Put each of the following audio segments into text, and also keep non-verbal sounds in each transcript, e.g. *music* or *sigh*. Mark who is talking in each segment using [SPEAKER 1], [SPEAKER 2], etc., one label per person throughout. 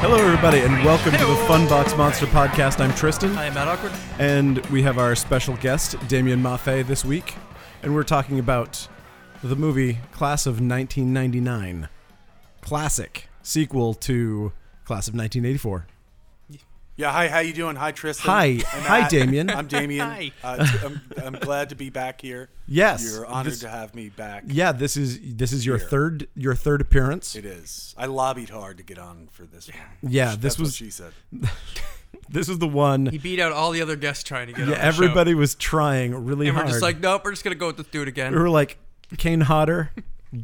[SPEAKER 1] Hello, everybody, and welcome to the Funbox Monster Podcast. I'm Tristan,
[SPEAKER 2] I am Matt Awkward.
[SPEAKER 1] and we have our special guest, Damien Maffei, this week, and we're talking about the movie Class of 1999. Classic sequel to Class of 1984.
[SPEAKER 3] Yeah, hi, how you doing? Hi, Tristan.
[SPEAKER 1] Hi.
[SPEAKER 3] I'm
[SPEAKER 1] Hi,
[SPEAKER 3] Matt.
[SPEAKER 1] Damien.
[SPEAKER 3] I'm Damien.
[SPEAKER 2] Hi.
[SPEAKER 3] Uh, t- I'm, I'm glad to be back here.
[SPEAKER 1] Yes.
[SPEAKER 3] You're honored
[SPEAKER 1] This-
[SPEAKER 3] to have me back.
[SPEAKER 1] Yeah, this is this is your
[SPEAKER 3] Here.
[SPEAKER 1] third your third appearance.
[SPEAKER 3] It is. I lobbied hard to get on for this one.
[SPEAKER 1] Yeah,
[SPEAKER 3] That's
[SPEAKER 1] this
[SPEAKER 3] what
[SPEAKER 1] was-
[SPEAKER 3] she said.
[SPEAKER 1] This is the one.
[SPEAKER 2] He beat out all the other guests trying to get on
[SPEAKER 1] yeah,
[SPEAKER 2] the
[SPEAKER 1] everybody was trying really
[SPEAKER 2] show. And we're
[SPEAKER 1] hard.
[SPEAKER 2] just like, nope, we're just gonna go with this dude again.
[SPEAKER 1] we were like, Kane Hodder,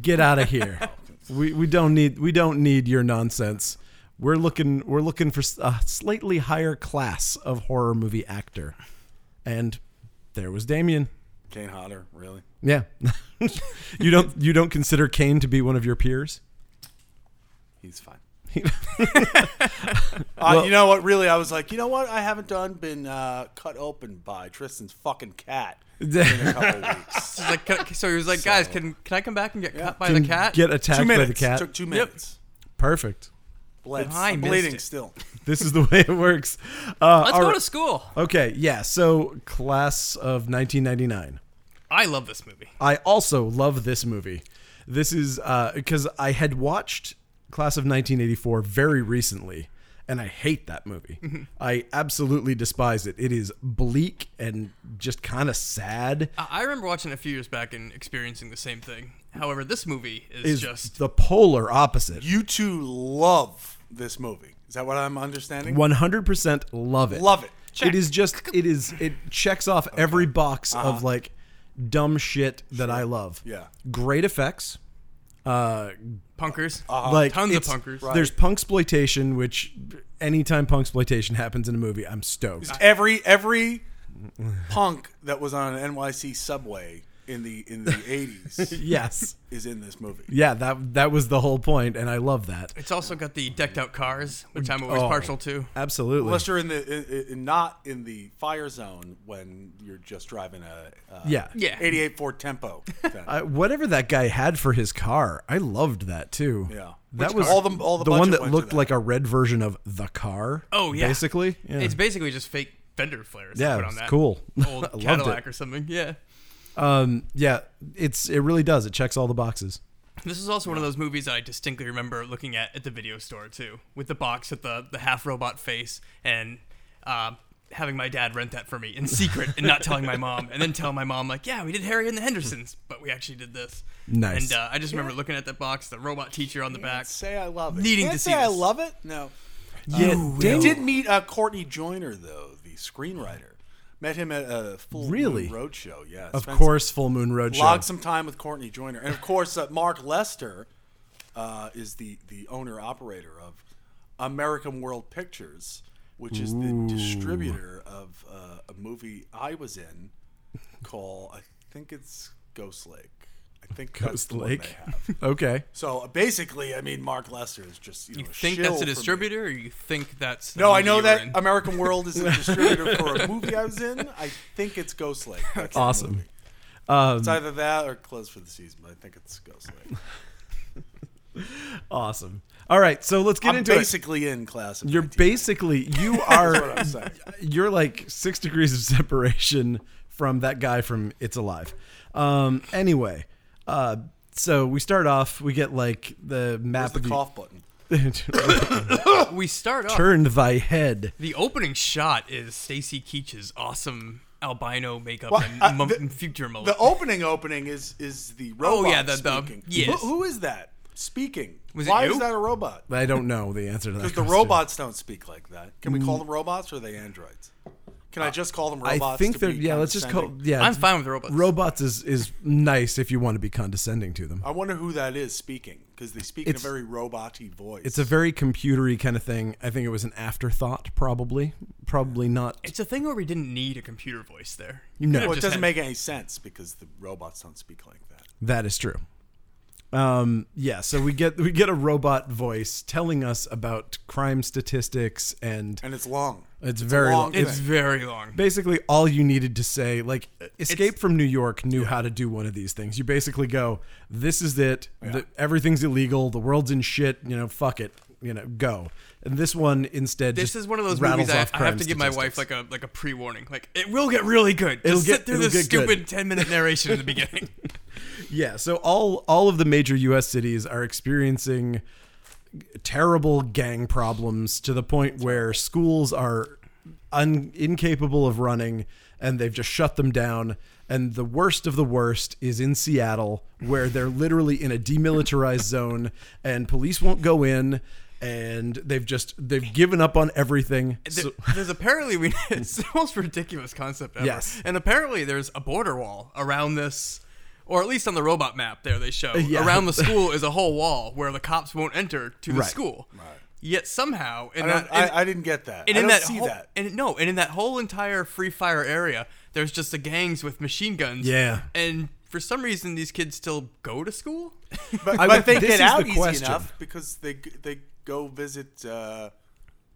[SPEAKER 1] get out of here. we we don't need we don't need your nonsense. We're looking we're looking for s- a slightly higher class of horror movie actor, and there was Damien.
[SPEAKER 3] Kane Hodder, really?
[SPEAKER 1] Yeah, *laughs* you don't you don't consider Kane to be one of your peers. *laughs*
[SPEAKER 3] He's fine. uh,
[SPEAKER 1] Well-
[SPEAKER 3] you know what? Really, I was like, you know what? I haven't done been uh, cut open by Tristan's
[SPEAKER 1] *laughs*
[SPEAKER 3] fucking cat in a couple weeks.
[SPEAKER 2] He's like, "Can- so he was like, guys, can can I come back and get cut by
[SPEAKER 1] Can
[SPEAKER 2] the cat?
[SPEAKER 1] Get attacked
[SPEAKER 3] Two
[SPEAKER 1] by
[SPEAKER 3] minutes.
[SPEAKER 1] the cat.
[SPEAKER 3] Took two minutes.
[SPEAKER 1] Perfect.
[SPEAKER 3] Bled.
[SPEAKER 2] I
[SPEAKER 3] I'm
[SPEAKER 2] missed
[SPEAKER 3] bleeding
[SPEAKER 2] it.
[SPEAKER 3] still.
[SPEAKER 1] This is the *laughs* way it works. Uh,
[SPEAKER 2] Let's
[SPEAKER 1] all
[SPEAKER 2] go
[SPEAKER 1] right.
[SPEAKER 2] to school.
[SPEAKER 1] Okay, yeah. So class of 1999.
[SPEAKER 2] I love this movie.
[SPEAKER 1] I also love this movie. This is because I had watched Class of 1984 very recently, and I hate that movie.
[SPEAKER 3] Mm-hmm.
[SPEAKER 1] I absolutely despise it. It is bleak and just kind of sad.
[SPEAKER 2] I I remember watching it a few years back and experiencing the same thing. However, this movie is,
[SPEAKER 1] Is
[SPEAKER 2] just
[SPEAKER 1] the polar opposite.
[SPEAKER 3] You two love this movie. Is that what I'm understanding?
[SPEAKER 1] 100% love it.
[SPEAKER 3] Love it.
[SPEAKER 1] It is just it is it checks off every box of like dumb shit that I love.
[SPEAKER 3] Uh-huh. Yeah.
[SPEAKER 1] Great effects. Uh
[SPEAKER 2] punkers.
[SPEAKER 1] like
[SPEAKER 2] Oh, Tons of
[SPEAKER 1] it's-
[SPEAKER 2] punkers.
[SPEAKER 1] There's punk exploitation, which anytime punk exploitation happens in a movie, I'm
[SPEAKER 2] *laughs*
[SPEAKER 1] stoked.
[SPEAKER 3] every every punk that was on an NYC subway in the in
[SPEAKER 1] *laughs*
[SPEAKER 3] the eighties
[SPEAKER 1] yes,
[SPEAKER 3] is in this movie.
[SPEAKER 1] yeah, that that was the whole point, and I love that.
[SPEAKER 2] It's also got the decked out cars, which I'm always
[SPEAKER 1] Oh.
[SPEAKER 2] partial to.
[SPEAKER 1] Absolutely.
[SPEAKER 3] Unless you're in the in, in, not in the fire zone when you're just driving a uh,
[SPEAKER 1] yeah,
[SPEAKER 2] Yeah.
[SPEAKER 3] eighty eight Ford
[SPEAKER 1] *laughs*
[SPEAKER 3] Tempo. then.
[SPEAKER 1] I, whatever that guy had for his car, I loved that too.
[SPEAKER 3] Yeah.
[SPEAKER 1] that
[SPEAKER 3] Which
[SPEAKER 1] was
[SPEAKER 3] car? All the- all the
[SPEAKER 1] one
[SPEAKER 3] budget
[SPEAKER 1] that
[SPEAKER 3] went to
[SPEAKER 1] looked
[SPEAKER 3] that.
[SPEAKER 1] like a red version of the car.
[SPEAKER 2] Oh, yeah.
[SPEAKER 1] basically. Yeah,
[SPEAKER 2] It's basically just fake fender flares. they
[SPEAKER 1] Yeah,
[SPEAKER 2] put on
[SPEAKER 1] it's
[SPEAKER 2] that
[SPEAKER 1] cool. *laughs* I loved
[SPEAKER 2] Old
[SPEAKER 1] it.
[SPEAKER 2] Cadillac or something. Yeah.
[SPEAKER 1] um, yeah, it's it really does. It checks all the boxes.
[SPEAKER 2] This is also one of those movies I distinctly remember looking at at the video store too, with the box with the the half robot face, and uh, having my dad rent that for me in secret and not telling my mom, and then telling my mom like, "Yeah, we did Harry and the Hendersons, but we actually did this."
[SPEAKER 1] Nice.
[SPEAKER 2] And uh, I just remember looking at that box, the robot teacher on the back.
[SPEAKER 3] say I love it.
[SPEAKER 2] Needing
[SPEAKER 3] Can't
[SPEAKER 2] to
[SPEAKER 3] say
[SPEAKER 2] see
[SPEAKER 3] I
[SPEAKER 2] this.
[SPEAKER 3] love it. No.
[SPEAKER 1] Yeah,
[SPEAKER 3] I did meet uh, Courtney Joyner though, the screenwriter. Met him at a full
[SPEAKER 1] Really?
[SPEAKER 3] road show. Yeah,
[SPEAKER 1] of course, Full Moon Roadshow.
[SPEAKER 3] Log some time with Courtney Joyner, and of course, uh, Mark Lester uh, is the the owner operator of American World Pictures, which is the distributor of uh, a movie I was in called I think it's Ghost Lake. I think that's
[SPEAKER 1] Ghost
[SPEAKER 3] the one they
[SPEAKER 1] Lake.
[SPEAKER 3] have.
[SPEAKER 1] *laughs* okay.
[SPEAKER 3] So uh, basically, I mean, Mark Lester is just you,
[SPEAKER 2] You
[SPEAKER 3] know,
[SPEAKER 2] think
[SPEAKER 3] shill
[SPEAKER 2] that's
[SPEAKER 3] for
[SPEAKER 2] a
[SPEAKER 3] me.
[SPEAKER 2] distributor, or you think that's the
[SPEAKER 3] No, I
[SPEAKER 2] movie you
[SPEAKER 3] know
[SPEAKER 2] were
[SPEAKER 3] that
[SPEAKER 2] in?
[SPEAKER 3] American World
[SPEAKER 2] *laughs*
[SPEAKER 3] is a distributor for a movie I was in. I think it's Ghost Lake. That's the
[SPEAKER 1] Awesome.
[SPEAKER 3] movie.
[SPEAKER 2] Um,
[SPEAKER 3] it's either that or closed for the season, but I think it's Ghost Lake.
[SPEAKER 1] Awesome. All right, so let's get
[SPEAKER 3] I'm
[SPEAKER 1] into it.
[SPEAKER 3] basically in class. Of
[SPEAKER 1] You're
[SPEAKER 3] 19. *laughs*
[SPEAKER 1] basically you
[SPEAKER 3] what
[SPEAKER 1] are
[SPEAKER 3] I'm saying.
[SPEAKER 1] you're like six degrees of separation from that guy from It's Alive. Um, anyway, uh, so we start off. We get like the map
[SPEAKER 3] the cough button.
[SPEAKER 1] *laughs* of
[SPEAKER 2] we start off.
[SPEAKER 1] the turn thy head.
[SPEAKER 2] The opening shot is Stacy Keach's awesome albino makeup
[SPEAKER 3] Well,
[SPEAKER 2] and
[SPEAKER 3] uh,
[SPEAKER 2] mum-
[SPEAKER 3] the-
[SPEAKER 2] future mullet.
[SPEAKER 3] The opening opening is is the robot.
[SPEAKER 2] yeah, the- the-
[SPEAKER 3] speaking.
[SPEAKER 2] yes.
[SPEAKER 3] Who, who is that speaking?
[SPEAKER 2] Was it
[SPEAKER 3] Why
[SPEAKER 2] you?
[SPEAKER 3] is that a robot?
[SPEAKER 1] I don't know the answer to that.
[SPEAKER 3] Because the
[SPEAKER 1] question.
[SPEAKER 3] robots don't speak like that. Can we
[SPEAKER 2] Mm.
[SPEAKER 3] call them robots or are they androids? Can
[SPEAKER 2] Uh,
[SPEAKER 3] I just call them robots?
[SPEAKER 1] I think
[SPEAKER 3] to
[SPEAKER 1] they're
[SPEAKER 3] be
[SPEAKER 1] yeah. Let's just call
[SPEAKER 3] condescending?
[SPEAKER 1] yeah.
[SPEAKER 2] I'm fine with robots.
[SPEAKER 1] robots is is nice if you want to be condescending to them.
[SPEAKER 3] I wonder who that is speaking because they speak in a
[SPEAKER 1] It's-
[SPEAKER 3] very roboty voice.
[SPEAKER 1] It's a very computery kind of thing. I think it was an afterthought, probably. Probably not.
[SPEAKER 2] It's a thing where we didn't need a computer voice there. You
[SPEAKER 1] No.
[SPEAKER 2] could've
[SPEAKER 3] well, it
[SPEAKER 2] just
[SPEAKER 3] doesn't
[SPEAKER 2] had-
[SPEAKER 3] make any sense because the robots don't speak like that.
[SPEAKER 1] That is true. Um, yeah, so we get we get a robot voice telling us about crime statistics, and
[SPEAKER 3] And it's long.
[SPEAKER 1] it's, very
[SPEAKER 3] long
[SPEAKER 1] it's
[SPEAKER 2] It's very long.
[SPEAKER 1] basically all you needed to say. Like Escape from New York knew how to do one of these things. You basically go, "This is it. The, everything's illegal. The world's in shit. You know, fuck it. you know, go. And this one instead.
[SPEAKER 2] This
[SPEAKER 1] just
[SPEAKER 2] is one of those
[SPEAKER 1] rattles
[SPEAKER 2] movies I,
[SPEAKER 1] off
[SPEAKER 2] I have
[SPEAKER 1] crime
[SPEAKER 2] to give my wife
[SPEAKER 1] statistics.
[SPEAKER 2] like a like a pre warning. Like it will get really good. Just
[SPEAKER 1] It'll
[SPEAKER 2] sit
[SPEAKER 1] get-
[SPEAKER 2] through
[SPEAKER 1] it'll
[SPEAKER 2] this
[SPEAKER 1] get good.
[SPEAKER 2] stupid ten minute narration in the
[SPEAKER 1] *laughs*
[SPEAKER 2] beginning.
[SPEAKER 1] Yeah, so all all of the major U.S. cities are experiencing terrible gang problems to the point where schools are un, incapable of running, and they've just shut them down. And the worst of the worst is in Seattle, where they're literally in a demilitarized zone, and police won't go in, and they've just they've given up on everything.
[SPEAKER 2] There-
[SPEAKER 1] So,
[SPEAKER 2] there's apparently we *laughs* it's the most ridiculous concept ever.
[SPEAKER 1] Yes.
[SPEAKER 2] And apparently there's a border wall around this or at least on the robot map there they show.
[SPEAKER 1] yeah.
[SPEAKER 2] Around
[SPEAKER 1] *laughs*
[SPEAKER 2] the school is a whole wall where the cops won't enter to the
[SPEAKER 1] Right.
[SPEAKER 2] school. Right. Yet somehow in
[SPEAKER 3] I,
[SPEAKER 2] that
[SPEAKER 3] don't,
[SPEAKER 2] in-
[SPEAKER 3] I, I didn't get that.
[SPEAKER 2] and
[SPEAKER 3] I
[SPEAKER 2] in
[SPEAKER 3] don't
[SPEAKER 2] that
[SPEAKER 3] see
[SPEAKER 2] whole,
[SPEAKER 3] that.
[SPEAKER 2] and no, and in that whole entire free fire area, there's just the gangs with machine guns.
[SPEAKER 1] Yeah.
[SPEAKER 2] And for some reason these kids still go to school? *laughs*
[SPEAKER 3] But, *laughs*
[SPEAKER 1] I
[SPEAKER 3] but
[SPEAKER 1] would-
[SPEAKER 3] they
[SPEAKER 1] this
[SPEAKER 3] get
[SPEAKER 1] is
[SPEAKER 3] out
[SPEAKER 1] the
[SPEAKER 3] easy
[SPEAKER 1] question.
[SPEAKER 3] enough because they g- they go visit uh,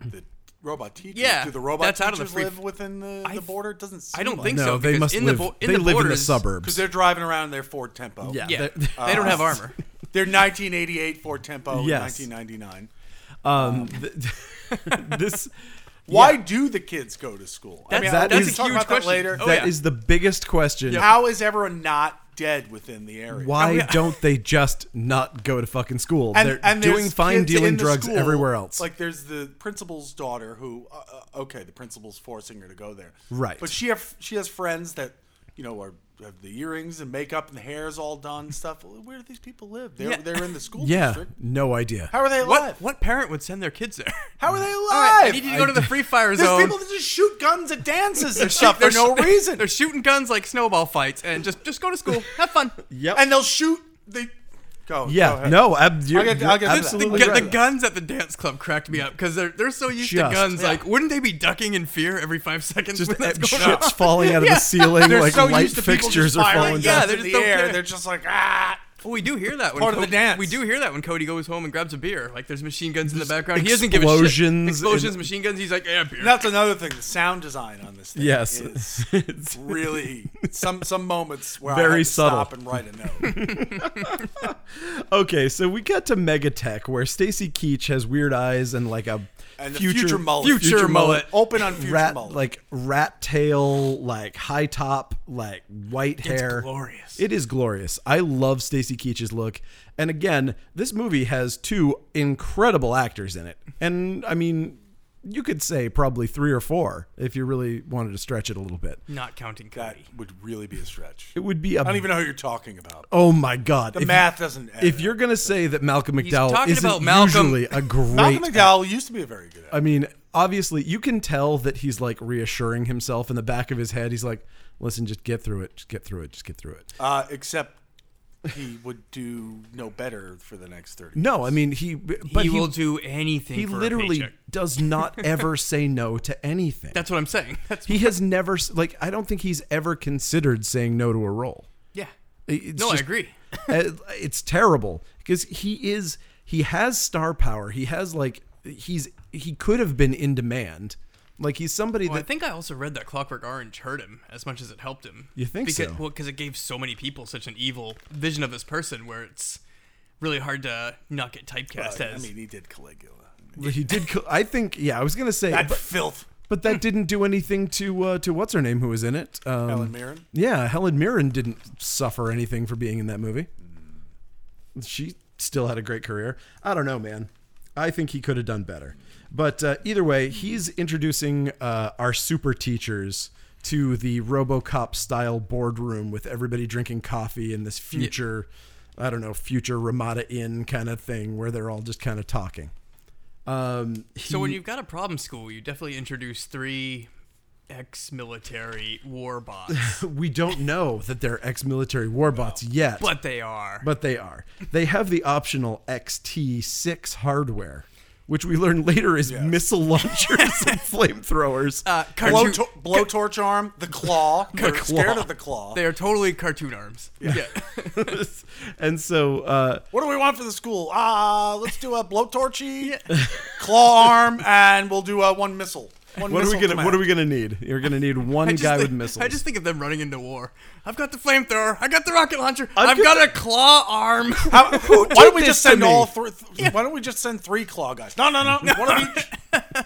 [SPEAKER 3] the robot teacher.
[SPEAKER 2] Yeah,
[SPEAKER 3] do the robot
[SPEAKER 2] that's out
[SPEAKER 3] teachers
[SPEAKER 2] of the free-
[SPEAKER 3] live within the,
[SPEAKER 2] I
[SPEAKER 3] the
[SPEAKER 2] th-
[SPEAKER 3] border? It doesn't. Seem
[SPEAKER 2] I don't
[SPEAKER 3] like
[SPEAKER 2] think
[SPEAKER 1] no,
[SPEAKER 2] so,
[SPEAKER 1] they
[SPEAKER 2] because
[SPEAKER 1] must
[SPEAKER 2] in the
[SPEAKER 1] live.
[SPEAKER 2] bo- in
[SPEAKER 1] they
[SPEAKER 2] the
[SPEAKER 1] live in the
[SPEAKER 2] borders-
[SPEAKER 1] suburbs.
[SPEAKER 2] *laughs*
[SPEAKER 3] because they're driving around in their Ford Tempo.
[SPEAKER 1] Yeah.
[SPEAKER 2] Yeah.
[SPEAKER 1] They-
[SPEAKER 2] they don't have
[SPEAKER 3] *laughs*
[SPEAKER 2] armor.
[SPEAKER 3] their 1988 Ford Tempo
[SPEAKER 1] Yes.
[SPEAKER 3] in 1999.
[SPEAKER 1] Um, th-
[SPEAKER 2] Oh,
[SPEAKER 1] this.
[SPEAKER 3] Why do the kids go to school? I
[SPEAKER 2] That's-
[SPEAKER 3] mean,
[SPEAKER 1] that
[SPEAKER 3] we can
[SPEAKER 1] is-
[SPEAKER 3] talk
[SPEAKER 2] huge
[SPEAKER 3] about that
[SPEAKER 2] question.
[SPEAKER 3] later.
[SPEAKER 2] Oh,
[SPEAKER 1] That is
[SPEAKER 2] yeah.
[SPEAKER 1] the biggest question.
[SPEAKER 3] How is everyone not dead within the area?
[SPEAKER 1] Why
[SPEAKER 2] yeah.
[SPEAKER 1] don't they just not go to fucking school?
[SPEAKER 3] Oh, And,
[SPEAKER 1] They're
[SPEAKER 3] and there's
[SPEAKER 1] doing fine
[SPEAKER 3] kids in
[SPEAKER 1] dealing
[SPEAKER 3] the
[SPEAKER 1] drugs
[SPEAKER 3] school.
[SPEAKER 1] everywhere else.
[SPEAKER 3] Like there's the principal's daughter who, uh, uh, okay, the principal's forcing her to go there,
[SPEAKER 1] Right.
[SPEAKER 3] But she have, she has friends that you know are have the earrings and makeup and the hair's all done and stuff. Well, Where do these people live?
[SPEAKER 2] *laughs*
[SPEAKER 3] They're
[SPEAKER 2] Yeah.
[SPEAKER 3] they're in the school
[SPEAKER 1] yeah,
[SPEAKER 3] district.
[SPEAKER 1] no idea.
[SPEAKER 3] How are they alive?
[SPEAKER 2] What what parent would send their kids there?
[SPEAKER 3] How are they alive?
[SPEAKER 2] All right, I need you to go to the free fire
[SPEAKER 3] There's
[SPEAKER 2] zone.
[SPEAKER 3] people that just shoot guns at dances and
[SPEAKER 2] Shoot-
[SPEAKER 3] stuff
[SPEAKER 2] *laughs*
[SPEAKER 3] for no
[SPEAKER 2] sh-
[SPEAKER 3] reason,
[SPEAKER 2] They're shooting guns like snowball fights, and just just go to
[SPEAKER 3] *laughs*
[SPEAKER 2] school, have fun.
[SPEAKER 1] Yep.
[SPEAKER 3] and they'll shoot. They go. go
[SPEAKER 1] yeah,
[SPEAKER 3] ahead.
[SPEAKER 1] no, ab- you're,
[SPEAKER 3] get-
[SPEAKER 1] you're
[SPEAKER 3] Oh, I'll get to that.
[SPEAKER 2] The,
[SPEAKER 1] absolutely
[SPEAKER 2] gu- the
[SPEAKER 1] right.
[SPEAKER 2] guns at the dance club cracked me up because they're they're so used
[SPEAKER 1] Just.
[SPEAKER 2] to guns.
[SPEAKER 1] Yeah.
[SPEAKER 2] Like, wouldn't they be ducking in fear every five seconds?
[SPEAKER 1] Just
[SPEAKER 2] when
[SPEAKER 3] *laughs*
[SPEAKER 2] that's
[SPEAKER 1] ab-
[SPEAKER 2] going
[SPEAKER 1] shit's
[SPEAKER 2] on?
[SPEAKER 1] falling out of
[SPEAKER 2] Yeah.
[SPEAKER 1] the ceiling,
[SPEAKER 3] They're
[SPEAKER 1] like
[SPEAKER 3] so
[SPEAKER 1] light
[SPEAKER 3] used to people
[SPEAKER 1] fixtures
[SPEAKER 3] just
[SPEAKER 1] are
[SPEAKER 3] firing
[SPEAKER 1] falling
[SPEAKER 2] Yeah,
[SPEAKER 1] down.
[SPEAKER 3] guns
[SPEAKER 2] they're
[SPEAKER 3] in
[SPEAKER 2] just
[SPEAKER 3] the
[SPEAKER 2] don't
[SPEAKER 3] air.
[SPEAKER 2] care.
[SPEAKER 3] They're just like ah.
[SPEAKER 2] Well, we do hear that when
[SPEAKER 3] Part of
[SPEAKER 2] Cody,
[SPEAKER 3] the dance.
[SPEAKER 2] We do hear that when Cody goes home and grabs a beer. Like, there's machine guns in the background. He doesn't give a shit.
[SPEAKER 1] explosions
[SPEAKER 2] Explosions,
[SPEAKER 1] in-
[SPEAKER 2] machine guns. He's like, yeah, beer.
[SPEAKER 3] And that's another thing. The sound design on this thing
[SPEAKER 1] Yes.
[SPEAKER 3] is
[SPEAKER 1] *laughs* It's- *laughs*
[SPEAKER 3] really some some moments where I
[SPEAKER 1] Very
[SPEAKER 3] had to
[SPEAKER 1] subtle.
[SPEAKER 3] stop and write
[SPEAKER 1] *laughs*
[SPEAKER 3] a note.
[SPEAKER 1] okay, so we got to Megatech where Stacy Keach has weird eyes and like a
[SPEAKER 3] And the future mullet.
[SPEAKER 1] future,
[SPEAKER 2] Future
[SPEAKER 1] mullet,
[SPEAKER 2] mullet.
[SPEAKER 3] Open on future
[SPEAKER 1] rat
[SPEAKER 3] mullet.
[SPEAKER 1] like rat tail, like high top, like white hair.
[SPEAKER 2] glorious.
[SPEAKER 1] It is glorious. I love Stacy Keach's look. And again, this movie has two incredible actors in it. And I mean, you could say probably three or four if you really wanted to stretch it a little bit.
[SPEAKER 2] Not counting
[SPEAKER 3] that
[SPEAKER 2] Cody.
[SPEAKER 3] would really be a stretch.
[SPEAKER 1] It would be a
[SPEAKER 3] I don't even know who you're talking about.
[SPEAKER 1] Oh my god.
[SPEAKER 3] The
[SPEAKER 1] if,
[SPEAKER 3] math doesn't. Add
[SPEAKER 1] if
[SPEAKER 3] up.
[SPEAKER 1] you're going to say that Malcolm McDowell
[SPEAKER 2] talking
[SPEAKER 1] isn't
[SPEAKER 2] about Malcolm-
[SPEAKER 1] usually a great
[SPEAKER 3] Malcolm McDowell used to be a very good actor.
[SPEAKER 1] I mean, obviously, you can tell that he's like reassuring himself in the back of his head. He's like, "Listen, just get through it. Just get through it. Just get through it."
[SPEAKER 3] Uh, except he would do no better for the next thirty.
[SPEAKER 1] No, I mean he, but
[SPEAKER 2] he,
[SPEAKER 1] he,
[SPEAKER 2] will do anything.
[SPEAKER 1] he
[SPEAKER 2] for A
[SPEAKER 1] literally
[SPEAKER 2] paycheck.
[SPEAKER 1] does
[SPEAKER 2] *laughs*
[SPEAKER 1] not ever say no to anything.
[SPEAKER 2] That's what I'm saying. *laughs* That's
[SPEAKER 1] he has never s- like I don't think he's ever considered saying no to a role.
[SPEAKER 2] yeah.
[SPEAKER 1] It's
[SPEAKER 2] No,
[SPEAKER 1] just- *laughs*
[SPEAKER 2] I agree.
[SPEAKER 1] uh, it's terrible because he is he has star power. He has like he's he could have been in demand. Like he's somebody
[SPEAKER 2] Well, I
[SPEAKER 1] that
[SPEAKER 2] think I also read that Clockwork Orange hurt him as much as it helped him.
[SPEAKER 1] You think
[SPEAKER 2] because,
[SPEAKER 1] so?
[SPEAKER 2] Well, because it gave so many people such an evil vision of this person, where it's really hard to not get typecast
[SPEAKER 3] I
[SPEAKER 2] as.
[SPEAKER 3] mean, he did Caligula.
[SPEAKER 1] he did. co- I think yeah. I was gonna say
[SPEAKER 3] That
[SPEAKER 1] but-
[SPEAKER 3] filth.
[SPEAKER 1] But
[SPEAKER 2] *laughs*
[SPEAKER 1] that didn't do anything to uh, to what's her name who was in it. Um,
[SPEAKER 3] Helen Mirren?
[SPEAKER 1] Yeah, Helen Mirren didn't suffer anything for being in that movie. She still had a great career. I don't know, man. I think he could have done better. But uh, either way, he's introducing uh, our super teachers to the RoboCop style boardroom with everybody drinking coffee in this future, I don't know, future Ramada Inn kind of thing where they're all just kind of talking. Um,
[SPEAKER 2] so when you've got a problem school, you definitely introduce three ex-military
[SPEAKER 1] *laughs*
[SPEAKER 2] war bots,
[SPEAKER 1] we don't know that they're ex-military war bots yet,
[SPEAKER 2] but they are.
[SPEAKER 1] but they are. They have the optional XT6 hardware, which we learn later is missile launchers
[SPEAKER 2] *laughs*
[SPEAKER 1] and flamethrowers.
[SPEAKER 2] uh, *laughs*
[SPEAKER 3] Blow
[SPEAKER 2] cartoon,
[SPEAKER 3] to- blowtorch arm, the claw. They're scared
[SPEAKER 1] claw.
[SPEAKER 3] of the claw.
[SPEAKER 2] they are totally cartoon arms. Yeah.
[SPEAKER 1] *laughs* and so, uh,
[SPEAKER 3] What do we want for the school? Uh, Ah, let's do a blowtorchy, claw arm, and we'll do a one missile.
[SPEAKER 1] *laughs*
[SPEAKER 3] One
[SPEAKER 1] What are we
[SPEAKER 3] missile
[SPEAKER 1] gonna
[SPEAKER 3] come
[SPEAKER 1] What are
[SPEAKER 3] out.
[SPEAKER 1] we gonna need? You're gonna
[SPEAKER 2] *laughs*
[SPEAKER 1] need one guy
[SPEAKER 2] think,
[SPEAKER 1] with missiles.
[SPEAKER 2] I just think of them running into war. I've got the flamethrower. I got the rocket launcher. I've,
[SPEAKER 1] got-
[SPEAKER 2] got a claw
[SPEAKER 1] *laughs*
[SPEAKER 2] arm.
[SPEAKER 3] How, who, why don't we
[SPEAKER 1] this
[SPEAKER 3] just
[SPEAKER 1] to
[SPEAKER 3] send
[SPEAKER 1] me?
[SPEAKER 3] all three? Why don't we just send three claw guys? No, no, no, one of each.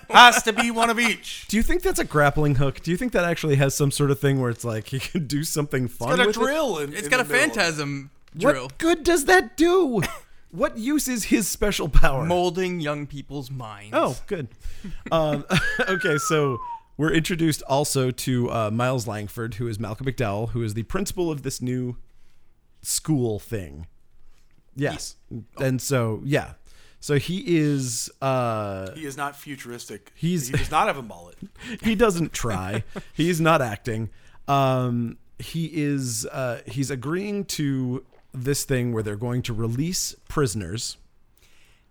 [SPEAKER 3] Has to be one of each.
[SPEAKER 1] Do you think that's a grappling hook? Do you think that actually has some sort of thing where it's like you can do something fun
[SPEAKER 3] Got a
[SPEAKER 1] with it?
[SPEAKER 3] drill. In,
[SPEAKER 2] It's
[SPEAKER 3] in
[SPEAKER 2] got
[SPEAKER 3] the
[SPEAKER 2] a
[SPEAKER 3] middle of it.
[SPEAKER 2] phantasm
[SPEAKER 1] What
[SPEAKER 2] drill.
[SPEAKER 1] good does that do?
[SPEAKER 2] *laughs*
[SPEAKER 1] what use is his special power?
[SPEAKER 2] Molding young people's minds.
[SPEAKER 1] Oh, good. *laughs* um, okay, so we're introduced also to uh, Miles Langford, who is Malcolm McDowell, who is the principal of this new school thing. Yes. And so, yeah. So he is, uh,
[SPEAKER 3] He is not futuristic.
[SPEAKER 1] He's-
[SPEAKER 3] he does not have a mullet.
[SPEAKER 1] he doesn't try. he's not acting. Um, he is, uh, he's agreeing to this thing where they're going to release prisoners.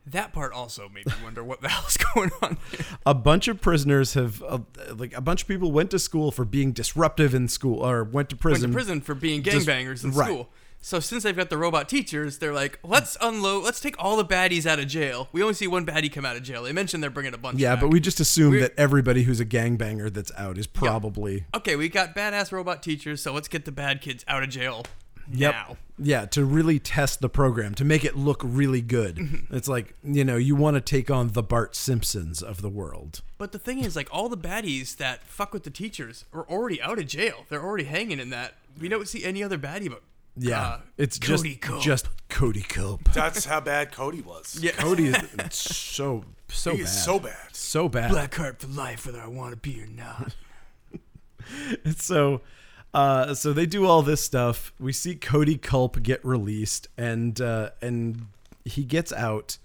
[SPEAKER 2] That part also made me wonder what the *laughs* hell's going on. Here.
[SPEAKER 1] a bunch of prisoners have uh, like a bunch of people went to school for being disruptive in school or went to
[SPEAKER 2] Went
[SPEAKER 1] prison.
[SPEAKER 2] to prison for being
[SPEAKER 1] Just-
[SPEAKER 2] gangbangers in
[SPEAKER 1] right.
[SPEAKER 2] school. So since they've got the robot teachers, they're like, let's unload, let's take all the baddies out of jail. We only see one baddie come out of jail. They mentioned they're bringing a bunch.
[SPEAKER 1] Yeah,
[SPEAKER 2] back.
[SPEAKER 1] but we just assume
[SPEAKER 2] We're-
[SPEAKER 1] that everybody who's a gangbanger that's out is probably
[SPEAKER 2] okay, we got badass robot teachers, so let's get the bad kids out of jail now.
[SPEAKER 1] yeah to really test the program to make it look really good. it's like you know you want to take on the Bart Simpsons of the world.
[SPEAKER 2] But the thing is, like, all the baddies that fuck with the teachers are already out of jail. They're already hanging in that. We don't see any other baddie but
[SPEAKER 1] Yeah,
[SPEAKER 2] uh,
[SPEAKER 1] it's
[SPEAKER 2] Cody
[SPEAKER 1] just
[SPEAKER 2] Cope.
[SPEAKER 1] just Cody Cope.
[SPEAKER 3] That's how bad Cody was.
[SPEAKER 2] yeah.
[SPEAKER 1] Cody is it's so so
[SPEAKER 3] he
[SPEAKER 1] bad.
[SPEAKER 3] is so bad.
[SPEAKER 1] so bad.
[SPEAKER 2] Black Heart for life, whether I want to be
[SPEAKER 1] *laughs*
[SPEAKER 2] or not.
[SPEAKER 1] so uh, so they do all this stuff. We see Cody Culp get released, and uh, and he gets out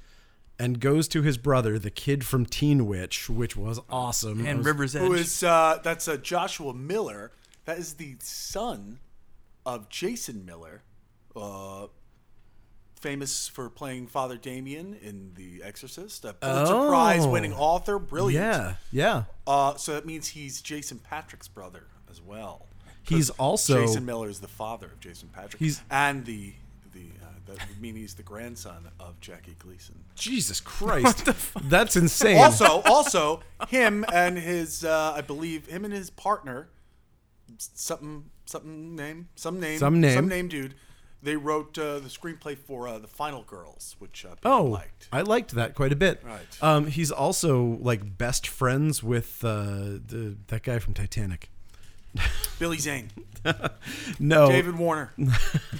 [SPEAKER 1] and goes to his brother, the kid from Teen Witch, which was awesome. I
[SPEAKER 2] And
[SPEAKER 1] was-
[SPEAKER 2] River's Edge.
[SPEAKER 3] Who is uh, that's uh, Joshua Miller? That is the son of Jason Miller, uh, famous for playing Father Damien in The Exorcist, a Pulitzer
[SPEAKER 1] Oh.
[SPEAKER 3] Prize-winning author, brilliant.
[SPEAKER 1] yeah, yeah.
[SPEAKER 3] Uh, so that means he's Jason Patrick's brother as well.
[SPEAKER 1] He's also
[SPEAKER 3] Jason Miller is the father of Jason Patrick.
[SPEAKER 1] He's-
[SPEAKER 3] and the the uh, that would mean he's the grandson of Jackie Gleason. *laughs*
[SPEAKER 1] Jesus Christ. That's insane.
[SPEAKER 3] Also, also him and his uh, I believe him and his partner s- something something name some name
[SPEAKER 1] Some name.
[SPEAKER 3] some name dude. They wrote uh, the screenplay for uh, the Final Girls, which uh, people
[SPEAKER 1] Oh,
[SPEAKER 3] liked.
[SPEAKER 1] I liked that quite a bit.
[SPEAKER 3] Right.
[SPEAKER 1] Um, he's also like best friends with uh, the, that guy from Titanic.
[SPEAKER 3] Billy Zane,
[SPEAKER 1] No,
[SPEAKER 3] David
[SPEAKER 1] *laughs*
[SPEAKER 3] Warner.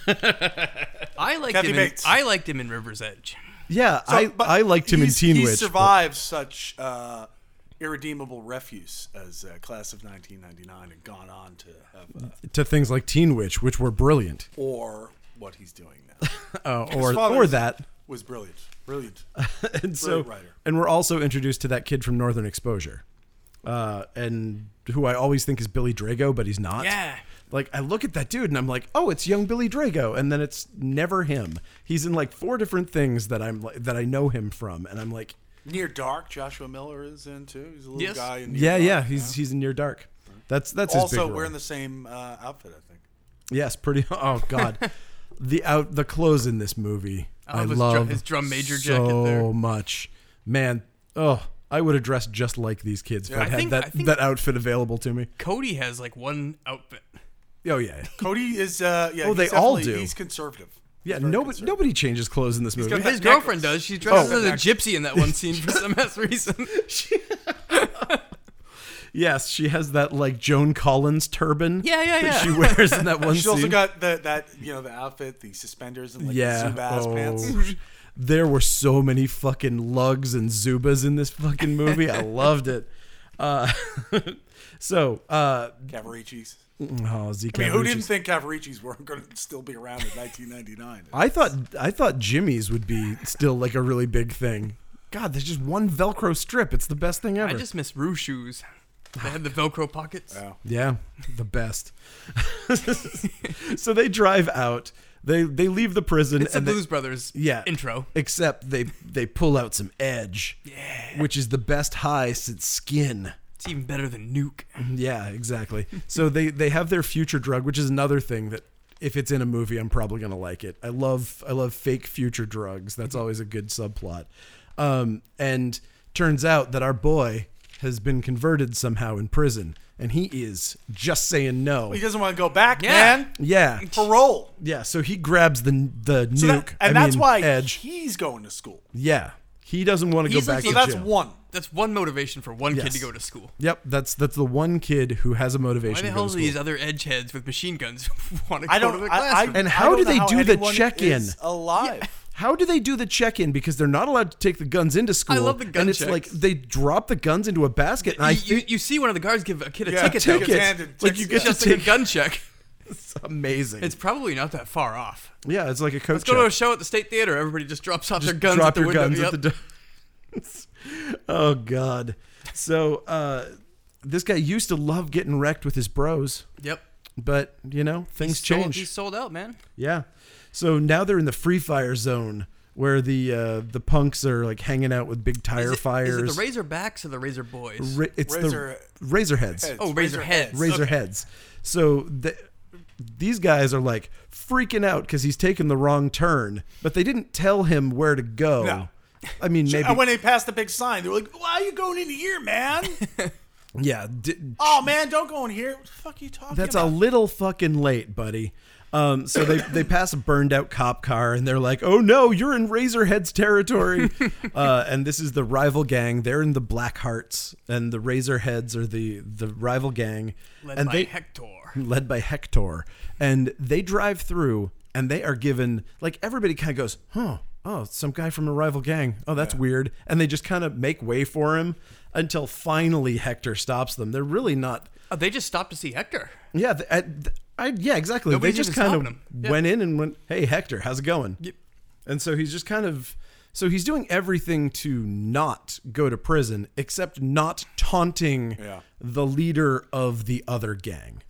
[SPEAKER 2] I liked
[SPEAKER 3] Kathy
[SPEAKER 2] him. In,
[SPEAKER 3] Bates.
[SPEAKER 2] I liked him in River's Edge.
[SPEAKER 1] yeah, I,
[SPEAKER 3] but
[SPEAKER 1] I liked him in
[SPEAKER 3] he's-
[SPEAKER 1] Teen
[SPEAKER 3] he
[SPEAKER 1] Witch. but-
[SPEAKER 3] survived such uh, irredeemable refuse as uh, class of 1999 and gone on to have, uh,
[SPEAKER 1] to things like Teen Witch, which were brilliant,
[SPEAKER 3] or what he's doing
[SPEAKER 1] *laughs*
[SPEAKER 3] now.
[SPEAKER 1] uh, or
[SPEAKER 3] father
[SPEAKER 1] or *laughs*
[SPEAKER 3] is-
[SPEAKER 1] that.
[SPEAKER 3] Was brilliant, brilliant.
[SPEAKER 1] And so,
[SPEAKER 3] Brilliant writer.
[SPEAKER 1] and we're also introduced to that kid from Northern Exposure, uh, and who I always think is Billy Drago, but he's not.
[SPEAKER 2] Yeah.
[SPEAKER 1] Like I look at that dude and I'm like, oh, it's young Billy Drago, and then it's never him. He's in like four different things that I'm like, that I know him from, and I'm like,
[SPEAKER 3] Near Dark, Joshua Miller is in too. He's a little
[SPEAKER 2] Yes.
[SPEAKER 3] guy. In Near
[SPEAKER 1] yeah,
[SPEAKER 3] Dark.
[SPEAKER 1] yeah, he's he's in Near Dark. That's that's his big
[SPEAKER 3] Also,
[SPEAKER 1] role.
[SPEAKER 3] wearing the same uh, outfit, I think.
[SPEAKER 1] yes, pretty. *laughs* Oh God, the out the clothes in this movie, I,
[SPEAKER 2] love Oh, his
[SPEAKER 1] love
[SPEAKER 2] drum- his drum major
[SPEAKER 1] so
[SPEAKER 2] jacket there.
[SPEAKER 1] much, man. Oh, I would have dressed just like these kids if
[SPEAKER 3] Yeah.
[SPEAKER 1] I
[SPEAKER 3] I
[SPEAKER 1] had
[SPEAKER 2] think- I
[SPEAKER 1] that
[SPEAKER 2] think-
[SPEAKER 1] that outfit available to me.
[SPEAKER 2] Cody has like one outfit.
[SPEAKER 1] Oh
[SPEAKER 2] *laughs*
[SPEAKER 1] yeah,
[SPEAKER 3] Cody is. Uh, yeah,
[SPEAKER 1] Oh,
[SPEAKER 3] he's
[SPEAKER 1] they all
[SPEAKER 3] definitely-
[SPEAKER 1] do.
[SPEAKER 3] He's conservative. He's
[SPEAKER 1] yeah.
[SPEAKER 3] very
[SPEAKER 1] Nobody
[SPEAKER 3] conservative.
[SPEAKER 1] nobody changes clothes in this movie.
[SPEAKER 3] got that
[SPEAKER 2] His girlfriend
[SPEAKER 3] necklace.
[SPEAKER 2] does. She dresses
[SPEAKER 3] Oh.
[SPEAKER 2] as a gypsy in that one scene for some ass reason.
[SPEAKER 1] *laughs* yes, she has that like Joan Collins turban.
[SPEAKER 2] Yeah, yeah,
[SPEAKER 1] that
[SPEAKER 2] yeah.
[SPEAKER 1] she wears in
[SPEAKER 2] *laughs*
[SPEAKER 1] that one
[SPEAKER 3] She's
[SPEAKER 1] scene.
[SPEAKER 3] also got the, that you know the outfit, the suspenders, and like
[SPEAKER 1] yeah.
[SPEAKER 3] the Zubaz
[SPEAKER 1] oh.
[SPEAKER 3] pants.
[SPEAKER 1] *laughs* There were so many fucking lugs and zubas in this fucking movie. I loved it. Uh, *laughs* so, uh,
[SPEAKER 3] Cavaricci's.
[SPEAKER 1] oh, Zeke.
[SPEAKER 3] I mean, who didn't
[SPEAKER 1] Cavaricis.
[SPEAKER 3] think Cavaricci's weren't going to still be around in
[SPEAKER 1] *laughs*
[SPEAKER 3] 1999?
[SPEAKER 1] I thought I thought Jimmy's would be still like a really big thing. God, there's just one Velcro strip. It's the best thing ever.
[SPEAKER 2] I just miss Rue shoes. They had the Velcro pockets.
[SPEAKER 1] Uh,
[SPEAKER 3] Yeah.
[SPEAKER 1] yeah, the best. *laughs* so they drive out. They they leave the prison.
[SPEAKER 2] It's a
[SPEAKER 1] they-
[SPEAKER 2] Blues Brothers
[SPEAKER 1] yeah
[SPEAKER 2] intro.
[SPEAKER 1] Except they they pull out some edge. Yeah. Which is the best high since skin.
[SPEAKER 2] It's even better than Nuke.
[SPEAKER 1] Yeah, exactly. *laughs* so they they have their future drug, which is another thing that if it's in a movie, I'm probably gonna like it. I love I love fake future drugs. That's always a good subplot. Um, and turns out that our boy has been converted somehow in prison, and he is just saying no.
[SPEAKER 3] He doesn't want to go back,
[SPEAKER 2] Yeah.
[SPEAKER 3] man.
[SPEAKER 1] Yeah,
[SPEAKER 3] Parole.
[SPEAKER 1] yeah. So he grabs the the nuke,
[SPEAKER 3] So that- and
[SPEAKER 1] I
[SPEAKER 3] that's
[SPEAKER 1] mean,
[SPEAKER 3] why
[SPEAKER 1] Edge.
[SPEAKER 3] he's going to school.
[SPEAKER 1] Yeah, he doesn't want to go
[SPEAKER 2] He's
[SPEAKER 1] back.
[SPEAKER 2] like-
[SPEAKER 1] to
[SPEAKER 3] So that's
[SPEAKER 1] jail.
[SPEAKER 3] one.
[SPEAKER 2] That's one motivation for one kid
[SPEAKER 1] Yes.
[SPEAKER 2] to go to school.
[SPEAKER 1] Yep, that's that's the one kid who has a motivation.
[SPEAKER 2] Why the
[SPEAKER 1] to
[SPEAKER 2] hell
[SPEAKER 1] go to
[SPEAKER 2] do
[SPEAKER 1] school.
[SPEAKER 2] these other edge heads with machine guns *laughs* want to go
[SPEAKER 3] I
[SPEAKER 2] to
[SPEAKER 3] don't.
[SPEAKER 2] the
[SPEAKER 3] I, I,
[SPEAKER 2] classroom?
[SPEAKER 1] And
[SPEAKER 3] I
[SPEAKER 1] how
[SPEAKER 3] don't
[SPEAKER 1] do
[SPEAKER 3] know
[SPEAKER 1] they
[SPEAKER 3] how
[SPEAKER 1] do the
[SPEAKER 3] anyone
[SPEAKER 1] check-in?
[SPEAKER 3] is Alive.
[SPEAKER 1] How do they do the check-in? Because they're not allowed to take the guns into school.
[SPEAKER 2] love the gun
[SPEAKER 1] And it's
[SPEAKER 2] checks.
[SPEAKER 1] like they drop the guns into a basket. And I
[SPEAKER 2] you, you,
[SPEAKER 1] think
[SPEAKER 2] you see one of the guards give a kid a
[SPEAKER 3] Yeah,
[SPEAKER 2] ticket.
[SPEAKER 3] tickets.
[SPEAKER 2] though.
[SPEAKER 1] tickets.
[SPEAKER 3] handed,
[SPEAKER 1] like
[SPEAKER 3] tickets,
[SPEAKER 1] you
[SPEAKER 3] yeah.
[SPEAKER 1] get
[SPEAKER 2] Just
[SPEAKER 1] to
[SPEAKER 2] like a
[SPEAKER 1] take.
[SPEAKER 2] gun check.
[SPEAKER 1] It's amazing.
[SPEAKER 2] *laughs* It's probably not that far off.
[SPEAKER 1] yeah, it's like a coat
[SPEAKER 2] Let's go to a
[SPEAKER 1] check.
[SPEAKER 2] show at the state theater. Everybody just drops off their
[SPEAKER 1] Just
[SPEAKER 2] guns
[SPEAKER 1] drop
[SPEAKER 2] at the
[SPEAKER 1] your
[SPEAKER 2] window.
[SPEAKER 1] guns
[SPEAKER 2] Yep.
[SPEAKER 1] at the door. oh God. So uh, this guy used to love getting wrecked with his bros,
[SPEAKER 2] Yep.
[SPEAKER 1] but you know things
[SPEAKER 2] He's sold-
[SPEAKER 1] change.
[SPEAKER 2] He's sold out, man.
[SPEAKER 1] Yeah. So now they're in the free fire zone where the uh, the punks are like hanging out with big tire
[SPEAKER 2] Is it-
[SPEAKER 1] fires.
[SPEAKER 2] Is it the Razorbacks or the Razor Boys?
[SPEAKER 1] Ra- it's
[SPEAKER 3] Razor-
[SPEAKER 1] the razor heads.
[SPEAKER 3] Heads.
[SPEAKER 2] oh,
[SPEAKER 3] Razor
[SPEAKER 2] Razor Heads.
[SPEAKER 1] Razor
[SPEAKER 2] Okay.
[SPEAKER 1] heads. So the, these guys are like freaking out because he's taken the wrong turn, but they didn't tell him where to go.
[SPEAKER 3] No.
[SPEAKER 1] I mean, maybe.
[SPEAKER 3] And when they passed the big sign, they were like, "Why are you going in here, man?
[SPEAKER 1] yeah. di-
[SPEAKER 3] oh man, don't go in here. What the fuck are you talking
[SPEAKER 1] That's a
[SPEAKER 3] about?"
[SPEAKER 1] little fucking late, buddy. Um, so they, they pass a burned out cop car and they're like, oh no, you're in Razorheads
[SPEAKER 2] *laughs*
[SPEAKER 1] territory. uh, and this is the rival gang. They're in the Black Hearts, and the Razorheads are the, the rival gang.
[SPEAKER 2] Led
[SPEAKER 1] and
[SPEAKER 2] by
[SPEAKER 1] they,
[SPEAKER 2] Hector.
[SPEAKER 1] *laughs* led by Hector. And they drive through and they are given, like, everybody kind of goes, huh, oh, it's some guy from a rival gang. Oh, that's weird. And they just kind of make way for him until finally Hector stops them. They're really not.
[SPEAKER 2] Oh, they just stopped to see Hector.
[SPEAKER 1] Yeah, th- I, th- I, yeah, exactly.
[SPEAKER 2] Nobody's
[SPEAKER 1] they just
[SPEAKER 2] even
[SPEAKER 1] kind
[SPEAKER 2] stopping
[SPEAKER 1] of
[SPEAKER 2] him. Yeah.
[SPEAKER 1] went in and went, "Hey, Hector, how's it going?"
[SPEAKER 2] Yep.
[SPEAKER 1] And so he's just kind of, so he's doing everything to not go to prison, except not taunting
[SPEAKER 3] Yeah.
[SPEAKER 1] the leader of the other gang.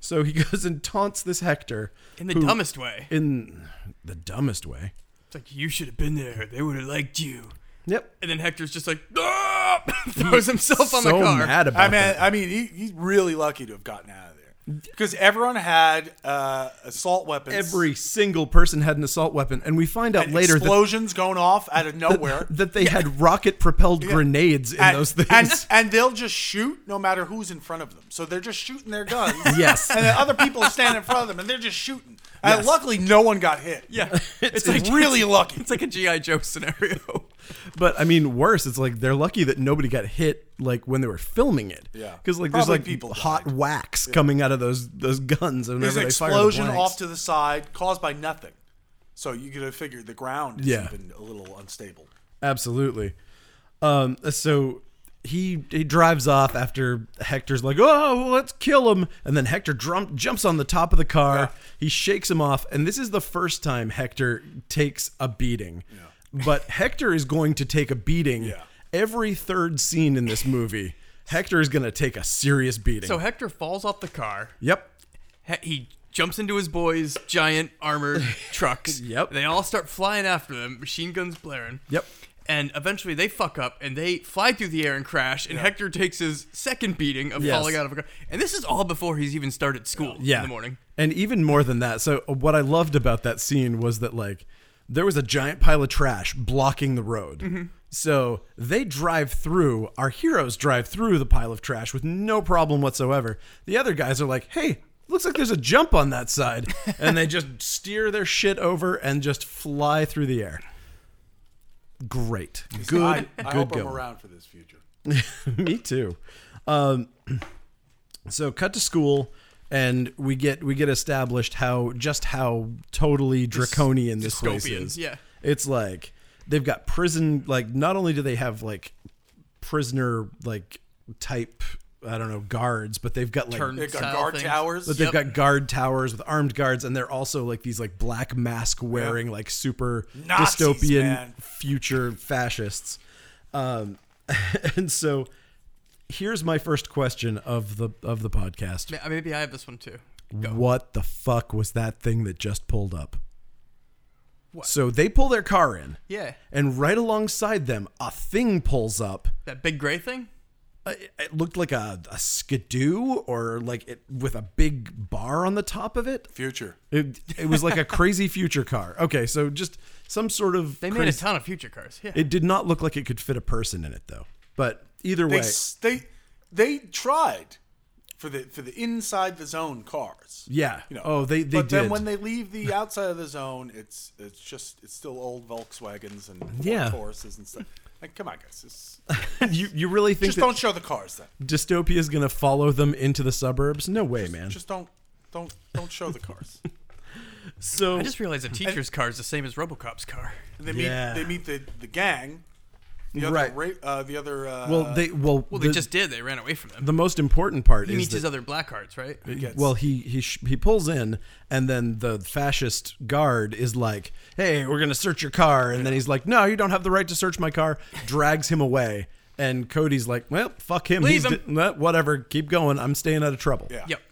[SPEAKER 1] So he *laughs* goes and taunts this Hector
[SPEAKER 2] Mm-hmm. In the
[SPEAKER 1] who-
[SPEAKER 2] dumbest way.
[SPEAKER 1] in the dumbest way.
[SPEAKER 2] It's like, you should have been there. They would have liked you.
[SPEAKER 1] Yep.
[SPEAKER 2] And then Hector's just like, *laughs* "Ah!" throws himself on
[SPEAKER 1] so
[SPEAKER 2] the car.
[SPEAKER 1] mad about
[SPEAKER 3] I mean,
[SPEAKER 1] that.
[SPEAKER 3] I mean, he, he's really lucky to have gotten out of there because everyone had uh, assault weapons.
[SPEAKER 1] Every single person had an assault weapon, and we find out
[SPEAKER 3] and
[SPEAKER 1] later that,
[SPEAKER 3] explosions going off out of nowhere.
[SPEAKER 1] that they had rocket-propelled grenades in
[SPEAKER 3] and,
[SPEAKER 1] those things.
[SPEAKER 3] And, and they'll just shoot no matter who's in front of them. So they're just shooting their guns.
[SPEAKER 1] *laughs* Yes.
[SPEAKER 3] And then other people stand in front of them and they're just shooting. And luckily, no one got hit.
[SPEAKER 2] Yeah. *laughs* It's,
[SPEAKER 3] It's,
[SPEAKER 2] like
[SPEAKER 3] really
[SPEAKER 2] *laughs*
[SPEAKER 3] lucky.
[SPEAKER 2] It's like a G.I. Joe scenario.
[SPEAKER 1] But I mean, worse. It's like they're lucky that nobody got hit like when they were filming it.
[SPEAKER 3] Yeah.
[SPEAKER 1] because like there's
[SPEAKER 3] Probably
[SPEAKER 1] like
[SPEAKER 3] people
[SPEAKER 1] hot
[SPEAKER 3] died.
[SPEAKER 1] wax coming out of those those guns. And
[SPEAKER 3] There's an
[SPEAKER 1] whenever they fire the
[SPEAKER 3] explosion
[SPEAKER 1] blanks.
[SPEAKER 3] off to the side caused by nothing. So you could have figured the ground is
[SPEAKER 1] Yeah.
[SPEAKER 3] even a little unstable.
[SPEAKER 1] Absolutely. Um, so he he drives off after Hector's like, oh, well, let's kill him, and then Hector drum- jumps on the top of the car. He shakes him off, and this is the first time Hector takes a beating. But Hector is going to take a beating
[SPEAKER 3] Yeah.
[SPEAKER 1] every third scene in this movie. Hector is going to take a serious beating.
[SPEAKER 2] So Hector falls off the car.
[SPEAKER 1] yep.
[SPEAKER 2] He- He jumps into his boys' giant *laughs* armored trucks.
[SPEAKER 1] Yep.
[SPEAKER 2] They all start flying after them, machine guns blaring.
[SPEAKER 1] Yep.
[SPEAKER 2] And eventually they fuck up and they fly through the air and crash. And Hector takes his second beating of
[SPEAKER 1] Yes.
[SPEAKER 2] falling out of a car. And this is all before he's even started school
[SPEAKER 1] Yeah.
[SPEAKER 2] in the morning.
[SPEAKER 1] And even more than that. So what I loved about that scene was that like there was a giant pile of trash blocking the road.
[SPEAKER 2] Mm-hmm.
[SPEAKER 1] So they drive through, our heroes drive through the pile of trash with no problem whatsoever. The other guys are like, "Hey, looks like there's a jump on that
[SPEAKER 2] *laughs*
[SPEAKER 1] side." and they just steer their shit over and just fly through the air. Great. Good
[SPEAKER 3] I,
[SPEAKER 1] good
[SPEAKER 3] I hope
[SPEAKER 1] going.
[SPEAKER 3] I'm around for this future.
[SPEAKER 1] *laughs* Me too. Um, so cut to school, and we get we get established how just how totally draconian this place
[SPEAKER 2] dystopian,
[SPEAKER 1] is.
[SPEAKER 2] yeah.
[SPEAKER 1] it's like they've got prison. Like not only do they have like prisoner like type I don't know guards, but they've got like
[SPEAKER 2] Turned-
[SPEAKER 3] They've got
[SPEAKER 2] Style
[SPEAKER 3] guard
[SPEAKER 2] things.
[SPEAKER 3] towers.
[SPEAKER 1] but
[SPEAKER 2] Yep.
[SPEAKER 1] they've got guard towers with armed guards, and they're also like these like black mask wearing like super
[SPEAKER 3] Nazis,
[SPEAKER 1] dystopian
[SPEAKER 3] man.
[SPEAKER 1] future fascists. Um, *laughs* and so, here's my first question of the of the podcast:
[SPEAKER 2] Ma- Maybe I have this one too.
[SPEAKER 1] What the fuck was that thing that just pulled up? So they pull their car in,
[SPEAKER 2] Yeah.
[SPEAKER 1] and right alongside them, a thing pulls up.
[SPEAKER 2] That big gray thing?
[SPEAKER 1] Uh, It it looked like a, a skidoo, or like it with a big bar on the top of it.
[SPEAKER 3] future.
[SPEAKER 1] It, it was like a crazy future car. Okay, so just some sort of.
[SPEAKER 2] They made
[SPEAKER 1] crazy-
[SPEAKER 2] a ton of future cars. Yeah.
[SPEAKER 1] It did not look like it could fit a person in it, though. But Either
[SPEAKER 3] They
[SPEAKER 1] way,
[SPEAKER 3] s- they they tried for the for the inside the zone cars.
[SPEAKER 1] yeah.
[SPEAKER 3] You know,
[SPEAKER 1] oh, they they
[SPEAKER 3] but
[SPEAKER 1] did.
[SPEAKER 3] then when they leave the outside of the zone, it's it's just it's still old Volkswagens and Ford
[SPEAKER 1] Yeah.
[SPEAKER 3] Tauruses and stuff. Like, come on,
[SPEAKER 1] *laughs*
[SPEAKER 3] guys, it's,
[SPEAKER 1] *laughs* you you really think
[SPEAKER 3] just
[SPEAKER 1] that
[SPEAKER 3] don't show the cars then.
[SPEAKER 1] dystopia is gonna follow them into the suburbs? No way, man.
[SPEAKER 3] Just don't don't don't show the cars.
[SPEAKER 1] so
[SPEAKER 2] I just realized a teacher's car is the same as RoboCop's
[SPEAKER 1] *laughs*
[SPEAKER 2] car.
[SPEAKER 3] And they meet
[SPEAKER 1] Yeah.
[SPEAKER 3] they meet the the gang. The other
[SPEAKER 1] Right.
[SPEAKER 3] ra- uh, the other uh,
[SPEAKER 1] well, they well,
[SPEAKER 2] Well,
[SPEAKER 1] the,
[SPEAKER 2] they just did. They ran away from them.
[SPEAKER 1] the most important part
[SPEAKER 2] he
[SPEAKER 1] is
[SPEAKER 2] meets
[SPEAKER 1] that,
[SPEAKER 2] his other Blackhearts, right?
[SPEAKER 3] gets-
[SPEAKER 1] Well, he he sh- he pulls in, and then the fascist guard is like, "Hey, we're gonna search your car," and then he's like, "No, you don't have the right to search my car." Drags him away, and Cody's like, "Well, fuck him.
[SPEAKER 2] Leave
[SPEAKER 1] he's
[SPEAKER 2] him.
[SPEAKER 1] di- nah, whatever. Keep going. I'm staying out of trouble."
[SPEAKER 3] Yeah.
[SPEAKER 2] Yep.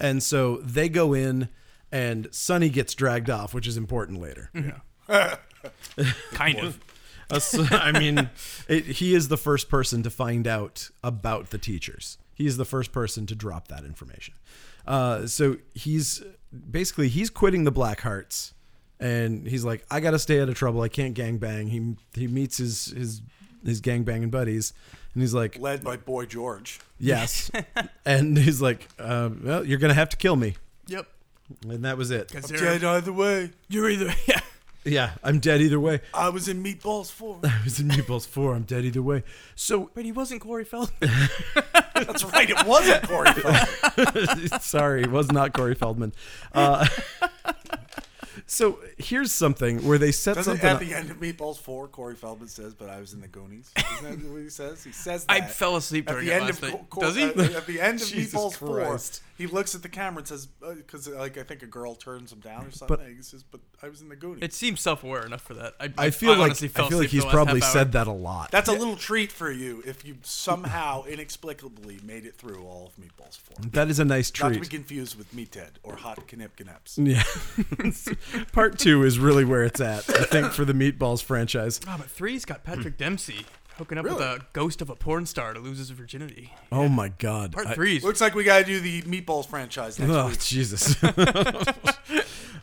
[SPEAKER 1] And so they go in, and Sonny gets dragged off, which is important later.
[SPEAKER 2] Kind of.
[SPEAKER 1] *laughs* Uh, so, I mean, it, he is the first person to find out about the teachers. He is the first person to drop that information. Uh, so he's basically he's quitting the Blackhearts, and he's like, I gotta stay out of trouble. I can't gangbang. He he meets his his his gangbanging buddies, and he's
[SPEAKER 3] *laughs*
[SPEAKER 1] like,
[SPEAKER 3] led by Boy George.
[SPEAKER 1] Yes, and he's like, uh, Well, you're gonna have to kill me,
[SPEAKER 2] Yep.
[SPEAKER 1] and that was it.
[SPEAKER 2] Because
[SPEAKER 3] Dead either way.
[SPEAKER 2] you're either. *laughs* Yeah.
[SPEAKER 1] Yeah, I'm dead either way. *laughs*
[SPEAKER 3] I was in Meatballs Four.
[SPEAKER 1] I was in Meatballs Four. I'm dead either way. So
[SPEAKER 2] But he wasn't Corey Feldman.
[SPEAKER 1] *laughs*
[SPEAKER 3] That's right. It wasn't Corey
[SPEAKER 1] *laughs*
[SPEAKER 3] Feldman.
[SPEAKER 1] Sorry, it was not Corey Feldman. Uh, *laughs* so here's something where they set
[SPEAKER 3] Doesn't
[SPEAKER 1] something
[SPEAKER 3] at
[SPEAKER 1] up.
[SPEAKER 3] the end of Meatballs Four, Corey Feldman says, "But I was in the Goonies." Isn't
[SPEAKER 1] *laughs*
[SPEAKER 3] that what he says? He says that.
[SPEAKER 2] I fell asleep
[SPEAKER 3] at
[SPEAKER 2] during
[SPEAKER 3] the
[SPEAKER 2] it
[SPEAKER 3] end
[SPEAKER 2] last
[SPEAKER 3] of
[SPEAKER 2] night.
[SPEAKER 3] Co- Co-
[SPEAKER 2] Does he?
[SPEAKER 3] At, at the end of
[SPEAKER 1] *laughs* Jesus
[SPEAKER 3] Meatballs
[SPEAKER 1] Christ.
[SPEAKER 3] Four, he looks at the camera and says, "Because like I think a girl turns him down or something."
[SPEAKER 1] But-
[SPEAKER 3] he says, "But I was in the Goonies."
[SPEAKER 2] It seems self-aware enough for that. I,
[SPEAKER 1] I feel like
[SPEAKER 2] honestly fell
[SPEAKER 1] I feel like he's
[SPEAKER 2] asleep for the last
[SPEAKER 1] probably
[SPEAKER 2] half hour.
[SPEAKER 1] said that a lot.
[SPEAKER 3] That's a little treat for you if you somehow *laughs* inexplicably made it through all of Meatballs Four.
[SPEAKER 1] that is a nice
[SPEAKER 3] Not to be
[SPEAKER 1] treat.
[SPEAKER 3] confused with Meathead or Hot Knip Knips.
[SPEAKER 1] Yeah. Part two is really where it's at,
[SPEAKER 2] *laughs*
[SPEAKER 1] I think, for the Meatballs franchise.
[SPEAKER 2] Oh, but three's
[SPEAKER 1] *clears throat*
[SPEAKER 2] got Patrick Dempsey hooking up with
[SPEAKER 3] Really?
[SPEAKER 2] a ghost of a porn star to lose his virginity.
[SPEAKER 1] Oh my God.
[SPEAKER 2] Part
[SPEAKER 1] I-
[SPEAKER 2] three's
[SPEAKER 3] Looks like we got to do the Meatballs franchise next
[SPEAKER 1] Oh *laughs*
[SPEAKER 3] week.
[SPEAKER 1] Jesus.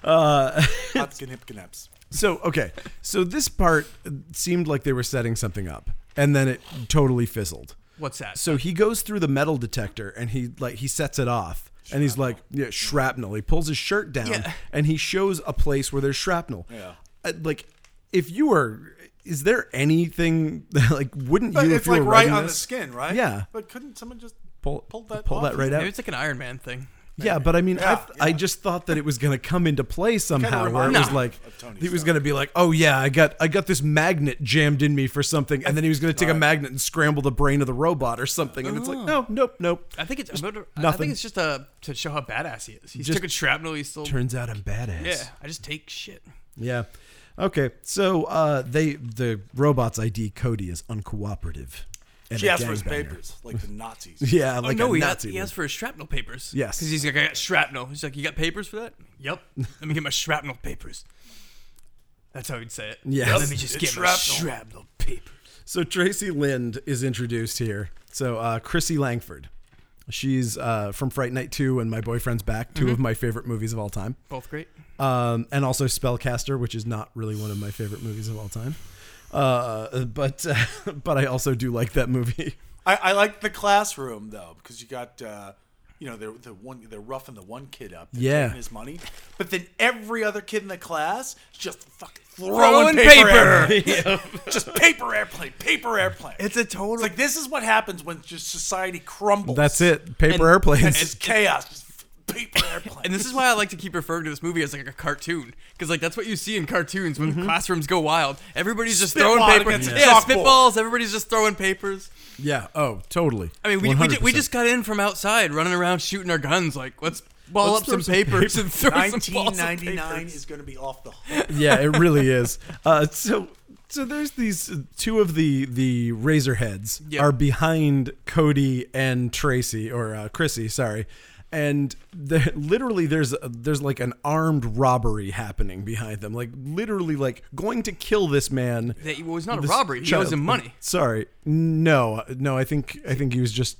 [SPEAKER 3] Hot Knip Knips.
[SPEAKER 1] So okay, so this part seemed like they were setting something up, and then it totally fizzled.
[SPEAKER 2] What's that?
[SPEAKER 1] So he goes through the metal detector and he like he sets it off. And he's like, yeah, shrapnel. He pulls his shirt down
[SPEAKER 2] Yeah.
[SPEAKER 1] and he shows a place where there's shrapnel.
[SPEAKER 3] Yeah.
[SPEAKER 1] Uh, like, if you were, is there anything *laughs* like? Wouldn't
[SPEAKER 3] But
[SPEAKER 1] you?
[SPEAKER 3] it's
[SPEAKER 1] if you
[SPEAKER 3] like
[SPEAKER 1] were
[SPEAKER 3] right
[SPEAKER 1] writing
[SPEAKER 3] on the
[SPEAKER 1] this,
[SPEAKER 3] skin, right?
[SPEAKER 1] Yeah.
[SPEAKER 3] But couldn't someone just
[SPEAKER 1] Pull,
[SPEAKER 3] pull that
[SPEAKER 1] pull
[SPEAKER 3] off
[SPEAKER 1] that
[SPEAKER 3] and-
[SPEAKER 1] right out.
[SPEAKER 2] Maybe it's like an Iron Man thing.
[SPEAKER 1] Yeah, but I mean, I,
[SPEAKER 3] Yeah,
[SPEAKER 1] th- I just thought that it was gonna come into play somehow, where it
[SPEAKER 3] reminds
[SPEAKER 1] was
[SPEAKER 3] me
[SPEAKER 1] like
[SPEAKER 3] of Tony
[SPEAKER 1] he was
[SPEAKER 3] Stark.
[SPEAKER 1] gonna be like, "Oh yeah, I got I got this magnet jammed in me for something," and then he was gonna take a magnet and scramble the brain of the robot or something, and it's
[SPEAKER 3] Oh.
[SPEAKER 1] like, no, nope, nope.
[SPEAKER 2] I think it's I
[SPEAKER 1] nothing.
[SPEAKER 2] think it's just uh to show how badass he is. He's
[SPEAKER 1] Just
[SPEAKER 2] took a shrapnel. He's still
[SPEAKER 1] Turns out I'm badass.
[SPEAKER 2] yeah. I just take shit.
[SPEAKER 1] Yeah. Okay. So uh, they the robot's ID Cody is uncooperative. And
[SPEAKER 3] She
[SPEAKER 1] a
[SPEAKER 3] asked for his
[SPEAKER 1] gangbanger.
[SPEAKER 3] papers, like the
[SPEAKER 1] *laughs*
[SPEAKER 3] Nazis.
[SPEAKER 1] Yeah, like
[SPEAKER 2] oh no,
[SPEAKER 1] a
[SPEAKER 2] he,
[SPEAKER 1] Nazi.
[SPEAKER 2] asked, he asked for his shrapnel papers.
[SPEAKER 1] Yes.
[SPEAKER 2] because he's like, I got shrapnel. He's like, you got papers for that? Yep. *laughs* Let me get my shrapnel papers. That's how he'd say it.
[SPEAKER 1] Yes.
[SPEAKER 2] Let me just
[SPEAKER 3] It's
[SPEAKER 2] get my
[SPEAKER 3] shrapnel.
[SPEAKER 2] shrapnel papers.
[SPEAKER 1] so Tracy Lind is introduced here. So uh, Chrissy Langford. She's uh, from Fright Night 2 and My Boyfriend's Back, 2
[SPEAKER 2] Mm-hmm.
[SPEAKER 1] of my favorite movies of all time.
[SPEAKER 2] Both great.
[SPEAKER 1] Um, and also Spellcaster, which is not really one of my favorite movies of all time. Uh, but *laughs* but I also do like that movie. *laughs*
[SPEAKER 3] I, I like the classroom though because you got uh, you know they're the one they're roughing the one kid up, they're
[SPEAKER 1] Yeah.
[SPEAKER 3] taking his money, but then every other kid in the class just fucking
[SPEAKER 2] Throwing
[SPEAKER 3] throwing, paper,
[SPEAKER 2] paper.
[SPEAKER 3] everywhere.
[SPEAKER 1] *laughs*
[SPEAKER 3] just paper airplane, paper airplane. It's,
[SPEAKER 2] a total.
[SPEAKER 3] like this is what happens when just society crumbles.
[SPEAKER 1] That's it. Paper
[SPEAKER 2] And-
[SPEAKER 1] airplanes.
[SPEAKER 3] It's chaos. Just paper
[SPEAKER 2] *laughs*
[SPEAKER 3] airplane.
[SPEAKER 2] And this is why I like to keep referring to this movie as like a cartoon, because like that's what you see in cartoons when
[SPEAKER 1] Mm-hmm.
[SPEAKER 2] classrooms go wild. Everybody's just
[SPEAKER 3] Spitball
[SPEAKER 2] throwing papers.
[SPEAKER 3] against a
[SPEAKER 2] Yeah,
[SPEAKER 3] chalkboard.
[SPEAKER 2] spitballs. Everybody's just throwing papers.
[SPEAKER 1] yeah. Oh, totally.
[SPEAKER 2] I mean, we, we, ju-
[SPEAKER 1] 100%.
[SPEAKER 2] we just got in from outside, running around shooting our guns. Like, let's ball
[SPEAKER 1] Let's
[SPEAKER 2] up
[SPEAKER 1] throw
[SPEAKER 2] some,
[SPEAKER 1] some
[SPEAKER 2] papers and throw some balls of
[SPEAKER 3] 1999
[SPEAKER 2] papers.
[SPEAKER 3] is going to be off the hook.
[SPEAKER 1] yeah, it really is. *laughs* Uh, so so there's these uh, two of the the razor heads
[SPEAKER 2] Yep.
[SPEAKER 1] are behind Cody and Tracy or uh, Chrissy, sorry. And the, literally, there's a, there's like an armed robbery happening behind them, like literally, like going to kill this man.
[SPEAKER 2] That was not a
[SPEAKER 1] this
[SPEAKER 2] robbery. He
[SPEAKER 1] child.
[SPEAKER 2] owes him money.
[SPEAKER 1] Sorry, no, no. I think I think he was just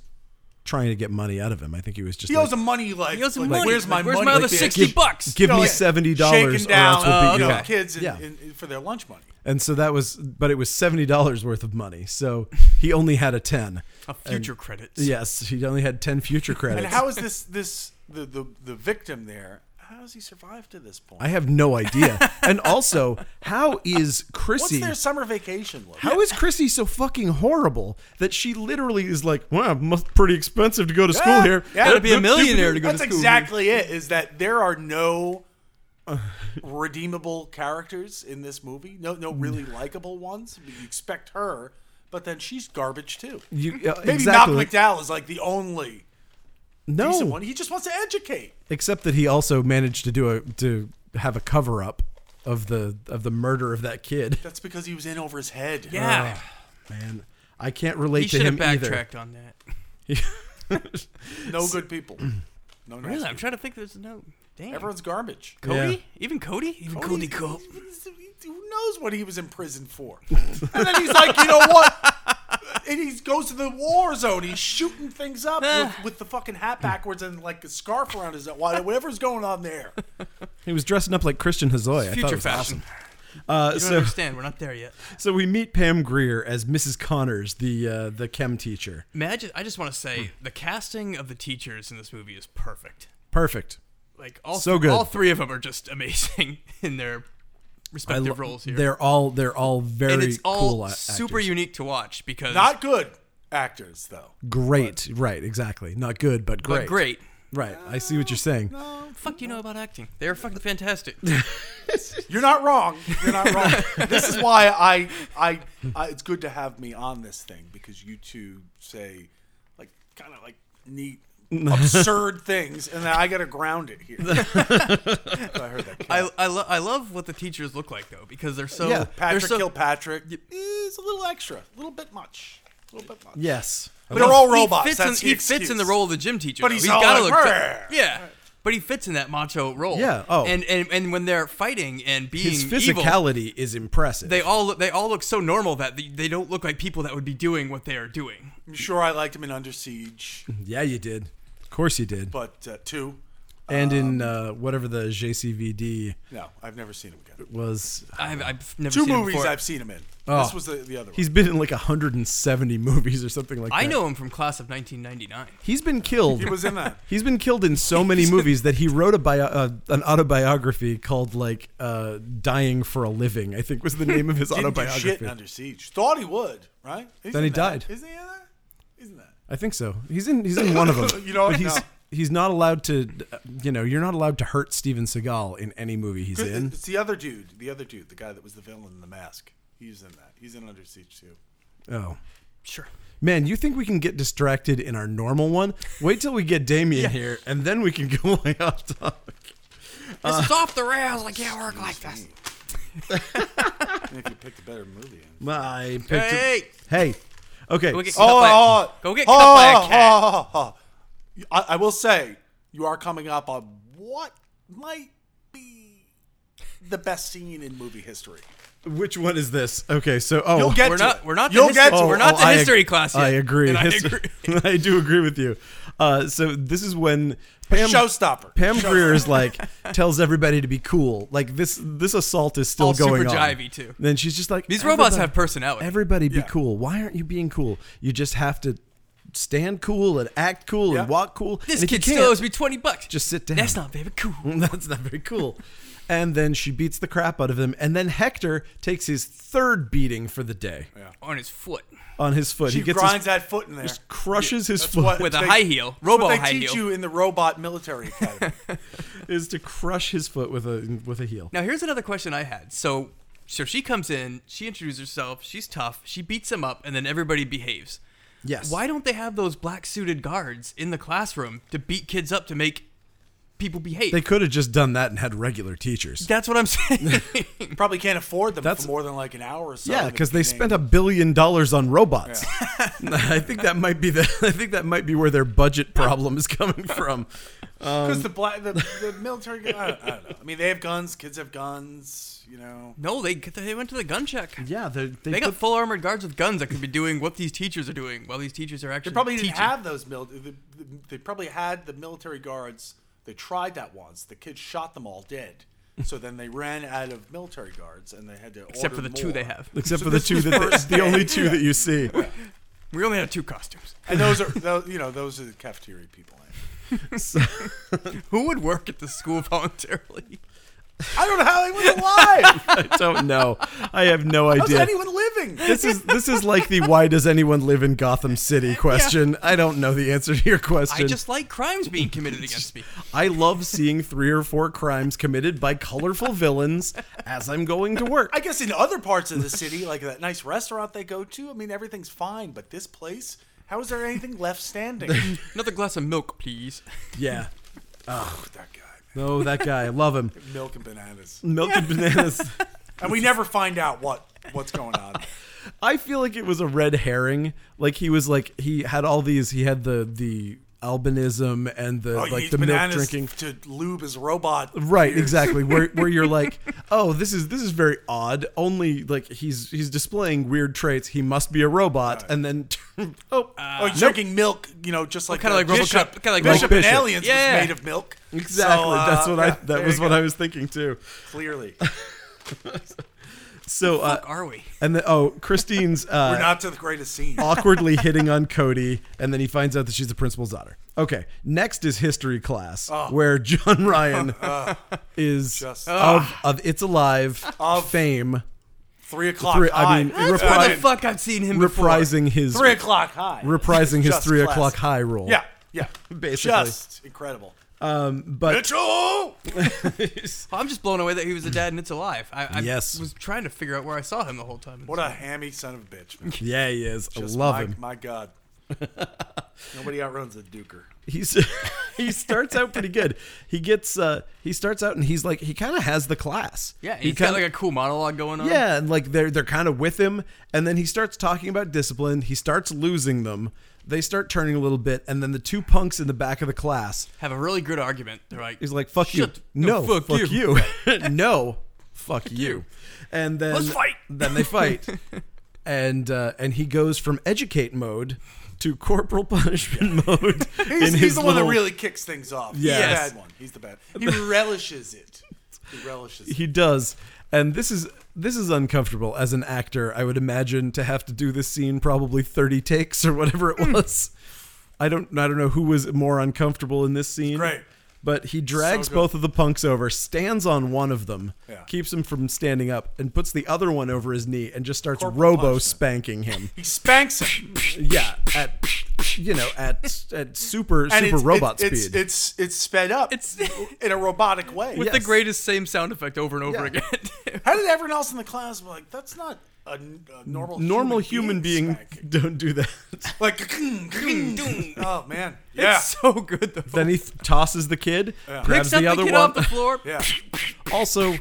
[SPEAKER 1] trying to get money out of him. I think he was just
[SPEAKER 3] He
[SPEAKER 1] like,
[SPEAKER 3] owes him money. Like,
[SPEAKER 2] He owes him
[SPEAKER 3] like,
[SPEAKER 2] money.
[SPEAKER 3] Where's my
[SPEAKER 2] Like, where's
[SPEAKER 3] money?
[SPEAKER 2] my other
[SPEAKER 3] bitch?
[SPEAKER 2] 60 bucks?
[SPEAKER 1] give me
[SPEAKER 3] like,
[SPEAKER 1] seventy
[SPEAKER 3] shaking
[SPEAKER 1] dollars or
[SPEAKER 3] down Oh,
[SPEAKER 1] else we'll
[SPEAKER 3] you
[SPEAKER 1] beat
[SPEAKER 3] know,
[SPEAKER 1] you
[SPEAKER 2] okay.
[SPEAKER 1] up.
[SPEAKER 3] kids in,
[SPEAKER 1] Yeah.
[SPEAKER 3] in, in- for their lunch money.
[SPEAKER 1] And so that was, but it was seventy dollars worth of money. So he only had a ten.
[SPEAKER 2] A future credits.
[SPEAKER 1] Yes, he only had ten future credits.
[SPEAKER 3] And how is this this the, the the victim there? How does he survive to this point?
[SPEAKER 1] I have no idea. and also, how is
[SPEAKER 3] What's
[SPEAKER 1] Chrissy?
[SPEAKER 3] their summer vacation look?
[SPEAKER 1] How is Chrissy so fucking horrible that she literally is like, "Wow, must pretty expensive to go to school
[SPEAKER 3] Yeah,
[SPEAKER 1] here."
[SPEAKER 3] yeah.
[SPEAKER 2] Gotta be a millionaire to go
[SPEAKER 3] That's
[SPEAKER 2] to school.
[SPEAKER 3] exactly it. Is that there are no *laughs* redeemable characters in this movie? No,
[SPEAKER 2] *laughs*
[SPEAKER 3] no really likable ones. You expect her, but then she's garbage too.
[SPEAKER 1] You, uh,
[SPEAKER 3] Maybe
[SPEAKER 1] exactly.
[SPEAKER 3] Malcolm McDowell is like the only decent
[SPEAKER 1] no,
[SPEAKER 3] one. He just wants to educate.
[SPEAKER 1] except that he also managed to do a to have a cover up of the of the murder of that kid.
[SPEAKER 3] That's because he was in over his head.
[SPEAKER 2] Yeah.
[SPEAKER 1] Man, I can't relate
[SPEAKER 2] he
[SPEAKER 1] Uh, to
[SPEAKER 2] should
[SPEAKER 1] him
[SPEAKER 2] have backtracked on that.
[SPEAKER 3] no
[SPEAKER 2] *clears throat*
[SPEAKER 3] good people. No, nice
[SPEAKER 2] Really?
[SPEAKER 3] people.
[SPEAKER 2] I'm trying to think there's no. Damn.
[SPEAKER 3] Everyone's garbage.
[SPEAKER 2] Cody?
[SPEAKER 1] Yeah.
[SPEAKER 2] Even Cody? Even Cody Cole.
[SPEAKER 3] Who knows what he was in prison for? And then he's like, you know what? *laughs* And he goes to the war zone. He's shooting things up with, with the fucking hat backwards and like a scarf around his neck. Why- Whatever's going on there.
[SPEAKER 1] He was dressing up like Christian Hazoy. I thought it
[SPEAKER 2] Future
[SPEAKER 1] was
[SPEAKER 2] fashion.
[SPEAKER 1] awesome. Uh,
[SPEAKER 2] You don't
[SPEAKER 1] so
[SPEAKER 2] understand. We're not there yet.
[SPEAKER 1] so we meet Pam Greer as Mrs. Connors, the uh, the chem teacher.
[SPEAKER 2] Imagine. I just want to say
[SPEAKER 1] Hmm.
[SPEAKER 2] the casting of the teachers in this movie is perfect.
[SPEAKER 1] Perfect.
[SPEAKER 2] Like all
[SPEAKER 1] So good.
[SPEAKER 2] all three of them are just *laughs* amazing in their
[SPEAKER 1] I
[SPEAKER 2] respective
[SPEAKER 1] lo-
[SPEAKER 2] roles here.
[SPEAKER 1] They're all they're all very
[SPEAKER 2] and it's all
[SPEAKER 1] cool. a-
[SPEAKER 2] super
[SPEAKER 1] actors.
[SPEAKER 2] unique to watch because
[SPEAKER 3] Not good actors, though.
[SPEAKER 1] great. Right, exactly. Not good, but great.
[SPEAKER 2] but great.
[SPEAKER 1] Right. I see what you're saying.
[SPEAKER 2] Fuck you know about acting. They're
[SPEAKER 1] *laughs*
[SPEAKER 2] fucking fantastic.
[SPEAKER 3] You're not wrong. You're not wrong. this is why I, I, I, it's good to have me on this thing because you two say, like, kind of like neat, absurd things, and then I gotta ground it here. I heard that.
[SPEAKER 2] I I, lo- I love what the teachers look like though because they're so
[SPEAKER 1] Yeah,
[SPEAKER 2] they're
[SPEAKER 3] Patrick
[SPEAKER 2] so
[SPEAKER 3] Kilpatrick is eh, a little extra, a little bit much, a little bit much.
[SPEAKER 1] Yes.
[SPEAKER 3] But they're all
[SPEAKER 2] He
[SPEAKER 3] robots.
[SPEAKER 2] fits in-
[SPEAKER 3] That's the
[SPEAKER 2] he fits in the
[SPEAKER 3] excuse.
[SPEAKER 2] role of the gym teacher.
[SPEAKER 3] But
[SPEAKER 2] though.
[SPEAKER 3] he's
[SPEAKER 2] he's
[SPEAKER 3] all
[SPEAKER 2] gotta
[SPEAKER 3] like,
[SPEAKER 2] look.
[SPEAKER 3] "Rrr."
[SPEAKER 2] yeah. But he fits in that macho role.
[SPEAKER 1] Yeah, oh.
[SPEAKER 2] And and and when they're fighting and being
[SPEAKER 1] His
[SPEAKER 2] evil,
[SPEAKER 1] physicality is impressive.
[SPEAKER 2] they all look, they all look so normal that they, they don't look like people that would be doing what they are doing.
[SPEAKER 3] I'm sure I liked him in Under Siege,
[SPEAKER 1] yeah, you did. Of course you did.
[SPEAKER 3] but uh, two.
[SPEAKER 1] and in
[SPEAKER 2] Um,
[SPEAKER 1] uh, whatever the JCVD
[SPEAKER 3] No, I've never seen him again.
[SPEAKER 1] was,
[SPEAKER 2] I've, I've never
[SPEAKER 3] Two
[SPEAKER 2] seen him
[SPEAKER 3] movies
[SPEAKER 2] before.
[SPEAKER 3] I've seen him in. This was the, the other one.
[SPEAKER 1] Oh. he's been in like 170 movies or something like that.
[SPEAKER 2] I know him from class of 1999.
[SPEAKER 1] He's been killed.
[SPEAKER 3] he was in that.
[SPEAKER 1] He's been killed in so
[SPEAKER 2] *laughs*
[SPEAKER 1] many movies that he wrote a bio, uh, an autobiography called like uh, "Dying for a Living." I think was the name of his
[SPEAKER 3] *laughs* Didn't do shit in
[SPEAKER 1] autobiography.
[SPEAKER 3] Under Siege. Thought he would, right? He's
[SPEAKER 1] Then
[SPEAKER 3] in
[SPEAKER 1] he
[SPEAKER 3] that.
[SPEAKER 1] died.
[SPEAKER 3] Isn't he in that? Isn't that?
[SPEAKER 1] I think so. He's in he's in one of them.
[SPEAKER 3] *laughs* You know
[SPEAKER 1] but
[SPEAKER 3] what?
[SPEAKER 1] he's
[SPEAKER 3] No.
[SPEAKER 1] he's not allowed to. uh, You know, you're not allowed to hurt Steven Seagal in any movie he's in.
[SPEAKER 3] It's the other dude. The other dude. The guy that was the villain in the mask. He's in that. He's in Under Siege too.
[SPEAKER 1] Oh.
[SPEAKER 2] Sure.
[SPEAKER 1] Man, you think we can get distracted in our normal one? Wait till we get Damien here, and then we can *laughs* go way off topic.
[SPEAKER 2] This is off the rails. I can't work like this.
[SPEAKER 3] *laughs* And if you picked a better movie.
[SPEAKER 1] My picture.
[SPEAKER 2] Hey,
[SPEAKER 1] Hey. Okay.
[SPEAKER 2] Go get
[SPEAKER 1] so-
[SPEAKER 2] cut by- go get cut by a cat.
[SPEAKER 3] oh, oh, oh. I, I will say, you are coming up on what might be the best scene in movie history.
[SPEAKER 1] which one is this? Okay. So, oh,
[SPEAKER 3] You'll get
[SPEAKER 2] We're
[SPEAKER 3] to
[SPEAKER 2] not.
[SPEAKER 3] it.
[SPEAKER 2] We're not. The
[SPEAKER 3] You'll
[SPEAKER 2] histo-
[SPEAKER 3] get to
[SPEAKER 1] Oh,
[SPEAKER 2] We're
[SPEAKER 3] it.
[SPEAKER 2] not
[SPEAKER 1] oh,
[SPEAKER 2] the
[SPEAKER 1] I ag-
[SPEAKER 2] history class yet.
[SPEAKER 1] I agree.
[SPEAKER 3] *laughs*
[SPEAKER 2] And I
[SPEAKER 1] History-
[SPEAKER 2] agree.
[SPEAKER 1] *laughs* I do agree with you. Uh, so this is when Pam
[SPEAKER 3] Showstopper.
[SPEAKER 1] Pam
[SPEAKER 3] Showstopper.
[SPEAKER 1] Greer is
[SPEAKER 2] *laughs*
[SPEAKER 1] like tells everybody to be cool. Like this this assault is still
[SPEAKER 2] All super
[SPEAKER 1] going on.
[SPEAKER 2] jivey, too.
[SPEAKER 1] Then she's just like
[SPEAKER 2] These robots
[SPEAKER 1] "Everybody-
[SPEAKER 2] have personality.
[SPEAKER 1] Everybody be
[SPEAKER 3] Yeah.
[SPEAKER 1] cool. Why aren't you being cool? You just have to stand cool and act cool
[SPEAKER 3] Yeah.
[SPEAKER 1] and walk cool.
[SPEAKER 2] *laughs* This
[SPEAKER 1] And if you
[SPEAKER 2] kid still
[SPEAKER 1] can't, *laughs*
[SPEAKER 2] owes me 20 bucks.
[SPEAKER 1] Just sit down.
[SPEAKER 2] That's not very cool.
[SPEAKER 1] *laughs* That's not very cool. And then she beats the crap out of him. And then Hector takes his third beating for the day
[SPEAKER 2] On his foot.
[SPEAKER 1] on his foot.
[SPEAKER 3] She
[SPEAKER 1] he gets his-
[SPEAKER 3] grinds that foot in there.
[SPEAKER 1] *laughs* crushes his
[SPEAKER 3] That's
[SPEAKER 1] foot.
[SPEAKER 3] what
[SPEAKER 2] With a
[SPEAKER 3] they-
[SPEAKER 2] high heel.
[SPEAKER 3] that's
[SPEAKER 2] Robo
[SPEAKER 3] what they
[SPEAKER 2] high
[SPEAKER 3] teach
[SPEAKER 2] heel.
[SPEAKER 3] you in the robot military
[SPEAKER 1] *laughs*
[SPEAKER 3] academy.
[SPEAKER 1] is to crush his foot with a with a heel.
[SPEAKER 2] Now here's another question I had. So, so she comes in. She introduces herself. She's tough. She beats him up, and then everybody behaves.
[SPEAKER 1] Yes.
[SPEAKER 2] Why don't they have those black suited guards in the classroom to beat kids up to make people behave.
[SPEAKER 1] They could have just done that and had regular teachers.
[SPEAKER 2] *laughs* That's what I'm saying. *laughs*
[SPEAKER 3] Probably can't afford them
[SPEAKER 1] That's-
[SPEAKER 3] for more than like an hour or so. in
[SPEAKER 1] Yeah,
[SPEAKER 3] the
[SPEAKER 1] because they
[SPEAKER 3] beginning.
[SPEAKER 1] spent a billion dollars on robots. *laughs* I think that might be the. *laughs* I think that might be where their budget problem is coming from. Um,
[SPEAKER 3] Because Um, the black, the, the military, gu- I, don't, I don't know. I mean, they have guns. Kids have guns. You know,
[SPEAKER 2] no, they they went to the gun check.
[SPEAKER 1] *laughs* Yeah, they
[SPEAKER 2] They got full armored guards with guns that could be doing what these teachers are doing while these teachers are actually
[SPEAKER 3] they probably
[SPEAKER 2] teaching.
[SPEAKER 3] didn't have those mil. The, the, they probably had the military guards. They tried that once. The kids shot them all dead. So then they ran out of military guards, and they had to
[SPEAKER 2] except for
[SPEAKER 3] order
[SPEAKER 2] the two they
[SPEAKER 3] more.
[SPEAKER 2] have.
[SPEAKER 1] except
[SPEAKER 3] So *laughs*
[SPEAKER 1] for the
[SPEAKER 3] this
[SPEAKER 1] two
[SPEAKER 3] was
[SPEAKER 1] that
[SPEAKER 3] first
[SPEAKER 1] they, the only two that you
[SPEAKER 3] *laughs*
[SPEAKER 1] see.
[SPEAKER 2] We only had two costumes. *laughs*
[SPEAKER 3] And those are those, you know those are the cafeteria people.
[SPEAKER 1] So-
[SPEAKER 2] Who would work at the school *laughs* voluntarily?
[SPEAKER 3] I don't know how they were alive.
[SPEAKER 1] I don't know. I have no
[SPEAKER 3] How's
[SPEAKER 1] idea.
[SPEAKER 3] anyone living?
[SPEAKER 1] This is this is like the why does anyone live in Gotham
[SPEAKER 3] *laughs*
[SPEAKER 1] City question. I don't know the answer to your
[SPEAKER 2] I
[SPEAKER 1] question.
[SPEAKER 2] just like crimes being committed against me.
[SPEAKER 1] I love seeing three or four crimes committed by colorful villains as I'm going to work.
[SPEAKER 3] I guess in other parts of the city, like that nice restaurant they go to, I mean, everything's fine, but this place, how is there anything
[SPEAKER 2] *laughs*
[SPEAKER 3] left standing? Look
[SPEAKER 2] Another glass of milk, please.
[SPEAKER 1] Yeah.
[SPEAKER 3] at that guy.
[SPEAKER 1] No, that guy. I love
[SPEAKER 3] *laughs*
[SPEAKER 1] him.
[SPEAKER 3] Milk and bananas.
[SPEAKER 1] Milk and bananas.
[SPEAKER 3] And we never find out what what's going on.
[SPEAKER 1] I feel like it was a red herring. Like he was like he had all these. He had the the albinism and the
[SPEAKER 3] Oh, you
[SPEAKER 1] like
[SPEAKER 3] use
[SPEAKER 1] the milk
[SPEAKER 3] bananas
[SPEAKER 1] drinking.
[SPEAKER 3] to lube his robot.
[SPEAKER 1] Right,
[SPEAKER 3] ears.
[SPEAKER 1] exactly. Where where
[SPEAKER 3] *laughs*
[SPEAKER 1] you're like, oh, this is this is very odd. Only like he's he's displaying weird traits. He must be a robot. And then, *laughs* oh,
[SPEAKER 3] Oh, he's drinking milk, you know, just like
[SPEAKER 2] kinda
[SPEAKER 3] the
[SPEAKER 2] like RoboCop-
[SPEAKER 3] Bishop,
[SPEAKER 2] kinda like
[SPEAKER 3] Bishop
[SPEAKER 1] RoboCop.
[SPEAKER 3] in Aliens
[SPEAKER 2] Yeah.
[SPEAKER 3] was made of milk.
[SPEAKER 1] exactly.
[SPEAKER 3] So, uh,
[SPEAKER 1] That's what I
[SPEAKER 3] yeah,
[SPEAKER 1] that was what I was thinking too.
[SPEAKER 3] clearly.
[SPEAKER 1] *laughs* So uh,
[SPEAKER 2] Are we?
[SPEAKER 1] and then oh,
[SPEAKER 3] *laughs*
[SPEAKER 1] Christine's uh,
[SPEAKER 3] We're not to the greatest scene.
[SPEAKER 1] awkwardly hitting on Cody, and then he finds out that she's the principal's daughter. Okay, next is history class, where John Ryan
[SPEAKER 3] *laughs*
[SPEAKER 1] is
[SPEAKER 3] Oh. Uh, Just- uh,
[SPEAKER 1] of, of It's Alive
[SPEAKER 3] Of-
[SPEAKER 1] fame.
[SPEAKER 3] Three o'clock.
[SPEAKER 1] Three- I
[SPEAKER 3] high.
[SPEAKER 1] mean,
[SPEAKER 2] That's
[SPEAKER 1] repri-
[SPEAKER 2] where
[SPEAKER 1] I
[SPEAKER 2] the
[SPEAKER 1] mean,
[SPEAKER 2] fuck I've seen him before.
[SPEAKER 1] reprising his
[SPEAKER 3] three o'clock high.
[SPEAKER 1] reprising his
[SPEAKER 3] Just
[SPEAKER 1] three
[SPEAKER 3] classic.
[SPEAKER 1] o'clock high role.
[SPEAKER 3] Yeah, yeah,
[SPEAKER 1] Basically. Um,
[SPEAKER 3] just incredible.
[SPEAKER 1] but
[SPEAKER 3] Mitchell.
[SPEAKER 2] I'm just blown away that he was a dad and it's alive. I, I
[SPEAKER 1] Yes.
[SPEAKER 2] was trying to figure out where I saw him the whole time.
[SPEAKER 3] What a hammy son of a bitch. man.
[SPEAKER 1] yeah, he is. I
[SPEAKER 3] Just
[SPEAKER 1] love
[SPEAKER 3] my,
[SPEAKER 1] him. *laughs*
[SPEAKER 3] My God. Nobody outruns the Duker.
[SPEAKER 1] He's *laughs* he starts out pretty good. He gets uh he starts out and he's like he kind of has the class.
[SPEAKER 2] yeah, and
[SPEAKER 1] he
[SPEAKER 2] he's got
[SPEAKER 1] kinda-
[SPEAKER 2] like a cool monologue going on.
[SPEAKER 1] Yeah, and like they're they're kind of with him, and then he starts talking about discipline. He starts losing them. They start turning a little bit, and then the two punks in the back of the class.
[SPEAKER 2] Have a really good argument. They're like,
[SPEAKER 1] He's like, "Fuck
[SPEAKER 2] Shut-
[SPEAKER 1] you!
[SPEAKER 2] no,
[SPEAKER 1] No,
[SPEAKER 2] fuck
[SPEAKER 1] fuck, you! no, fuck you!" And then
[SPEAKER 2] Let's fight.
[SPEAKER 1] Then they fight, and uh, and he goes from educate mode to corporal *laughs* punishment mode.
[SPEAKER 3] He's,
[SPEAKER 1] in
[SPEAKER 3] he's
[SPEAKER 1] his
[SPEAKER 3] the one that
[SPEAKER 1] little-
[SPEAKER 3] really kicks things off.
[SPEAKER 1] Yes.
[SPEAKER 3] He's the bad one. He's the bad.
[SPEAKER 1] *laughs*
[SPEAKER 3] He relishes it. He relishes. it.
[SPEAKER 1] he does and this is this is uncomfortable as an actor i would imagine to have to do this scene probably 30 takes or whatever
[SPEAKER 3] Hmm.
[SPEAKER 1] it was i don't i don't know who was more uncomfortable in this scene
[SPEAKER 3] great.
[SPEAKER 1] but he drags
[SPEAKER 3] good.
[SPEAKER 1] both of the punks over stands on one of them
[SPEAKER 3] Yeah.
[SPEAKER 1] keeps him from standing up and puts the other one over his knee and just starts
[SPEAKER 3] Corporal
[SPEAKER 1] robo
[SPEAKER 3] punishment.
[SPEAKER 1] spanking
[SPEAKER 3] *laughs*
[SPEAKER 1] him
[SPEAKER 3] He spanks
[SPEAKER 1] *laughs*
[SPEAKER 3] him.
[SPEAKER 1] yeah at you know at at super
[SPEAKER 3] And
[SPEAKER 1] super
[SPEAKER 3] it's,
[SPEAKER 1] robot
[SPEAKER 3] it's,
[SPEAKER 1] speed
[SPEAKER 3] It's, it's it's sped
[SPEAKER 1] *laughs*
[SPEAKER 3] up.
[SPEAKER 2] It's-
[SPEAKER 3] in a robotic way.
[SPEAKER 2] *laughs* with
[SPEAKER 1] Yes.
[SPEAKER 2] the greatest same sound effect over and over
[SPEAKER 1] Yeah.
[SPEAKER 2] again. *laughs*
[SPEAKER 3] How did everyone else in the class be like? That's not a, a normal
[SPEAKER 1] normal human being
[SPEAKER 3] spanking."
[SPEAKER 1] don't do that
[SPEAKER 3] Like
[SPEAKER 1] *laughs*
[SPEAKER 3] oh man, yeah,
[SPEAKER 2] It's so good though.
[SPEAKER 1] Then he th- tosses the kid, grabs
[SPEAKER 2] Picks up
[SPEAKER 1] the
[SPEAKER 2] the,
[SPEAKER 1] other
[SPEAKER 2] kid
[SPEAKER 1] one.
[SPEAKER 2] off the *laughs* floor.
[SPEAKER 3] yeah.
[SPEAKER 1] *laughs* also,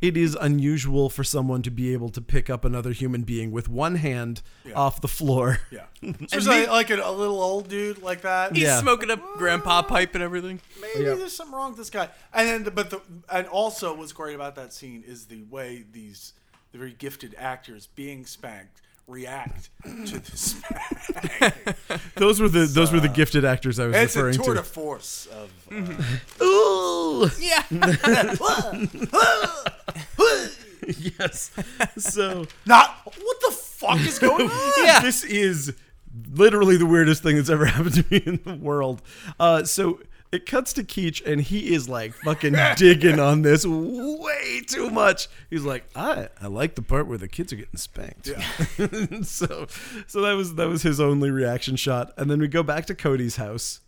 [SPEAKER 1] it is unusual for someone to be able to pick up another human being with one hand off the floor.
[SPEAKER 3] Yeah. Especially like a, a little old dude like that.
[SPEAKER 2] He's
[SPEAKER 1] Yeah.
[SPEAKER 2] smoking a grandpa pipe and everything.
[SPEAKER 3] Maybe
[SPEAKER 1] Yeah.
[SPEAKER 3] there's something wrong with this guy. And then, the- but the and also what's great about that scene is the way these the very gifted actors being spanked react to the *laughs* spank.
[SPEAKER 1] *laughs* Those were the those were the gifted actors I was
[SPEAKER 3] it's a
[SPEAKER 1] referring
[SPEAKER 3] tour de
[SPEAKER 1] to.
[SPEAKER 3] force of
[SPEAKER 2] *laughs*
[SPEAKER 3] uh,
[SPEAKER 1] Ooh.
[SPEAKER 2] Yeah.
[SPEAKER 1] *laughs*
[SPEAKER 3] *laughs*
[SPEAKER 1] yes. So
[SPEAKER 3] not what the fuck
[SPEAKER 1] *laughs*
[SPEAKER 3] is going on.
[SPEAKER 2] Yeah.
[SPEAKER 1] this is literally the weirdest thing that's ever *laughs* happened to me in the world. Uh, so it cuts to Keach, and he is like fucking digging on this way too much. He's like, I, I like the part where the kids are getting spanked. *laughs* so, so that was that was his only reaction shot. And then we go back to Cody's house.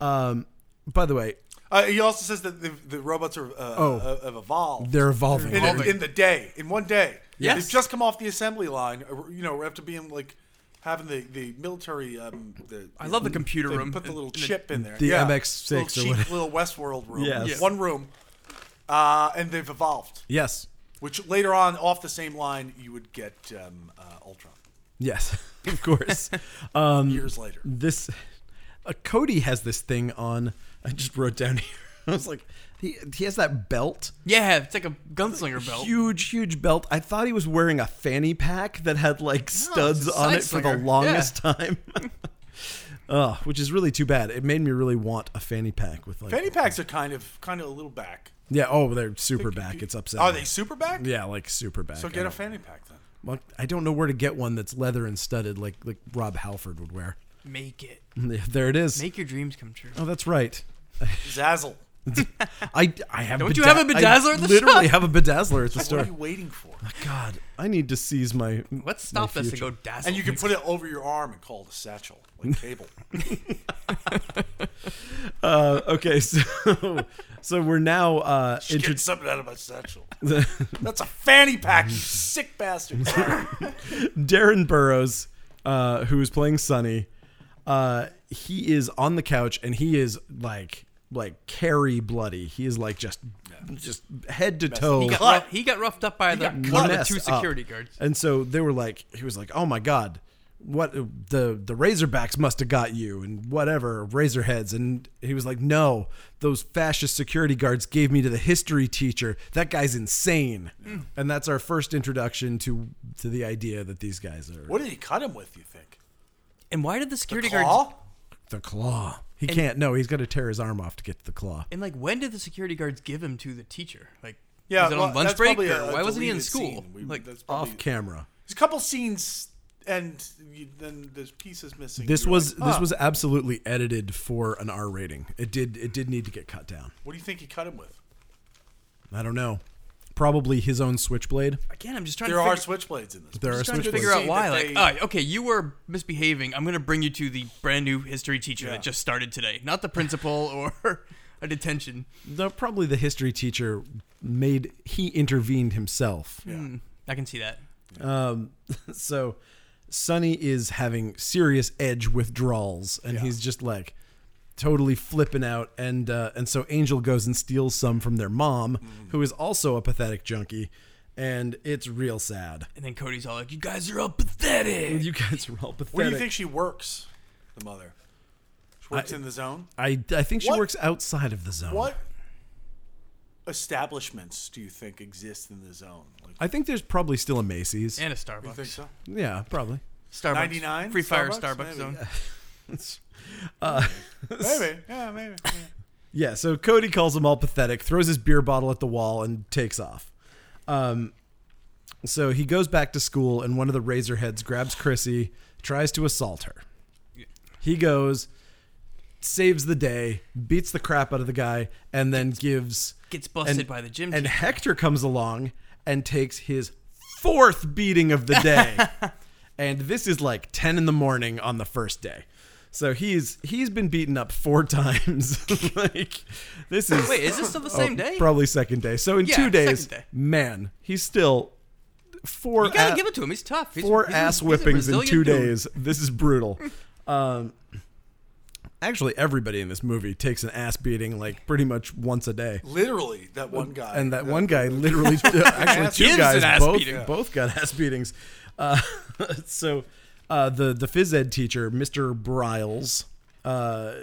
[SPEAKER 1] Um, by the way,
[SPEAKER 3] Uh, he also says that the, the robots are uh, uh, have evolved.
[SPEAKER 1] Oh. they're evolving.
[SPEAKER 3] in, in the day, in one day.
[SPEAKER 2] Yes.
[SPEAKER 3] They've just come off the assembly line, uh, you know, after being like having the the military. Um, the,
[SPEAKER 2] I love the computer
[SPEAKER 3] they
[SPEAKER 2] room.
[SPEAKER 3] Put the little
[SPEAKER 2] and
[SPEAKER 3] chip in there.
[SPEAKER 1] the
[SPEAKER 3] yeah.
[SPEAKER 1] MX6
[SPEAKER 3] little
[SPEAKER 1] or
[SPEAKER 3] cheap little Westworld room.
[SPEAKER 1] Yes. Yes.
[SPEAKER 3] one room. Uh, and they've evolved,
[SPEAKER 1] Yes.
[SPEAKER 3] which later on, off the same line, you would get um, uh, Ultron
[SPEAKER 1] Yes. *laughs* Of course. um,
[SPEAKER 3] years later.
[SPEAKER 1] this uh, Cody has this thing on. I just wrote down *laughs* here. I was like, he he has that belt,
[SPEAKER 2] Yeah, it's like a gunslinger belt.
[SPEAKER 1] huge huge belt. I thought he was wearing a fanny pack that had like studs
[SPEAKER 2] it's a
[SPEAKER 1] on
[SPEAKER 2] side
[SPEAKER 1] it for the
[SPEAKER 2] slinger.
[SPEAKER 1] longest time. *laughs* Uh, which is really too bad. It made me really want a fanny pack with like
[SPEAKER 3] Fanny packs are kind of kind of a little back.
[SPEAKER 1] Yeah, oh, they're super back. It's upset.
[SPEAKER 3] Are they super back?
[SPEAKER 1] Yeah, like super back.
[SPEAKER 3] So
[SPEAKER 1] I
[SPEAKER 3] get a
[SPEAKER 1] don't-
[SPEAKER 3] fanny pack then.
[SPEAKER 1] Well, I don't know where to get one that's leather and studded like like Rob Halford would wear. *laughs*
[SPEAKER 2] Make it.
[SPEAKER 1] There it is.
[SPEAKER 2] Make your dreams come true.
[SPEAKER 1] oh, that's right.
[SPEAKER 3] Zazzle.
[SPEAKER 1] I, I have
[SPEAKER 2] Don't you have a
[SPEAKER 1] bedazz-
[SPEAKER 2] bedazzler
[SPEAKER 1] I
[SPEAKER 2] at the
[SPEAKER 1] literally
[SPEAKER 2] shop?
[SPEAKER 1] have a bedazzler
[SPEAKER 2] *laughs*
[SPEAKER 1] at the
[SPEAKER 3] What are
[SPEAKER 1] store.
[SPEAKER 3] you waiting for?
[SPEAKER 1] God, I need to seize my.
[SPEAKER 2] Let's stop
[SPEAKER 1] my
[SPEAKER 2] this and
[SPEAKER 1] future.
[SPEAKER 2] go dazzle.
[SPEAKER 3] And you can put it over your arm and call it a satchel, like cable.
[SPEAKER 1] Uh, okay, *laughs* so so we're now uh,
[SPEAKER 3] Just
[SPEAKER 1] intro-
[SPEAKER 3] get something out of
[SPEAKER 1] *laughs*
[SPEAKER 3] my satchel. That's a fanny pack, you
[SPEAKER 1] *laughs*
[SPEAKER 3] sick bastard.
[SPEAKER 1] Darren Burrows, uh, who is playing Sonny, uh, he is on the couch and he is like like carry bloody. He is like just just head to toe.
[SPEAKER 2] He got,
[SPEAKER 3] Cut.
[SPEAKER 2] rough, he got roughed up by the,
[SPEAKER 3] got
[SPEAKER 2] one of the
[SPEAKER 1] messed
[SPEAKER 2] two
[SPEAKER 1] up.
[SPEAKER 2] security guards.
[SPEAKER 1] And so they were like, he was like, oh my god, what the the Razorbacks must have got you and whatever Razorheads. And he was like, no, those fascist security guards gave me to the history teacher. That guy's insane.
[SPEAKER 2] Hmm.
[SPEAKER 1] And that's our first introduction to to the idea that these guys are
[SPEAKER 3] What did he cut him with, you think?
[SPEAKER 2] And why did the security guards?
[SPEAKER 3] Claw?
[SPEAKER 1] the claw. He can't. No, he's got to tear his arm off to get to the claw.
[SPEAKER 2] And like, when did the security guards give him to the teacher? Like,
[SPEAKER 3] Yeah,
[SPEAKER 2] was it
[SPEAKER 3] well,
[SPEAKER 2] on lunch
[SPEAKER 3] that's
[SPEAKER 2] break?
[SPEAKER 3] probably
[SPEAKER 2] or
[SPEAKER 3] a
[SPEAKER 2] why wasn't he in
[SPEAKER 3] deleted
[SPEAKER 2] school?
[SPEAKER 3] scene. We-
[SPEAKER 2] like,
[SPEAKER 3] that's probably-
[SPEAKER 2] off.
[SPEAKER 1] Camera.
[SPEAKER 3] There's a couple scenes and you, then there's pieces missing.
[SPEAKER 1] This
[SPEAKER 3] You're
[SPEAKER 1] was
[SPEAKER 3] like,
[SPEAKER 1] this
[SPEAKER 3] huh,
[SPEAKER 1] was absolutely edited for an R rating. It did it did need to get cut down.
[SPEAKER 3] What do you think he cut him with?
[SPEAKER 1] I don't know. Probably his own switchblade.
[SPEAKER 2] Again, I'm just trying
[SPEAKER 3] There
[SPEAKER 2] to
[SPEAKER 3] are
[SPEAKER 2] figure,
[SPEAKER 3] switchblades in this.
[SPEAKER 1] There are
[SPEAKER 2] just trying to
[SPEAKER 1] switchblades.
[SPEAKER 2] figure out
[SPEAKER 3] See
[SPEAKER 2] why.
[SPEAKER 3] that
[SPEAKER 2] Like,
[SPEAKER 3] they-
[SPEAKER 2] all right, okay, you were misbehaving. I'm gonna bring you to the brand new history teacher
[SPEAKER 3] Yeah.
[SPEAKER 2] that just started today, not the principal *laughs* or a detention.
[SPEAKER 1] Though probably the history teacher made he intervened himself.
[SPEAKER 2] Hmm, I can see that.
[SPEAKER 1] So Sonny is having serious edge withdrawals and he's just like totally flipping out and uh, and so Angel goes and steals some from their mom
[SPEAKER 3] Mm.
[SPEAKER 1] who is also a pathetic junkie and it's real sad.
[SPEAKER 2] And then Cody's all like, "You guys are all pathetic."
[SPEAKER 1] You guys are all pathetic.
[SPEAKER 3] Where do you think she works, the mother? She works in the zone?
[SPEAKER 1] I, I think she
[SPEAKER 3] What?
[SPEAKER 1] works outside of the zone.
[SPEAKER 3] What establishments do you think exist in the zone? Like,
[SPEAKER 1] I think there's probably still a Macy's.
[SPEAKER 2] And a
[SPEAKER 3] you think
[SPEAKER 2] Starbucks.
[SPEAKER 3] so?
[SPEAKER 1] yeah, probably.
[SPEAKER 2] Starbucks.
[SPEAKER 3] 99?
[SPEAKER 2] Free fire
[SPEAKER 3] Starbucks?
[SPEAKER 2] Starbucks,
[SPEAKER 3] Maybe.
[SPEAKER 2] zone.
[SPEAKER 3] *laughs* *laughs* Maybe. Yeah, maybe. yeah.
[SPEAKER 1] Yeah, so Cody calls him all pathetic, throws his beer bottle at the wall, and takes off. Um, so he goes back to school, and one of the Razorheads grabs Chrissy, tries to assault her. He goes, saves the day, beats the crap out of the guy, and then gives.
[SPEAKER 2] Gets busted by the gym
[SPEAKER 1] And
[SPEAKER 2] teacher.
[SPEAKER 1] Hector comes along and takes his fourth beating of the
[SPEAKER 2] *laughs*
[SPEAKER 1] day. and this is like 10 in the morning on the first day. So he's he's been beaten up four *laughs* times. like this is
[SPEAKER 2] Wait, is this still the
[SPEAKER 1] Oh,
[SPEAKER 2] same day?
[SPEAKER 1] probably second day. So in
[SPEAKER 2] Yeah,
[SPEAKER 1] two days,
[SPEAKER 2] second day.
[SPEAKER 1] man, he's still four.
[SPEAKER 2] You gotta
[SPEAKER 1] a-
[SPEAKER 2] give it to him. He's tough. He's,
[SPEAKER 1] uh, four
[SPEAKER 2] he's a-
[SPEAKER 1] ass
[SPEAKER 2] he's a
[SPEAKER 1] whippings in
[SPEAKER 2] resilient
[SPEAKER 1] two
[SPEAKER 2] dude.
[SPEAKER 1] days. This is
[SPEAKER 2] *laughs*
[SPEAKER 1] brutal. Um, actually, everybody in this movie takes an ass beating like pretty much once a day.
[SPEAKER 3] Literally, that one guy.
[SPEAKER 1] And that one guy literally, *laughs* actually two
[SPEAKER 2] Gives an
[SPEAKER 1] guys,
[SPEAKER 2] ass
[SPEAKER 1] both,
[SPEAKER 2] beating.
[SPEAKER 1] both got ass beatings. Uh, *laughs* so uh, the the phys ed teacher, Mr. Briles, uh,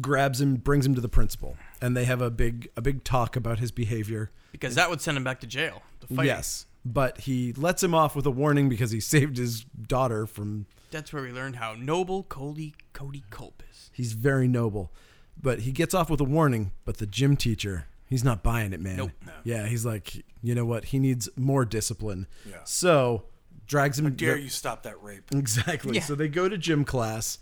[SPEAKER 1] grabs him, brings him to the principal, and they have a big a big talk about his behavior.
[SPEAKER 2] Because that would send him back to jail. The fight.
[SPEAKER 1] Yes, but he lets him off with a warning because he *laughs* saved his daughter from
[SPEAKER 2] That's where we learned how noble Cody Cody Culp is.
[SPEAKER 1] He's very noble, but he gets off with a warning. But the gym teacher, he's not buying it, man.
[SPEAKER 2] Nope.
[SPEAKER 1] Yeah, he's like, you know what? He needs more discipline.
[SPEAKER 3] Yeah.
[SPEAKER 1] So drags him.
[SPEAKER 3] Dare you stop that rape?
[SPEAKER 1] *laughs* Exactly.
[SPEAKER 2] Yeah.
[SPEAKER 1] So they go to gym class,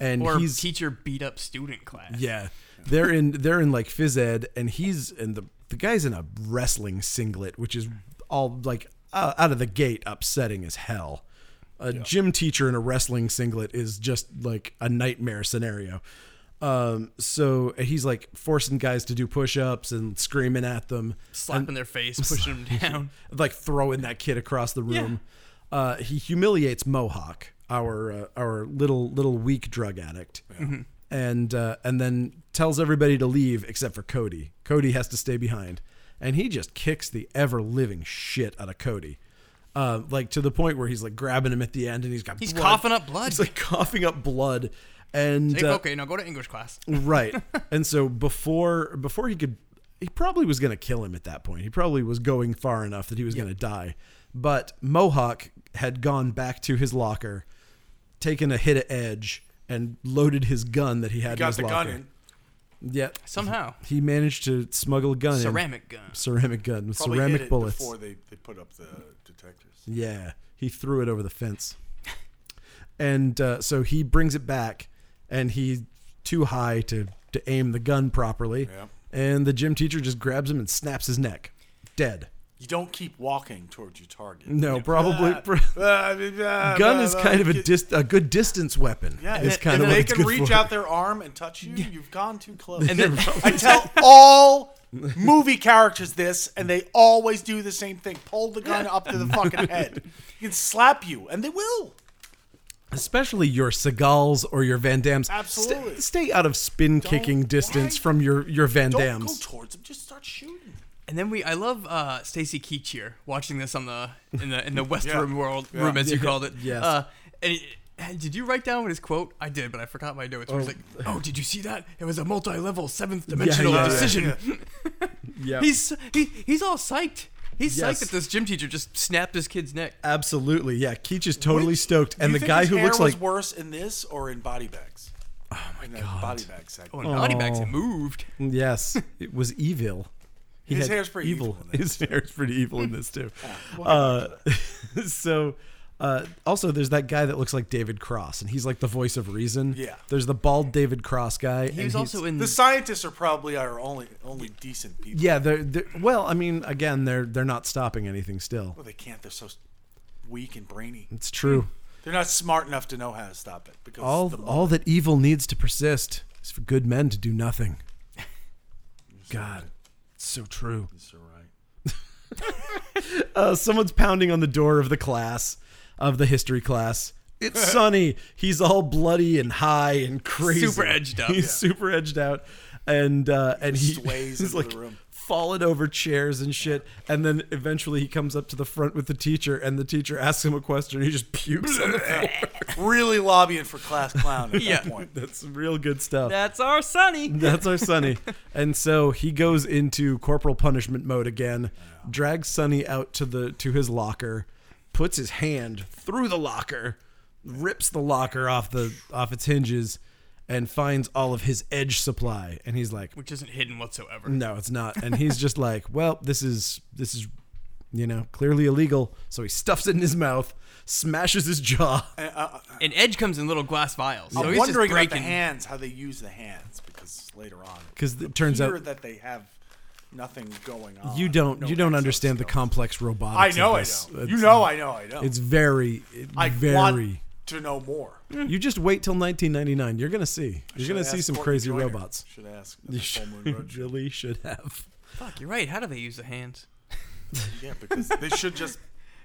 [SPEAKER 1] and
[SPEAKER 2] Or
[SPEAKER 1] he's
[SPEAKER 2] teacher beat up student
[SPEAKER 1] *laughs*
[SPEAKER 2] class.
[SPEAKER 1] yeah. They're in they're in like phys ed, and he's and the the guy's in a wrestling singlet, which is all like uh, out of the gate upsetting as hell. A gym teacher in a wrestling singlet is just like a nightmare scenario. Um, so he's like forcing guys to do push ups and screaming at them *laughs*
[SPEAKER 2] Slapping their face, pushing them down.
[SPEAKER 1] like throwing that kid across the room. uh, he humiliates Mohawk, our uh, our little little weak drug addict, and uh, and then tells everybody to leave except for Cody. Cody has to stay behind, and he just kicks the ever living shit out of Cody, uh, like to the point where he's like grabbing him at the end, and he's got
[SPEAKER 2] He's
[SPEAKER 1] blood.
[SPEAKER 2] coughing up blood.
[SPEAKER 1] He's like coughing up blood, and
[SPEAKER 2] Hey,
[SPEAKER 1] uh,
[SPEAKER 2] okay, now go to English class.
[SPEAKER 1] right and so before before he could he probably was going to kill him at that point he probably was going far enough that he was going to die but mohawk had gone back to his locker taken a hit at edge and loaded his gun that he had in
[SPEAKER 3] Got
[SPEAKER 1] his
[SPEAKER 3] the
[SPEAKER 1] locker
[SPEAKER 3] gun in.
[SPEAKER 1] yeah
[SPEAKER 2] Somehow,
[SPEAKER 1] he managed to smuggle a gun
[SPEAKER 2] ceramic gun.
[SPEAKER 1] in. ceramic gun with
[SPEAKER 3] Probably hit
[SPEAKER 1] ceramic
[SPEAKER 3] it
[SPEAKER 1] bullets
[SPEAKER 3] before they, they put up the detectors.
[SPEAKER 1] yeah, he threw it over the fence. And uh, so he brings it back, and he's too high to, to aim the gun properly.
[SPEAKER 3] Yeah.
[SPEAKER 1] And the gym teacher just grabs him and snaps his neck. Dead.
[SPEAKER 3] You don't keep walking towards your target.
[SPEAKER 1] No, probably.
[SPEAKER 3] *laughs*
[SPEAKER 1] *laughs* gun
[SPEAKER 3] Gun
[SPEAKER 1] is kind of a, dis- a good distance weapon.
[SPEAKER 3] Yeah,
[SPEAKER 1] is
[SPEAKER 3] and
[SPEAKER 1] kind
[SPEAKER 3] if
[SPEAKER 1] of what
[SPEAKER 3] they
[SPEAKER 1] it's
[SPEAKER 3] can
[SPEAKER 1] good
[SPEAKER 3] reach
[SPEAKER 1] for.
[SPEAKER 3] out their arm and touch you, you've gone too close.
[SPEAKER 2] And then
[SPEAKER 3] *laughs* I tell all movie characters this, and they always do the same thing: pull the gun up to the fucking head. You can slap you, and they will.
[SPEAKER 1] Especially your Seagulls or your Van Dams.
[SPEAKER 3] Absolutely.
[SPEAKER 1] stay out of spin kicking distance
[SPEAKER 3] why-
[SPEAKER 1] from your, your Van
[SPEAKER 3] Don't
[SPEAKER 1] Dams.
[SPEAKER 3] go towards them; just start shooting.
[SPEAKER 2] And then we, I love uh, Stacy Keach here watching this on the in the
[SPEAKER 1] *laughs*
[SPEAKER 2] in the West Room world room as you called it.
[SPEAKER 1] Yes.
[SPEAKER 2] Uh, and it- and did you write down what his quote? I did, but I forgot my notes. Where he's like, "Oh, did you see that? It was a multi-level seventh dimensional
[SPEAKER 1] yeah, yeah,
[SPEAKER 2] decision." *laughs*
[SPEAKER 1] Yeah.
[SPEAKER 2] He's he, he's all psyched. He's
[SPEAKER 1] Yes.
[SPEAKER 2] psyched that this gym teacher just snapped his kid's neck.
[SPEAKER 1] Absolutely. Yeah. Keach is totally
[SPEAKER 3] Which-
[SPEAKER 1] stoked. And
[SPEAKER 3] You
[SPEAKER 1] the
[SPEAKER 3] think
[SPEAKER 1] guy
[SPEAKER 3] his
[SPEAKER 1] who
[SPEAKER 3] hair
[SPEAKER 1] looks
[SPEAKER 3] was
[SPEAKER 1] like.
[SPEAKER 3] worse in this or in body bags. Oh my god, body bag segment.
[SPEAKER 2] Oh, and body bags it moved.
[SPEAKER 1] Yes, it was evil. He
[SPEAKER 3] His
[SPEAKER 1] had
[SPEAKER 3] hair's pretty evil in Ah, that,
[SPEAKER 1] His hair's pretty evil in this
[SPEAKER 3] *laughs*
[SPEAKER 1] too. Uh, *laughs* so, uh, also there's that guy that looks like David Cross, and he's like the voice of reason.
[SPEAKER 3] Yeah.
[SPEAKER 1] There's the bald David Cross guy.
[SPEAKER 2] He was also in
[SPEAKER 3] The scientists are probably our only only decent people.
[SPEAKER 1] Yeah. They're, they're, well, I mean, again, they're they're not stopping anything. Still,
[SPEAKER 3] Well, they can't. They're so weak and brainy.
[SPEAKER 1] it's true.
[SPEAKER 3] They're not smart enough to know how to stop it because
[SPEAKER 1] All
[SPEAKER 3] Hmm. the
[SPEAKER 1] all that evil needs to persist is for good men to do
[SPEAKER 3] *laughs*
[SPEAKER 1] nothing. God, it's so true.
[SPEAKER 3] monsters are right.
[SPEAKER 1] uh, someone's pounding on the door of the class of the history class.
[SPEAKER 3] *laughs*
[SPEAKER 1] It's Sonny. He's all bloody and high and crazy.
[SPEAKER 2] Super edged out.
[SPEAKER 1] He's super edged out, and uh, and he *laughs*
[SPEAKER 3] Sways
[SPEAKER 1] he's
[SPEAKER 3] into
[SPEAKER 1] like
[SPEAKER 3] the room.
[SPEAKER 1] falling over chairs and shit. And then eventually he comes up to the front with the teacher, and the teacher asks him a question. and He just pukes
[SPEAKER 3] *laughs*
[SPEAKER 1] on the floor. *laughs*
[SPEAKER 3] Really lobbying for class clown at
[SPEAKER 2] Yeah.
[SPEAKER 3] that point.
[SPEAKER 1] That's real good stuff.
[SPEAKER 2] That's our Sonny.
[SPEAKER 1] That's our Sonny. And so he goes into corporal punishment mode again, drags Sonny out to the to his locker, puts his hand through the locker, rips the locker off the off its hinges, and finds all of his edge supply. And he's like,
[SPEAKER 2] Which isn't hidden whatsoever.
[SPEAKER 1] No, it's not. And he's
[SPEAKER 3] *laughs*
[SPEAKER 1] just like, Well, this is this is you know, clearly illegal. So he stuffs it in his mouth, smashes his jaw.
[SPEAKER 2] And Edge comes in little glass vials. So
[SPEAKER 3] I'm
[SPEAKER 2] he's
[SPEAKER 3] wondering
[SPEAKER 2] just
[SPEAKER 3] about the
[SPEAKER 2] breaking.
[SPEAKER 3] hands, how they use the hands, because later on,
[SPEAKER 1] Because it turns
[SPEAKER 3] here
[SPEAKER 1] out
[SPEAKER 3] that they have nothing going on.
[SPEAKER 1] you don't
[SPEAKER 3] no
[SPEAKER 1] you don't
[SPEAKER 3] exoskeleton.
[SPEAKER 1] understand the complex
[SPEAKER 3] I
[SPEAKER 1] robotics. of
[SPEAKER 3] know, I
[SPEAKER 1] this.
[SPEAKER 3] know. You
[SPEAKER 1] It's-
[SPEAKER 3] know, I know, I know.
[SPEAKER 1] It's very, it-
[SPEAKER 3] I
[SPEAKER 1] very.
[SPEAKER 3] want to know more.
[SPEAKER 2] *laughs*
[SPEAKER 1] You just wait till 1999. You're gonna see. You're gonna see some crazy robots.
[SPEAKER 3] *laughs* Should ask. at the Full Moon
[SPEAKER 1] *laughs* You
[SPEAKER 3] Road show.
[SPEAKER 1] really should have.
[SPEAKER 2] Fuck, you're right. How do they use the hands?
[SPEAKER 3] Yeah, because they should just.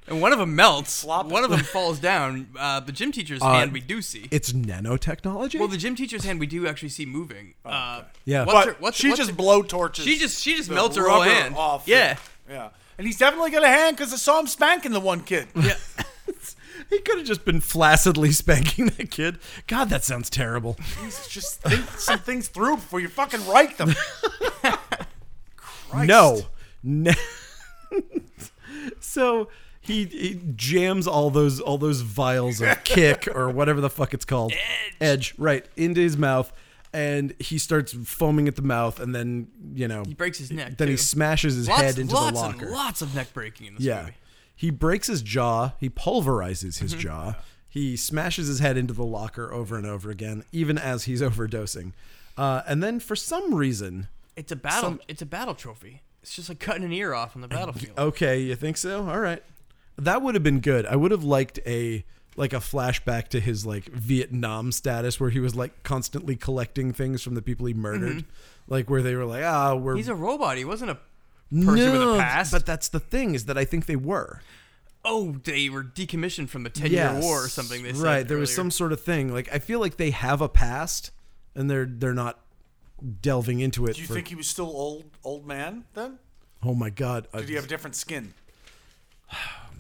[SPEAKER 2] And one of them melts.
[SPEAKER 3] Flop it.
[SPEAKER 2] One of them falls down. Uh, the gym teacher's hand we do see.
[SPEAKER 1] It's nanotechnology.
[SPEAKER 2] well, the gym teacher's hand we do actually see moving. Uh,
[SPEAKER 1] Yeah.
[SPEAKER 2] What's
[SPEAKER 3] Oh, But
[SPEAKER 2] her, what's,
[SPEAKER 3] she
[SPEAKER 2] what's
[SPEAKER 3] just
[SPEAKER 2] her-
[SPEAKER 3] blow torches.
[SPEAKER 2] She just- she just
[SPEAKER 3] the
[SPEAKER 2] melts her whole
[SPEAKER 3] rubber
[SPEAKER 2] hand.
[SPEAKER 3] Off
[SPEAKER 2] Yeah.
[SPEAKER 3] yeah. And he's definitely got a hand because I saw him spanking the one kid.
[SPEAKER 2] *laughs*
[SPEAKER 1] *laughs*
[SPEAKER 2] Yeah.
[SPEAKER 1] he could have just been flaccidly *laughs* spanking that kid. God, that sounds terrible.
[SPEAKER 3] Jesus, just think *laughs* some things through before you fucking write them. Christ.
[SPEAKER 1] No. No. *laughs* so he, he jams all those all those vials
[SPEAKER 2] *laughs*
[SPEAKER 1] of kick or whatever the fuck it's called edge, right into his mouth, and he starts foaming at the mouth, and then you know he
[SPEAKER 2] breaks his neck,
[SPEAKER 1] Then he
[SPEAKER 2] too.
[SPEAKER 1] smashes his
[SPEAKER 2] lots,
[SPEAKER 1] head into
[SPEAKER 2] lots
[SPEAKER 1] the locker.
[SPEAKER 2] and lots of neck breaking in this
[SPEAKER 1] yeah,
[SPEAKER 2] movie.
[SPEAKER 1] he breaks his jaw. He pulverizes
[SPEAKER 2] Mm-hmm.
[SPEAKER 1] his jaw. He smashes his head into the locker over and over again, even as he's overdosing. Uh, and then for some reason,
[SPEAKER 2] It's a battle. it's a battle trophy. It's just like cutting an ear off on the battlefield.
[SPEAKER 1] Okay, you think so? All right. That would have been good. I would have liked a like a flashback to his like Vietnam status where he was like constantly collecting things from the people he murdered. Like where they were like, "Ah, we're
[SPEAKER 2] He's a robot. He wasn't a person with a past.
[SPEAKER 1] But that's the thing is that I think they were.
[SPEAKER 2] oh, they were decommissioned from the ten year war or something. They said
[SPEAKER 1] right. There was
[SPEAKER 2] earlier.
[SPEAKER 1] some sort of thing. Like I feel like they have a past, and they're they're not delving into it.
[SPEAKER 3] Do you
[SPEAKER 1] for,
[SPEAKER 3] think he was still old old man then?
[SPEAKER 1] oh my god!
[SPEAKER 3] Did he have a
[SPEAKER 2] *sighs*
[SPEAKER 3] different skin?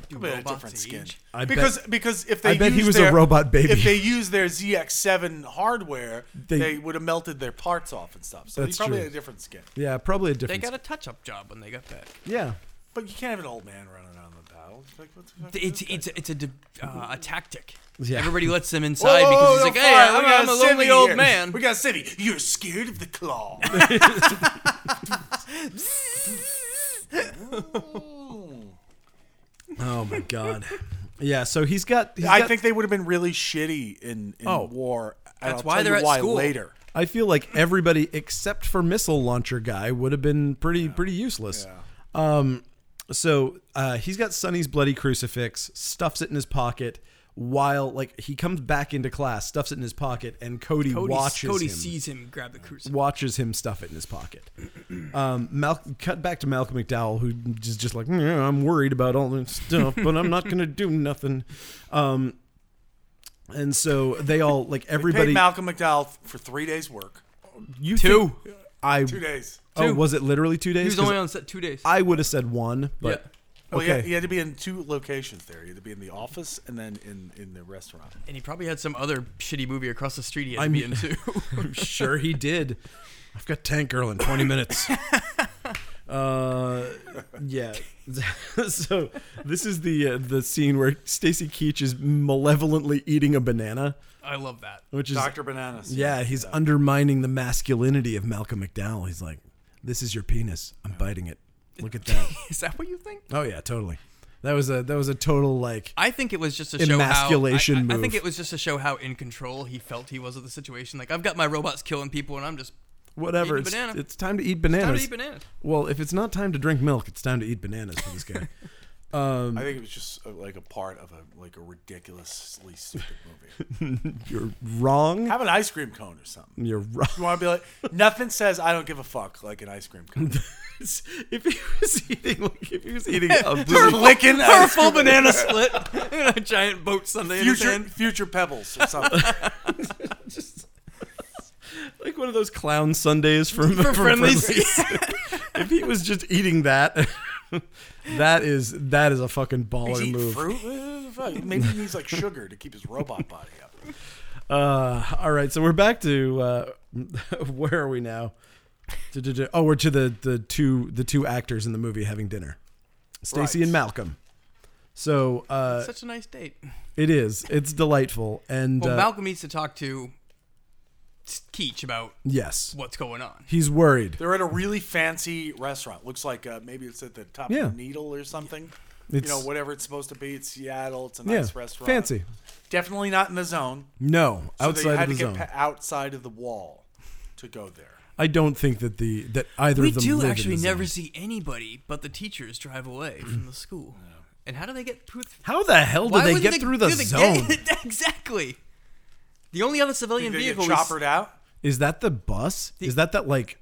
[SPEAKER 3] Probably had a
[SPEAKER 2] robots
[SPEAKER 3] different
[SPEAKER 2] to
[SPEAKER 3] skin.
[SPEAKER 2] age?
[SPEAKER 1] I
[SPEAKER 3] because because if they
[SPEAKER 1] I bet he
[SPEAKER 3] used
[SPEAKER 1] was a
[SPEAKER 3] their,
[SPEAKER 1] robot baby.
[SPEAKER 3] If they used their ZX7 hardware,
[SPEAKER 1] They-
[SPEAKER 3] they, would have melted their parts off and stuff. So he
[SPEAKER 1] That's
[SPEAKER 3] probably
[SPEAKER 1] true.
[SPEAKER 3] had a different skin.
[SPEAKER 1] yeah, probably a
[SPEAKER 2] They
[SPEAKER 1] difference.
[SPEAKER 2] got a touch up job when they got back.
[SPEAKER 1] yeah,
[SPEAKER 3] But you can't have an old man running around the battle. It's Like, what the fuck is
[SPEAKER 2] It's
[SPEAKER 3] this
[SPEAKER 2] it's it's a de- uh, a tactic.
[SPEAKER 1] Yeah.
[SPEAKER 2] Everybody lets them inside because he's like,
[SPEAKER 3] no,
[SPEAKER 2] hey,
[SPEAKER 3] fine,
[SPEAKER 2] I'm,
[SPEAKER 3] we got
[SPEAKER 2] I'm a
[SPEAKER 3] civvy
[SPEAKER 2] lonely old
[SPEAKER 3] here.
[SPEAKER 2] man.
[SPEAKER 3] We got Civvy. You're scared of
[SPEAKER 1] *laughs*
[SPEAKER 3] the claw. *laughs*
[SPEAKER 1] Oh my god. *laughs* Yeah, so he's got. he's
[SPEAKER 3] I
[SPEAKER 1] got-
[SPEAKER 3] think they would have been really shitty in, in
[SPEAKER 1] Oh.
[SPEAKER 3] war. and
[SPEAKER 2] That's
[SPEAKER 3] I'll
[SPEAKER 2] why
[SPEAKER 3] tell you
[SPEAKER 2] they're at
[SPEAKER 3] why
[SPEAKER 2] school.
[SPEAKER 3] later.
[SPEAKER 1] I feel like everybody except for missile launcher guy would have been pretty pretty useless. Um, so uh, he's got Sonny's bloody crucifix, stuffs it in his pocket. While like he comes back into class, stuffs it in his pocket, and Cody,
[SPEAKER 2] Cody,
[SPEAKER 1] watches
[SPEAKER 2] Cody
[SPEAKER 1] him.
[SPEAKER 2] sees him grab the crucifix.
[SPEAKER 1] watches him stuff it in his pocket. *clears throat* Um, Mal- cut back to Malcolm McDowell, who is just like, "Yeah, I'm worried about all this stuff, but I'm not going to do nothing. *laughs* Um, and so they all like
[SPEAKER 3] Paid
[SPEAKER 1] everybody.
[SPEAKER 3] Malcolm McDowell f- for three days' work.
[SPEAKER 1] you
[SPEAKER 2] Two.
[SPEAKER 1] think- I
[SPEAKER 3] Two days.
[SPEAKER 1] oh
[SPEAKER 2] Two.
[SPEAKER 1] was it literally two days?
[SPEAKER 2] He was
[SPEAKER 1] 'Cause
[SPEAKER 2] only on set two days.
[SPEAKER 1] I would have said one, but
[SPEAKER 2] Yeah.
[SPEAKER 3] Well, he,
[SPEAKER 1] okay.
[SPEAKER 3] had, he had to be in two locations there. He had to be in the office and then in, in the restaurant.
[SPEAKER 2] and he probably had some other shitty movie across the street he had
[SPEAKER 1] I'm-
[SPEAKER 2] to be in too.
[SPEAKER 1] I'm *laughs* sure he did. I've got Tank Girl in 20
[SPEAKER 2] *laughs*
[SPEAKER 1] minutes. uh, yeah. *laughs* so this is the uh, the scene where Stacy Keach is malevolently eating a banana,
[SPEAKER 2] *laughs* I love that.
[SPEAKER 1] which is
[SPEAKER 3] Dr. Bananas.
[SPEAKER 1] yeah, he's undermining the masculinity of Malcolm McDowell. He's like, "This is your penis. I'm biting it. Look at that."
[SPEAKER 2] *laughs* Is that what you think?
[SPEAKER 1] oh yeah, totally. That was a that was a total like
[SPEAKER 2] I think it was just to show
[SPEAKER 1] Emasculation
[SPEAKER 2] how I- I, I,
[SPEAKER 1] move.
[SPEAKER 2] think it was just to show how in control he felt he was of the situation. Like I've got my robots killing people, and I'm just
[SPEAKER 1] whatever.
[SPEAKER 2] Eating a
[SPEAKER 1] It's,
[SPEAKER 2] banana.
[SPEAKER 1] it's time to eat bananas.
[SPEAKER 2] how do you banana?
[SPEAKER 1] Well, if it's not time to drink milk, it's time to eat bananas for this guy. Um,
[SPEAKER 3] I think it was just uh, like a part of a like a ridiculously stupid movie.
[SPEAKER 1] You're wrong.
[SPEAKER 3] Have an ice cream cone or something.
[SPEAKER 1] You're wrong. *laughs*
[SPEAKER 3] You want to be like nothing says I don't give a fuck like an ice cream
[SPEAKER 1] *laughs*
[SPEAKER 3] cone.
[SPEAKER 1] if he was eating, like, if he was eating a
[SPEAKER 2] *laughs*
[SPEAKER 3] You're licking
[SPEAKER 2] Or a
[SPEAKER 3] ice
[SPEAKER 2] full banana split *laughs* and a giant boat Sunday in his
[SPEAKER 3] future
[SPEAKER 2] hand.
[SPEAKER 3] future pebbles
[SPEAKER 1] *laughs*
[SPEAKER 3] or something.
[SPEAKER 1] like one of those clown Sundays *laughs* from,
[SPEAKER 2] For
[SPEAKER 1] from
[SPEAKER 2] friendlies.
[SPEAKER 1] if he was just eating that, *laughs* that is that is a fucking
[SPEAKER 3] Does
[SPEAKER 1] baller
[SPEAKER 3] he eat
[SPEAKER 1] move.
[SPEAKER 3] fruit? Uh, fuck. Maybe he needs like sugar to keep his robot body up.
[SPEAKER 1] Uh, all right, so we're back to uh, *laughs* where are we now? Du-du-du- Oh, we're to the the two the two actors in the movie having dinner, Stacy
[SPEAKER 3] Right.
[SPEAKER 1] and Malcolm. So uh,
[SPEAKER 2] Such a nice date.
[SPEAKER 1] it is. It's delightful, and
[SPEAKER 2] Well,
[SPEAKER 1] uh,
[SPEAKER 2] Malcolm needs to talk to Keach about
[SPEAKER 1] yes,
[SPEAKER 2] what's going on.
[SPEAKER 1] he's worried.
[SPEAKER 3] They're at a really fancy restaurant. Looks like uh, maybe it's at the top
[SPEAKER 1] Yeah.
[SPEAKER 3] of the needle or something.
[SPEAKER 1] It's-
[SPEAKER 3] you know, whatever it's supposed to be. It's Seattle. It's a
[SPEAKER 1] Yeah,
[SPEAKER 3] nice restaurant.
[SPEAKER 1] fancy.
[SPEAKER 3] Definitely not in the zone.
[SPEAKER 1] No,
[SPEAKER 3] So they
[SPEAKER 1] outside
[SPEAKER 3] had
[SPEAKER 1] of the
[SPEAKER 3] to
[SPEAKER 1] zone.
[SPEAKER 3] get pa- outside of the wall to
[SPEAKER 2] *laughs*
[SPEAKER 3] go there.
[SPEAKER 1] I don't think that the that either
[SPEAKER 2] We
[SPEAKER 1] of them.
[SPEAKER 2] do
[SPEAKER 1] live in
[SPEAKER 2] actually
[SPEAKER 1] the
[SPEAKER 2] never
[SPEAKER 1] zone.
[SPEAKER 2] see anybody but the teachers drive away
[SPEAKER 1] *clears throat*
[SPEAKER 2] from the school. And how do they get through? th-
[SPEAKER 1] How the hell did
[SPEAKER 2] why
[SPEAKER 1] they
[SPEAKER 2] would
[SPEAKER 1] get through the
[SPEAKER 2] do they *laughs*
[SPEAKER 1] zone?
[SPEAKER 2] get- exactly. The only other civilian
[SPEAKER 3] Did they get
[SPEAKER 2] vehicle
[SPEAKER 3] choppered out?
[SPEAKER 1] Is that the bus? Is that that like?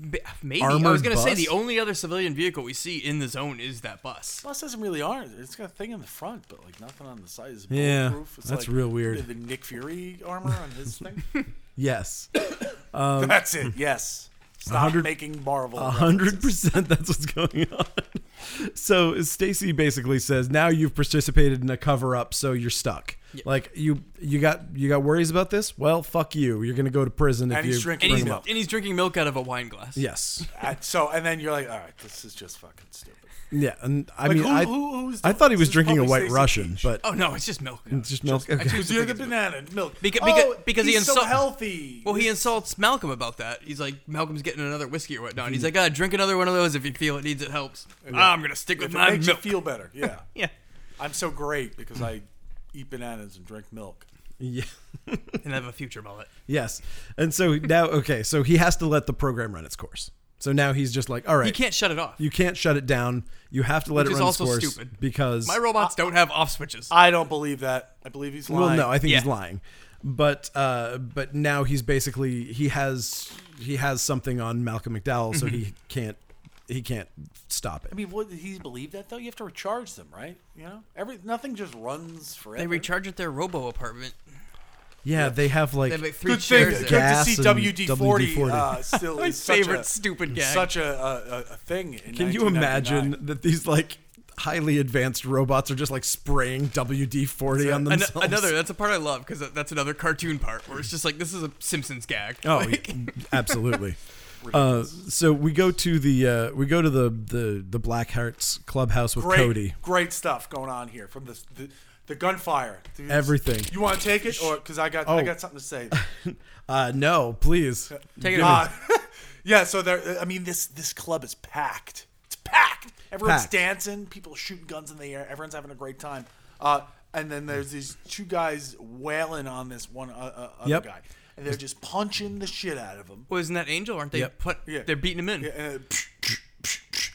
[SPEAKER 2] we, s- maybe I was
[SPEAKER 1] armored
[SPEAKER 2] gonna say the
[SPEAKER 1] bus?
[SPEAKER 2] only other civilian vehicle we see in the zone is that bus.
[SPEAKER 3] Plus, doesn't really armed. It's got a thing in the front, but like nothing on the side. It's
[SPEAKER 1] Yeah,
[SPEAKER 3] bulletproof. It's
[SPEAKER 1] that's
[SPEAKER 3] like
[SPEAKER 1] real weird.
[SPEAKER 3] The Nick Fury armor on
[SPEAKER 1] *laughs*
[SPEAKER 3] his thing.
[SPEAKER 2] *laughs*
[SPEAKER 1] Yes,
[SPEAKER 3] *laughs* that's it. Yes. Stop making Marvel.
[SPEAKER 1] Um, a hundred percent. That's what's going on. *laughs* So Stacy basically says, "Now you've participated in a cover up, so you're stuck. Like you, you got you got worries about this. Well, fuck you. You're gonna go to prison if
[SPEAKER 3] And he's
[SPEAKER 1] you
[SPEAKER 3] drinking
[SPEAKER 2] And he's,
[SPEAKER 1] bring it
[SPEAKER 3] milk.
[SPEAKER 1] up.
[SPEAKER 2] and he's drinking milk out of a wine glass.
[SPEAKER 1] Yes,
[SPEAKER 3] Uh, so, and then you're like, all right, this is just fucking stupid.
[SPEAKER 1] yeah. And I
[SPEAKER 3] Like,
[SPEAKER 1] mean,
[SPEAKER 3] who-
[SPEAKER 1] I,
[SPEAKER 3] who- who's
[SPEAKER 1] I
[SPEAKER 3] doing
[SPEAKER 1] thought he
[SPEAKER 3] this?
[SPEAKER 1] was
[SPEAKER 3] It's
[SPEAKER 1] drinking a
[SPEAKER 3] probably
[SPEAKER 1] White
[SPEAKER 3] Stacey
[SPEAKER 1] Russian,
[SPEAKER 3] Keach.
[SPEAKER 1] but
[SPEAKER 2] Oh no, it's
[SPEAKER 1] *laughs*
[SPEAKER 2] just milk.
[SPEAKER 1] it's just milk.
[SPEAKER 2] I
[SPEAKER 1] okay.
[SPEAKER 2] choose-
[SPEAKER 3] Because you're the banana milk.
[SPEAKER 2] Beca-
[SPEAKER 3] oh,
[SPEAKER 2] beca- because he
[SPEAKER 3] he's so
[SPEAKER 2] insult-
[SPEAKER 3] healthy.
[SPEAKER 2] Well, he insults Malcolm about that. He's like, Malcolm's getting another whiskey or whatnot. And
[SPEAKER 3] Hmm.
[SPEAKER 2] he's like, ah, drink another one of those if you feel it needs it helps. Ah, I'm gonna stick with
[SPEAKER 3] If it
[SPEAKER 2] my
[SPEAKER 3] makes
[SPEAKER 2] milk.
[SPEAKER 3] you feel better.
[SPEAKER 2] *laughs*
[SPEAKER 3] Yeah.
[SPEAKER 2] yeah.
[SPEAKER 3] I'm so great because I eat bananas and drink
[SPEAKER 1] *clears throat*
[SPEAKER 3] milk.
[SPEAKER 1] yeah.
[SPEAKER 2] And have a future mullet.
[SPEAKER 1] Yes. And so now, okay, so he has to let the program run its course. So now he's just like, all right,
[SPEAKER 2] You can't shut it off.
[SPEAKER 1] you can't shut it down. You have to let
[SPEAKER 2] Which
[SPEAKER 1] it
[SPEAKER 2] is
[SPEAKER 1] run its
[SPEAKER 2] also
[SPEAKER 1] course
[SPEAKER 2] stupid.
[SPEAKER 1] because
[SPEAKER 2] my robots don't have off switches.
[SPEAKER 3] I don't believe that. I believe he's lying.
[SPEAKER 1] well, no, I think he's
[SPEAKER 2] Yeah.
[SPEAKER 1] lying. But uh, but
[SPEAKER 2] Mm-hmm.
[SPEAKER 1] now he's basically he has he has something on Malcolm McDowell, so he can't he can't stop it.
[SPEAKER 3] I mean, would he believe that though? You have to recharge them, right? You know, every nothing just runs forever.
[SPEAKER 2] They recharge at their robo apartment.
[SPEAKER 1] Yeah, they have like
[SPEAKER 2] They have like three
[SPEAKER 3] Good thing,
[SPEAKER 2] chairs.
[SPEAKER 3] good
[SPEAKER 2] there.
[SPEAKER 3] to
[SPEAKER 1] Gas
[SPEAKER 3] see
[SPEAKER 1] and
[SPEAKER 3] WD forty
[SPEAKER 1] WD-40. *laughs*
[SPEAKER 3] uh, still
[SPEAKER 2] My
[SPEAKER 3] is such
[SPEAKER 2] favorite
[SPEAKER 3] a,
[SPEAKER 2] stupid gag.
[SPEAKER 3] Such a, a, a- a thing. in
[SPEAKER 1] Can you
[SPEAKER 3] 1999.
[SPEAKER 1] imagine that these like highly advanced robots are just like spraying WD forty on
[SPEAKER 2] An-
[SPEAKER 1] themselves?
[SPEAKER 2] another. uh, That's a part I love because that's another cartoon part where it's just like this is a Simpsons gag.
[SPEAKER 1] Oh,
[SPEAKER 2] Like,
[SPEAKER 1] y- *laughs* absolutely. Uh, so we go to the uh, we go to the the the Black Hearts clubhouse with
[SPEAKER 3] Great,
[SPEAKER 1] Cody.
[SPEAKER 3] great stuff going on here from the the, the gunfire. Dude,
[SPEAKER 1] Everything.
[SPEAKER 3] You want to take it, or because I got I
[SPEAKER 1] Oh.
[SPEAKER 3] got something to say.
[SPEAKER 1] *laughs* Uh, no, please.
[SPEAKER 2] take it.
[SPEAKER 3] Uh, *laughs* yeah, so there. I mean, this this club is packed. It's packed. Everyone's
[SPEAKER 1] Packed.
[SPEAKER 3] dancing. People shooting guns in the air. Everyone's having a great time. Uh, and then there's these two guys wailing on this one uh, uh, other
[SPEAKER 1] Yep.
[SPEAKER 3] guy, and they're just punching the shit out of him.
[SPEAKER 2] Well, isn't that Angel? Aren't they
[SPEAKER 1] Yep.
[SPEAKER 2] put?
[SPEAKER 3] Yeah.
[SPEAKER 2] They're beating him in.
[SPEAKER 3] Yeah, and, uh, it-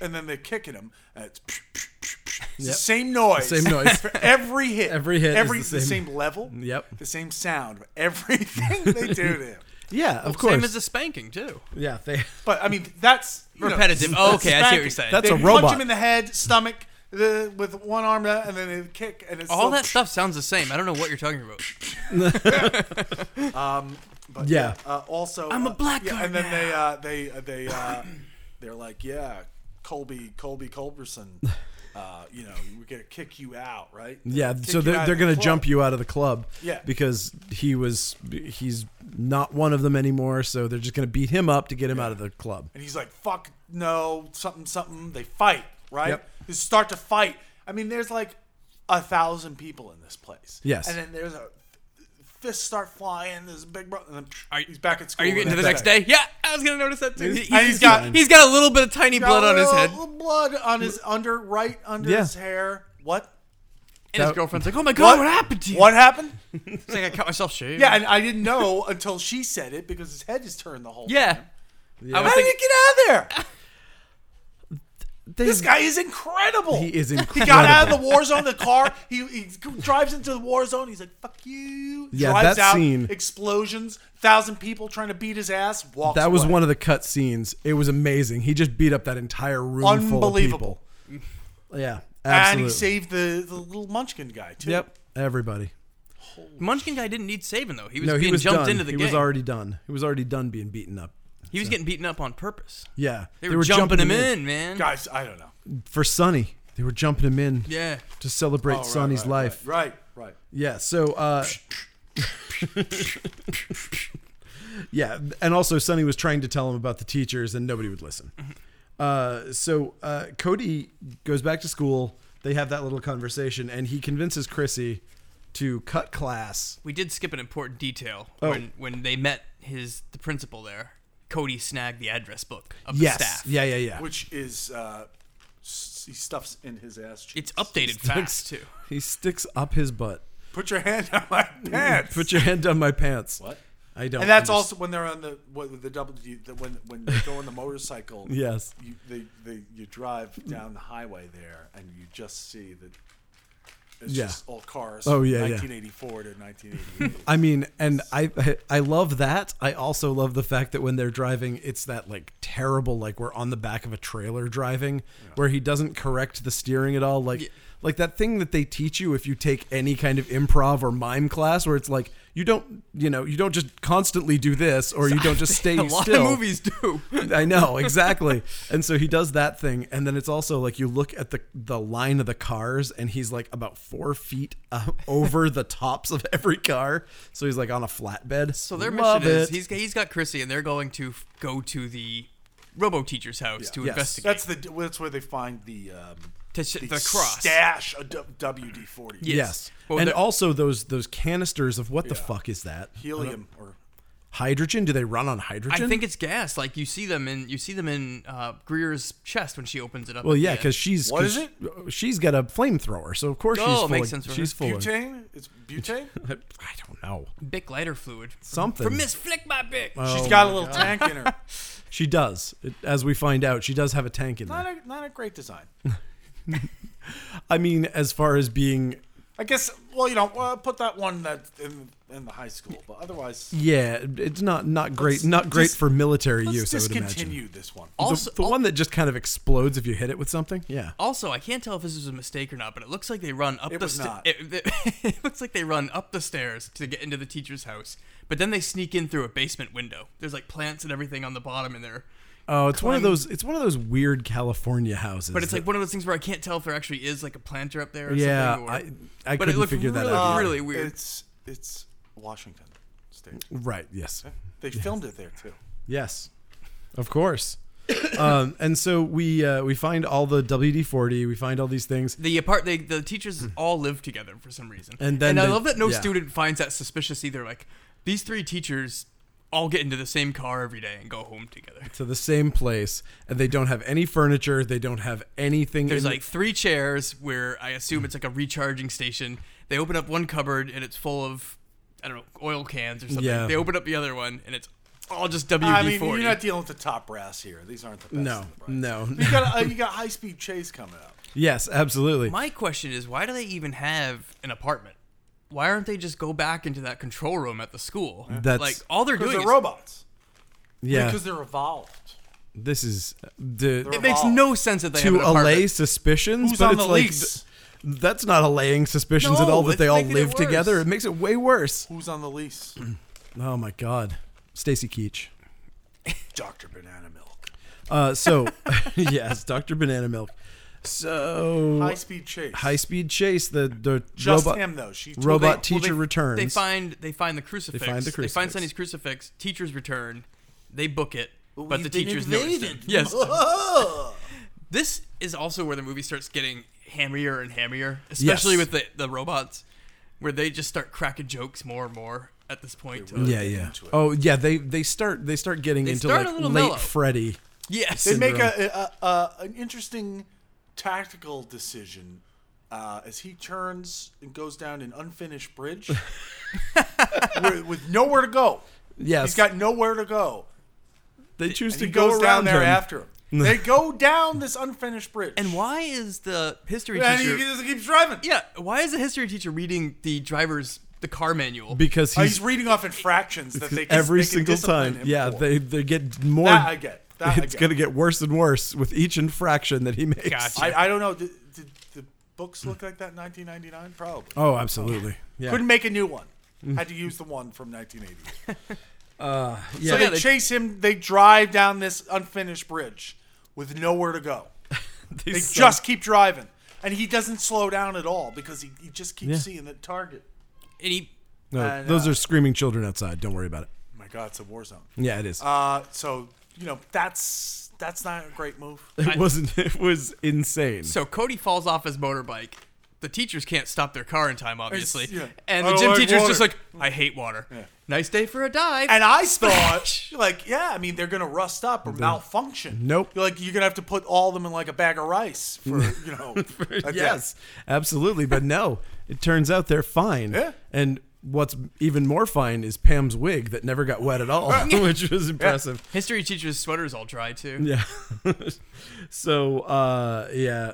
[SPEAKER 3] and then they're kicking him. and it's it's the
[SPEAKER 1] Yep.
[SPEAKER 3] same noise.
[SPEAKER 1] Same noise.
[SPEAKER 3] *laughs* for every hit.
[SPEAKER 1] Every hit is
[SPEAKER 3] Every
[SPEAKER 1] the same.
[SPEAKER 3] level.
[SPEAKER 1] Yep.
[SPEAKER 3] The same sound. but Everything they do to him.
[SPEAKER 1] Yeah, of course.
[SPEAKER 2] Same as a spanking too.
[SPEAKER 1] yeah, they.
[SPEAKER 3] But I mean, that's you know,
[SPEAKER 2] Repetitive.
[SPEAKER 3] s-
[SPEAKER 2] Oh, okay, I see what
[SPEAKER 3] spanking.
[SPEAKER 2] you're saying.
[SPEAKER 1] That's
[SPEAKER 3] they
[SPEAKER 1] a
[SPEAKER 3] Punch
[SPEAKER 1] robot.
[SPEAKER 3] him in the head, stomach, the, with one arm, uh, and then they kick, and it's
[SPEAKER 2] All
[SPEAKER 3] still-
[SPEAKER 2] that stuff sounds the same. I don't know what you're talking about.
[SPEAKER 3] But,
[SPEAKER 1] Yeah.
[SPEAKER 3] Uh, also,
[SPEAKER 2] I'm a
[SPEAKER 3] uh,
[SPEAKER 2] black
[SPEAKER 3] yeah,
[SPEAKER 2] guard
[SPEAKER 3] And then they, uh, they, uh, they, uh, they're like, yeah, Colby, Colby Culberson. Uh, you know, we're gonna kick you out, right?
[SPEAKER 1] Yeah,
[SPEAKER 3] Kick
[SPEAKER 1] so
[SPEAKER 3] you out
[SPEAKER 1] they're,
[SPEAKER 3] of
[SPEAKER 1] they're
[SPEAKER 3] the
[SPEAKER 1] going to
[SPEAKER 3] club.
[SPEAKER 1] jump you out of the club.
[SPEAKER 3] Yeah.
[SPEAKER 1] Because he was, he's not one of them anymore. So they're just going to beat him up to get him out of the club.
[SPEAKER 3] And he's like, fuck no, something, something. They fight, right?
[SPEAKER 1] Yep.
[SPEAKER 3] They start to fight. I mean, there's like a thousand people in this place.
[SPEAKER 1] Yes.
[SPEAKER 3] And then there's a fists start flying. There's a big bro. And then
[SPEAKER 2] Are you-
[SPEAKER 3] he's back at school.
[SPEAKER 2] Are you getting to the next day? Yeah, I was gonna notice that too. He-
[SPEAKER 3] And he's got-
[SPEAKER 2] he's got a little bit of tiny
[SPEAKER 3] Got
[SPEAKER 2] blood
[SPEAKER 3] a
[SPEAKER 2] on his
[SPEAKER 3] little-
[SPEAKER 2] head,
[SPEAKER 3] little Blood on his under, right under
[SPEAKER 1] Yeah.
[SPEAKER 3] his hair. What?
[SPEAKER 2] and his
[SPEAKER 1] That-
[SPEAKER 2] girlfriend's like, "Oh my god, what, happened to you?"
[SPEAKER 3] What happened?
[SPEAKER 2] It's like I cut myself shaving.
[SPEAKER 3] Yeah, and I didn't know until she said it because his head is turned the whole
[SPEAKER 2] yeah.
[SPEAKER 3] time.
[SPEAKER 2] I was
[SPEAKER 3] How did
[SPEAKER 2] thinking,
[SPEAKER 3] he get out of there?
[SPEAKER 1] They-
[SPEAKER 3] This guy is incredible.
[SPEAKER 1] He is
[SPEAKER 3] He got out of
[SPEAKER 1] incredible.
[SPEAKER 3] the war zone, the car. He, he drives into the war zone. He's like, fuck you.
[SPEAKER 1] Yeah,
[SPEAKER 3] drives
[SPEAKER 1] that
[SPEAKER 3] out,
[SPEAKER 1] scene-
[SPEAKER 3] Explosions, thousand people trying to beat his ass. Walks
[SPEAKER 1] That was
[SPEAKER 3] away.
[SPEAKER 1] one of the cut scenes. It was amazing. He just beat up that entire room
[SPEAKER 3] Unbelievable.
[SPEAKER 1] full of people. Yeah,
[SPEAKER 3] And he
[SPEAKER 1] absolutely.
[SPEAKER 3] saved the, the little munchkin guy, too.
[SPEAKER 1] yep, everybody.
[SPEAKER 2] Munchkin guy didn't need saving though. He was
[SPEAKER 1] No,
[SPEAKER 2] being
[SPEAKER 1] he was
[SPEAKER 2] jumped
[SPEAKER 1] done.
[SPEAKER 2] into the
[SPEAKER 1] he
[SPEAKER 2] game.
[SPEAKER 1] was already done. He was already done being beaten up.
[SPEAKER 2] he was getting beaten up on purpose.
[SPEAKER 1] Yeah,
[SPEAKER 2] They, were, jumping, him in, man.
[SPEAKER 3] Guys, I don't know. Right,
[SPEAKER 1] for Sonny. They were jumping him in
[SPEAKER 2] Yeah.
[SPEAKER 1] to celebrate Sonny's
[SPEAKER 3] Oh, right,
[SPEAKER 1] life.
[SPEAKER 3] Right, right.
[SPEAKER 1] Yeah, so uh Yeah, and also Sonny was trying to tell him about the teachers and nobody would listen.
[SPEAKER 3] Mm-hmm.
[SPEAKER 1] Uh so uh Cody goes back to school, they have that little conversation and he convinces Chrissy to cut class.
[SPEAKER 2] We did skip an important detail
[SPEAKER 1] Oh.
[SPEAKER 2] when when they met his the principal there. Cody snagged the address book of
[SPEAKER 1] Yes.
[SPEAKER 2] the staff.
[SPEAKER 1] Yeah, yeah, yeah.
[SPEAKER 3] Which is, uh, s- he stuffs in his ass. cheek.
[SPEAKER 2] It's updated
[SPEAKER 1] *laughs*
[SPEAKER 2] fast too.
[SPEAKER 1] He sticks up his butt.
[SPEAKER 3] Put your hand on my pants.
[SPEAKER 1] Mm, Put your hand on my pants.
[SPEAKER 3] What?
[SPEAKER 1] I don't.
[SPEAKER 3] And that's
[SPEAKER 1] understand.
[SPEAKER 3] also when they're on the what, the double D- the, when when they go on the motorcycle.
[SPEAKER 1] *laughs* Yes.
[SPEAKER 3] you, they, they you drive down the highway there, and you just see that it's
[SPEAKER 1] Yeah.
[SPEAKER 3] just old cars.
[SPEAKER 1] Oh, yeah, yeah.
[SPEAKER 3] 1984 to
[SPEAKER 1] *laughs*
[SPEAKER 3] 1988.
[SPEAKER 1] I mean, and I I love that. I also love the fact that when they're driving, it's that like terrible like we're on the back of a trailer driving, where he doesn't correct the steering at all. Like like that thing that they teach you if you take any kind of improv or mime class, where it's like you don't you know you don't just constantly do this or you don't just stay
[SPEAKER 2] *laughs* A lot
[SPEAKER 1] still.
[SPEAKER 2] of movies do.
[SPEAKER 1] I know exactly. and so he does that thing, and then it's also like you look at the the line of the cars, and he's like about four feet uh, over the tops of every car. So he's like on a flatbed.
[SPEAKER 2] So their
[SPEAKER 1] Love
[SPEAKER 2] mission is
[SPEAKER 1] it.
[SPEAKER 2] he's he's got Chrissy and they're going to f- go to the robo teacher's house to
[SPEAKER 1] Yes.
[SPEAKER 2] investigate
[SPEAKER 3] that's the that's where they find the um,
[SPEAKER 2] to sh- the cross.
[SPEAKER 3] stash of WD forty
[SPEAKER 2] Yeah.
[SPEAKER 1] yes,
[SPEAKER 2] Well,
[SPEAKER 1] and
[SPEAKER 2] the-
[SPEAKER 1] also those those canisters of what the fuck is that?
[SPEAKER 3] helium
[SPEAKER 1] Uh-huh.
[SPEAKER 3] or
[SPEAKER 1] Hydrogen? Do they run on hydrogen?
[SPEAKER 2] I think it's gas. Like you see them in you see them in uh, Greer's chest when she opens it up.
[SPEAKER 1] Well,
[SPEAKER 2] at the
[SPEAKER 1] yeah,
[SPEAKER 2] end.
[SPEAKER 1] because she's
[SPEAKER 3] What
[SPEAKER 1] 'cause
[SPEAKER 3] is
[SPEAKER 1] She's got a flamethrower, so of course
[SPEAKER 2] Oh,
[SPEAKER 1] she's full.
[SPEAKER 2] makes
[SPEAKER 1] of,
[SPEAKER 2] sense for her.
[SPEAKER 1] she's full. Of,
[SPEAKER 3] butane. It's
[SPEAKER 1] *laughs*
[SPEAKER 3] butane.
[SPEAKER 1] I don't know.
[SPEAKER 2] Bic lighter fluid.
[SPEAKER 1] Something.
[SPEAKER 2] From Miss Flick by Bic.
[SPEAKER 1] Oh
[SPEAKER 3] She's got a little tank in
[SPEAKER 1] *laughs*
[SPEAKER 3] her.
[SPEAKER 1] She does, It- as we find out. She does have a tank in there.
[SPEAKER 3] Not a not a great design.
[SPEAKER 1] I mean, as far as being
[SPEAKER 3] I guess. Well, you know, uh, put that one that in, in the high school, but otherwise,
[SPEAKER 1] Yeah, it's not not great.
[SPEAKER 3] Let's
[SPEAKER 1] not great
[SPEAKER 3] dis-
[SPEAKER 1] for military
[SPEAKER 3] let's
[SPEAKER 1] use. I would imagine.
[SPEAKER 3] discontinue this one.
[SPEAKER 1] The-
[SPEAKER 2] Also,
[SPEAKER 1] the one that just kind of explodes if you hit it with something. Yeah.
[SPEAKER 2] Also, I can't tell if this is a mistake or not, but it looks like they run up
[SPEAKER 3] It
[SPEAKER 2] the
[SPEAKER 3] was
[SPEAKER 2] sta-
[SPEAKER 3] not.
[SPEAKER 2] It, *laughs* it looks like they run up the stairs to get into the teacher's house, but then they sneak in through a basement window. There's like plants and everything on the bottom in there.
[SPEAKER 1] Oh, it's one of
[SPEAKER 2] Clang.
[SPEAKER 1] those. It's one of those weird California houses.
[SPEAKER 2] But it's
[SPEAKER 1] that-
[SPEAKER 2] like one of those things where I can't tell if there actually is like a planter up there. Or
[SPEAKER 1] Yeah,
[SPEAKER 2] something, or,
[SPEAKER 1] I- I
[SPEAKER 2] but
[SPEAKER 1] couldn't
[SPEAKER 2] it looked
[SPEAKER 1] figure that
[SPEAKER 2] really,
[SPEAKER 1] out either.
[SPEAKER 2] Really weird.
[SPEAKER 3] It's it's Washington State.
[SPEAKER 1] right. Yes.
[SPEAKER 3] They filmed it there too.
[SPEAKER 1] Yes. Of course. *coughs* um, and so we uh, we find all the WD forty. We find all these things.
[SPEAKER 2] the apart, they, the teachers all live together for some reason.
[SPEAKER 1] And then
[SPEAKER 2] I
[SPEAKER 1] they-
[SPEAKER 2] love that no
[SPEAKER 1] yeah.
[SPEAKER 2] student finds that suspicious either. Like these three teachers all get into the same car every day and go home together.
[SPEAKER 1] to the same place and they don't have any furniture they don't have anything
[SPEAKER 2] There's
[SPEAKER 1] in-
[SPEAKER 2] like three chairs where I assume it's like a recharging station. They open up one cupboard and it's full of I don't know oil cans or something.
[SPEAKER 1] Yeah.
[SPEAKER 2] They open up the other one and it's all just WD
[SPEAKER 3] I mean,
[SPEAKER 2] forty.
[SPEAKER 3] you're not dealing with the top brass here. These aren't the best.
[SPEAKER 1] no
[SPEAKER 2] *laughs*
[SPEAKER 3] of the brass.
[SPEAKER 1] no
[SPEAKER 3] You got uh, you got high speed chase coming up.
[SPEAKER 1] yes absolutely
[SPEAKER 2] My question is, why do they even have an apartment? Why aren't they just go back into that control room at the school?
[SPEAKER 1] That's-
[SPEAKER 2] like all they're
[SPEAKER 3] Because
[SPEAKER 2] doing.
[SPEAKER 3] they're
[SPEAKER 2] Is,
[SPEAKER 3] robots.
[SPEAKER 1] yeah
[SPEAKER 3] Because they're evolved.
[SPEAKER 1] this is the
[SPEAKER 2] it makes no sense that they have
[SPEAKER 1] to
[SPEAKER 2] an apartment.
[SPEAKER 1] allay suspicions
[SPEAKER 3] Who's
[SPEAKER 1] but
[SPEAKER 3] on
[SPEAKER 1] it's
[SPEAKER 3] the
[SPEAKER 1] like
[SPEAKER 3] lease?
[SPEAKER 1] th- that's not allaying suspicions at
[SPEAKER 2] No,
[SPEAKER 1] all that
[SPEAKER 2] it's
[SPEAKER 1] they all
[SPEAKER 2] making it
[SPEAKER 1] live together
[SPEAKER 2] worse.
[SPEAKER 1] it makes it way worse
[SPEAKER 3] Who's on the lease? *clears throat*
[SPEAKER 1] oh my god stacy keach
[SPEAKER 3] Dr. Banana Milk.
[SPEAKER 1] uh,
[SPEAKER 3] *laughs*
[SPEAKER 1] so *laughs* yes dr banana milk so
[SPEAKER 3] High speed chase.
[SPEAKER 1] high speed chase the the
[SPEAKER 3] Just
[SPEAKER 1] robot
[SPEAKER 3] him though. She told
[SPEAKER 1] robot
[SPEAKER 3] me-
[SPEAKER 2] Well,
[SPEAKER 1] teacher
[SPEAKER 2] they-
[SPEAKER 1] returns
[SPEAKER 2] They find they find the crucifix. They
[SPEAKER 1] find the crucifix.
[SPEAKER 2] Sunny's crucifix. Teachers return. They book it,
[SPEAKER 3] Well,
[SPEAKER 2] but the
[SPEAKER 3] we've been
[SPEAKER 2] teachers notice it.
[SPEAKER 3] invaded. *laughs*
[SPEAKER 2] Yes, *laughs*
[SPEAKER 3] Ugh.
[SPEAKER 2] this is also where the movie starts getting hammier and hammier, especially
[SPEAKER 1] Yes.
[SPEAKER 2] with the, the robots, where they just start cracking jokes more and more at this point.
[SPEAKER 1] yeah
[SPEAKER 3] get
[SPEAKER 1] yeah
[SPEAKER 3] into it.
[SPEAKER 1] oh yeah they they start they start getting into
[SPEAKER 2] start
[SPEAKER 1] like
[SPEAKER 2] a little
[SPEAKER 1] late
[SPEAKER 2] mellow.
[SPEAKER 1] freddy
[SPEAKER 2] Yes.
[SPEAKER 3] They make a, a, a an interesting tactical decision uh, as he turns and goes down an
[SPEAKER 1] *laughs*
[SPEAKER 3] unfinished bridge with, with nowhere to go.
[SPEAKER 1] yes
[SPEAKER 3] He's got nowhere to go.
[SPEAKER 1] they choose
[SPEAKER 3] And
[SPEAKER 1] to
[SPEAKER 3] he
[SPEAKER 1] go
[SPEAKER 3] goes
[SPEAKER 1] around
[SPEAKER 3] down there
[SPEAKER 1] him.
[SPEAKER 3] after him. they go down this unfinished bridge.
[SPEAKER 2] and why is the history
[SPEAKER 3] And he
[SPEAKER 2] teacher?
[SPEAKER 3] just keeps driving.
[SPEAKER 2] yeah. Why is the history teacher reading the driver's the car manual?
[SPEAKER 1] because
[SPEAKER 3] Uh,
[SPEAKER 1] he's,
[SPEAKER 3] he's reading off in fractions that they can,
[SPEAKER 1] every
[SPEAKER 3] they can
[SPEAKER 1] single
[SPEAKER 3] discipline
[SPEAKER 1] time
[SPEAKER 3] him
[SPEAKER 1] yeah
[SPEAKER 3] for.
[SPEAKER 1] they they get more
[SPEAKER 3] That I get. That I
[SPEAKER 1] *laughs* it's
[SPEAKER 3] get.
[SPEAKER 1] gonna get worse and worse with each infraction that he makes
[SPEAKER 2] Gotcha.
[SPEAKER 3] I, I don't know. Did, did the books look like that in 1999? Probably.
[SPEAKER 1] oh absolutely yeah
[SPEAKER 3] Couldn't make a new one. Had to use the one from 1980.
[SPEAKER 1] *laughs* yeah.
[SPEAKER 3] So
[SPEAKER 2] Yeah,
[SPEAKER 3] they
[SPEAKER 2] they-
[SPEAKER 3] chase him. They drive down this unfinished bridge with nowhere to
[SPEAKER 1] *laughs*
[SPEAKER 3] go. They
[SPEAKER 1] suck.
[SPEAKER 3] just keep driving, and he doesn't slow down at all because he, he just keeps
[SPEAKER 1] Yeah.
[SPEAKER 3] seeing the target. Oh
[SPEAKER 2] and he,
[SPEAKER 1] No,
[SPEAKER 3] and,
[SPEAKER 1] those
[SPEAKER 3] uh,
[SPEAKER 1] are screaming children outside don't worry about it
[SPEAKER 3] Oh my God, it's a war zone.
[SPEAKER 1] yeah it is
[SPEAKER 3] Uh, so you know that's that's not a great move.
[SPEAKER 1] *laughs* it
[SPEAKER 2] I-
[SPEAKER 1] wasn't it was insane *laughs*
[SPEAKER 2] so Cody falls off his motorbike. The teachers can't stop their car in time, obviously.
[SPEAKER 3] yeah.
[SPEAKER 2] And
[SPEAKER 3] I
[SPEAKER 2] the
[SPEAKER 3] don't
[SPEAKER 2] gym
[SPEAKER 3] like
[SPEAKER 2] teacher's
[SPEAKER 3] water.
[SPEAKER 2] just like, I hate water. Nice day for a dive.
[SPEAKER 1] *laughs*
[SPEAKER 3] And I thought, like, yeah, I mean, they're gonna rust up or malfunction.
[SPEAKER 1] Nope.
[SPEAKER 3] You're like, you're gonna have to put all of them in like a bag of rice for you
[SPEAKER 1] *laughs*
[SPEAKER 3] know. a day.
[SPEAKER 1] yes, absolutely. But no, it turns out they're fine.
[SPEAKER 3] Yeah.
[SPEAKER 1] And what's even more fine is Pam's wig that never got wet at all, *laughs* which was impressive.
[SPEAKER 2] History teacher's sweater's all dry too.
[SPEAKER 1] Yeah. so, uh, yeah.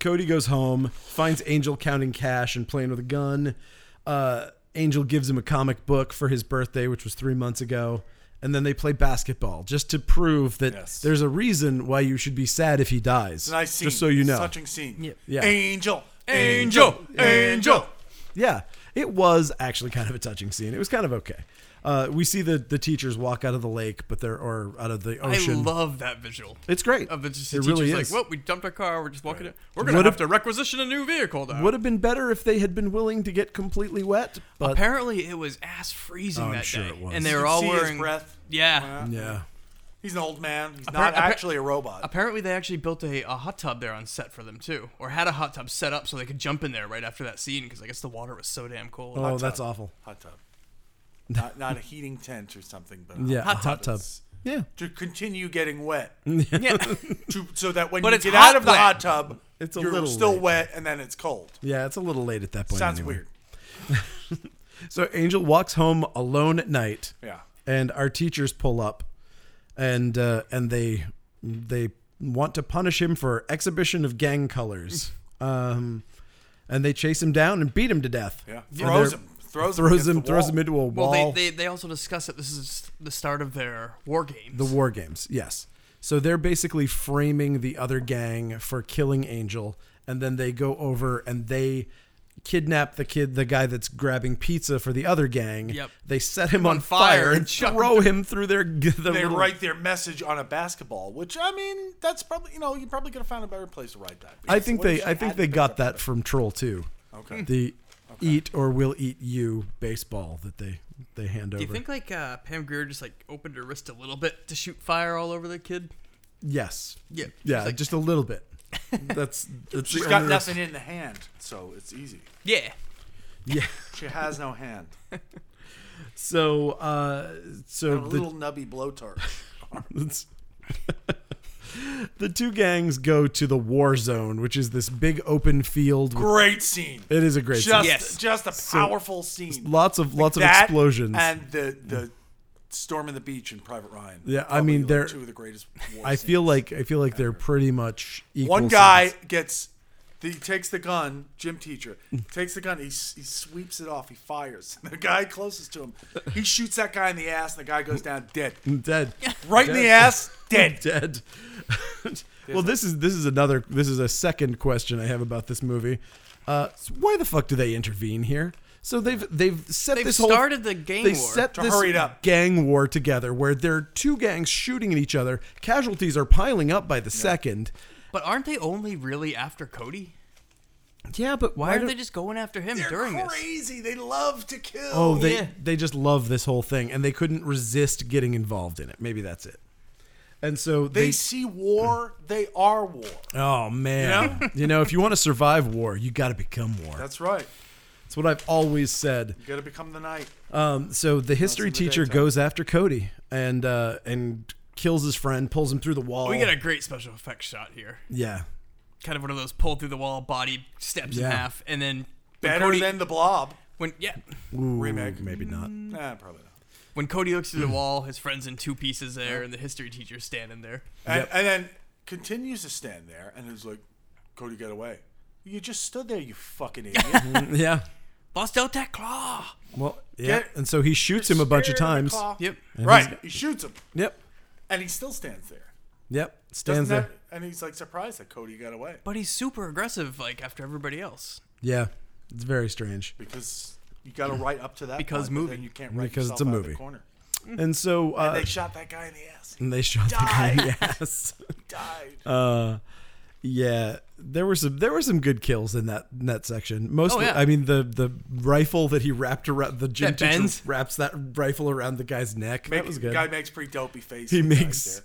[SPEAKER 1] Cody goes home, finds Angel counting cash and playing with a gun. Uh, Angel gives him a comic book for his birthday, which was three months ago. And then they play basketball just to prove that
[SPEAKER 3] Yes.
[SPEAKER 1] there's a reason why you should be sad if he dies.
[SPEAKER 3] Nice scene.
[SPEAKER 1] Just so you know.
[SPEAKER 3] touching scene.
[SPEAKER 1] Yeah.
[SPEAKER 3] Angel,
[SPEAKER 2] Angel, angel.
[SPEAKER 1] Yeah, it was actually kind of a touching scene. It was kind of okay. Uh, we see the the teachers walk out of the lake, but they're or out of the
[SPEAKER 2] I
[SPEAKER 1] ocean.
[SPEAKER 2] love that visual.
[SPEAKER 1] it's great.
[SPEAKER 2] of the, just the
[SPEAKER 1] it
[SPEAKER 2] teachers
[SPEAKER 1] really
[SPEAKER 2] like,
[SPEAKER 1] is.
[SPEAKER 2] well, we dumped our car, we're just walking in. We're gonna
[SPEAKER 1] Would
[SPEAKER 2] have
[SPEAKER 1] have-
[SPEAKER 2] to requisition a new vehicle though.
[SPEAKER 1] Would have been better if they had been willing to get completely wet, but Oh,
[SPEAKER 2] Apparently it was ass freezing
[SPEAKER 1] I'm
[SPEAKER 2] that
[SPEAKER 1] sure
[SPEAKER 2] day.
[SPEAKER 1] it was.
[SPEAKER 2] And
[SPEAKER 1] You
[SPEAKER 2] they
[SPEAKER 3] You
[SPEAKER 2] were
[SPEAKER 3] can
[SPEAKER 2] all
[SPEAKER 3] see his
[SPEAKER 2] wearing
[SPEAKER 3] breath.
[SPEAKER 2] Yeah.
[SPEAKER 1] yeah,
[SPEAKER 3] He's an old man. He's not
[SPEAKER 2] appar-
[SPEAKER 3] actually a robot.
[SPEAKER 2] Apparently they actually built a, a hot tub there on set for them too. Or had a hot tub set up so they could jump in there right after that scene because I guess the water was so damn cold.
[SPEAKER 1] oh,
[SPEAKER 3] tub.
[SPEAKER 1] that's awful.
[SPEAKER 3] hot tub. Not, not a heating tent or something, but a
[SPEAKER 1] Yeah,
[SPEAKER 2] Hot
[SPEAKER 1] a hot tub.
[SPEAKER 2] tub.
[SPEAKER 1] Yeah,
[SPEAKER 3] To continue
[SPEAKER 1] *laughs*
[SPEAKER 3] getting wet,
[SPEAKER 2] yeah.
[SPEAKER 3] to, so that when
[SPEAKER 2] But
[SPEAKER 3] you
[SPEAKER 2] it's
[SPEAKER 3] get
[SPEAKER 2] hot
[SPEAKER 3] out of the
[SPEAKER 2] wet.
[SPEAKER 3] hot tub,
[SPEAKER 1] It's a
[SPEAKER 3] you're
[SPEAKER 1] little
[SPEAKER 3] still
[SPEAKER 1] late.
[SPEAKER 3] wet, and then it's cold.
[SPEAKER 1] yeah, it's a little late at that point.
[SPEAKER 3] Sounds
[SPEAKER 1] anyway.
[SPEAKER 3] weird.
[SPEAKER 1] So Angel walks home alone at night.
[SPEAKER 3] Yeah.
[SPEAKER 1] and our teachers pull up, and uh, and they
[SPEAKER 3] *laughs*
[SPEAKER 1] they want to punish him for exhibition of gang colors. Um, and they chase him down and beat him to death.
[SPEAKER 3] Yeah.
[SPEAKER 1] And
[SPEAKER 3] Throws
[SPEAKER 1] they're-
[SPEAKER 3] him. Throws him
[SPEAKER 1] throws
[SPEAKER 3] against
[SPEAKER 1] him,
[SPEAKER 3] the
[SPEAKER 1] throws
[SPEAKER 3] wall.
[SPEAKER 1] him into a
[SPEAKER 2] Well,
[SPEAKER 1] wall.
[SPEAKER 2] they, they, they also discuss that this is the start of their war games.
[SPEAKER 1] The war games, yes. So they're basically framing the other gang for killing Angel, and then they go over and they kidnap the kid, the guy that's grabbing pizza for the other gang.
[SPEAKER 2] Yep.
[SPEAKER 1] They set him on,
[SPEAKER 2] fire
[SPEAKER 1] fire,
[SPEAKER 2] and
[SPEAKER 1] and
[SPEAKER 2] chuck
[SPEAKER 1] throw him through their. The
[SPEAKER 3] They
[SPEAKER 1] little,
[SPEAKER 3] write their message on a basketball, which I mean, that's probably you know you probably could have found a better place to write that.
[SPEAKER 1] I
[SPEAKER 3] because
[SPEAKER 1] think
[SPEAKER 3] what if
[SPEAKER 1] they.
[SPEAKER 3] she
[SPEAKER 1] I think
[SPEAKER 3] hadn't
[SPEAKER 1] they
[SPEAKER 3] picked
[SPEAKER 1] got
[SPEAKER 3] up
[SPEAKER 1] that from Troll too.
[SPEAKER 3] Okay.
[SPEAKER 1] The eat or will eat you baseball that they they hand over.
[SPEAKER 2] Do you think like uh, Pam Grier just like opened her wrist a little bit to shoot fire all over the kid?
[SPEAKER 1] Yes.
[SPEAKER 2] Yeah,
[SPEAKER 1] Yeah,
[SPEAKER 2] it's like-
[SPEAKER 1] just a little bit. That's that's
[SPEAKER 3] She's
[SPEAKER 1] the
[SPEAKER 3] got
[SPEAKER 1] only-
[SPEAKER 3] nothing in the hand, so it's easy.
[SPEAKER 2] Yeah.
[SPEAKER 1] Yeah.
[SPEAKER 3] She has no hand.
[SPEAKER 1] So uh so
[SPEAKER 3] A
[SPEAKER 1] the-
[SPEAKER 3] little nubby blowtorch.
[SPEAKER 1] It's- *laughs* the two gangs go to the war zone, which is this big open field. With,
[SPEAKER 3] *laughs* Great scene.
[SPEAKER 1] it is a great scene.
[SPEAKER 3] Just,
[SPEAKER 2] Yes.
[SPEAKER 3] just a powerful scene.
[SPEAKER 1] Lots of lots of
[SPEAKER 3] That
[SPEAKER 1] explosions.
[SPEAKER 3] and the the storm in the beach in Private Ryan.
[SPEAKER 1] Yeah, I
[SPEAKER 3] Probably,
[SPEAKER 1] mean,
[SPEAKER 3] like,
[SPEAKER 1] they're-
[SPEAKER 3] two of the greatest. war
[SPEAKER 1] I
[SPEAKER 3] scenes.
[SPEAKER 1] feel like I feel like they're pretty much equal.
[SPEAKER 3] one guy
[SPEAKER 1] size.
[SPEAKER 3] gets he takes the gun, gym teacher
[SPEAKER 1] Mm.
[SPEAKER 3] takes the gun. He s- he sweeps it off. He fires. *laughs* The guy closest to him, he shoots that guy in the ass, and the guy goes down dead,
[SPEAKER 1] *laughs* dead.
[SPEAKER 3] right in the ass,
[SPEAKER 2] *laughs*
[SPEAKER 3] dead.
[SPEAKER 1] dead. well, this is this is another this is a second question I have about this movie. Uh, so why the fuck do they intervene here? So they've they've set
[SPEAKER 2] They've
[SPEAKER 1] this whole
[SPEAKER 2] started the gang
[SPEAKER 1] they
[SPEAKER 2] war.
[SPEAKER 1] set
[SPEAKER 3] To
[SPEAKER 1] this
[SPEAKER 3] hurry it up.
[SPEAKER 1] gang war together where there are two gangs shooting at each other. Casualties are piling up by the second.
[SPEAKER 2] But aren't they only really after Cody?
[SPEAKER 1] Yeah, but
[SPEAKER 2] Why, are
[SPEAKER 1] do-
[SPEAKER 2] they just going after him
[SPEAKER 3] They're
[SPEAKER 2] during this?
[SPEAKER 3] crazy. They love to kill.
[SPEAKER 1] Oh, they
[SPEAKER 2] Yeah.
[SPEAKER 1] they just love this whole thing and they couldn't resist getting involved in it. Maybe that's it. And so
[SPEAKER 3] they
[SPEAKER 1] they,
[SPEAKER 3] see war. They are war.
[SPEAKER 1] *laughs* oh man, you know, if you want to survive war, you got to become war.
[SPEAKER 3] That's right.
[SPEAKER 1] That's what I've always said.
[SPEAKER 3] You got to become the knight.
[SPEAKER 1] Um, so the history
[SPEAKER 3] in the
[SPEAKER 1] teacher
[SPEAKER 3] daytime.
[SPEAKER 1] goes after Cody and uh, and kills his friend, pulls him through the wall.
[SPEAKER 2] We got a great special effects shot here.
[SPEAKER 1] yeah,
[SPEAKER 2] Kind of one of those pull through the wall, body steps in
[SPEAKER 1] Yeah.
[SPEAKER 2] half, and then when
[SPEAKER 3] Better
[SPEAKER 2] Cody,
[SPEAKER 3] than the Blob
[SPEAKER 2] when yeah.
[SPEAKER 3] remake.
[SPEAKER 1] maybe not.
[SPEAKER 3] Nah, probably not.
[SPEAKER 2] When Cody looks through the wall, his friend's in two pieces there, and the history teacher's standing there.
[SPEAKER 3] And, and then continues to stand there and is like, Cody, get away. You just stood there, you
[SPEAKER 1] *laughs*
[SPEAKER 3] fucking idiot.
[SPEAKER 1] *laughs* Yeah.
[SPEAKER 2] Bust out that claw.
[SPEAKER 1] Well, yeah.
[SPEAKER 3] Get-
[SPEAKER 1] and so he shoots him a bunch of
[SPEAKER 3] Spear in the
[SPEAKER 1] times.
[SPEAKER 3] claw.
[SPEAKER 2] Yep.
[SPEAKER 3] Right. He shoots him.
[SPEAKER 1] Yep.
[SPEAKER 3] And he still stands there.
[SPEAKER 1] Yep.
[SPEAKER 3] Doesn't
[SPEAKER 1] Stands
[SPEAKER 3] that,
[SPEAKER 1] there.
[SPEAKER 3] and he's like surprised that Cody got away
[SPEAKER 2] But he's super aggressive, like after everybody else.
[SPEAKER 1] Yeah. It's very strange.
[SPEAKER 3] because you got to write up to that
[SPEAKER 2] Because
[SPEAKER 3] point, but
[SPEAKER 2] movie.
[SPEAKER 3] then you can't write
[SPEAKER 1] Because
[SPEAKER 3] yourself
[SPEAKER 1] it's a
[SPEAKER 3] out of the
[SPEAKER 1] movie.
[SPEAKER 3] corner.
[SPEAKER 1] And so uh,
[SPEAKER 3] Mm. They shot that guy in the ass.
[SPEAKER 1] *laughs*
[SPEAKER 3] He
[SPEAKER 1] and they shot the guy in *laughs* the ass.
[SPEAKER 3] died.
[SPEAKER 1] Mm. Uh, yeah, there were some there were some good kills in that in that section.
[SPEAKER 3] Oh,
[SPEAKER 1] Mostly,
[SPEAKER 2] yeah.
[SPEAKER 1] I mean the the rifle that he wrapped around the gym
[SPEAKER 2] That
[SPEAKER 1] teacher
[SPEAKER 2] bends.
[SPEAKER 1] wraps that rifle around the guy's neck.
[SPEAKER 3] Make-
[SPEAKER 1] that was good.
[SPEAKER 3] Guy makes pretty dopey faces.
[SPEAKER 1] he
[SPEAKER 3] right
[SPEAKER 1] makes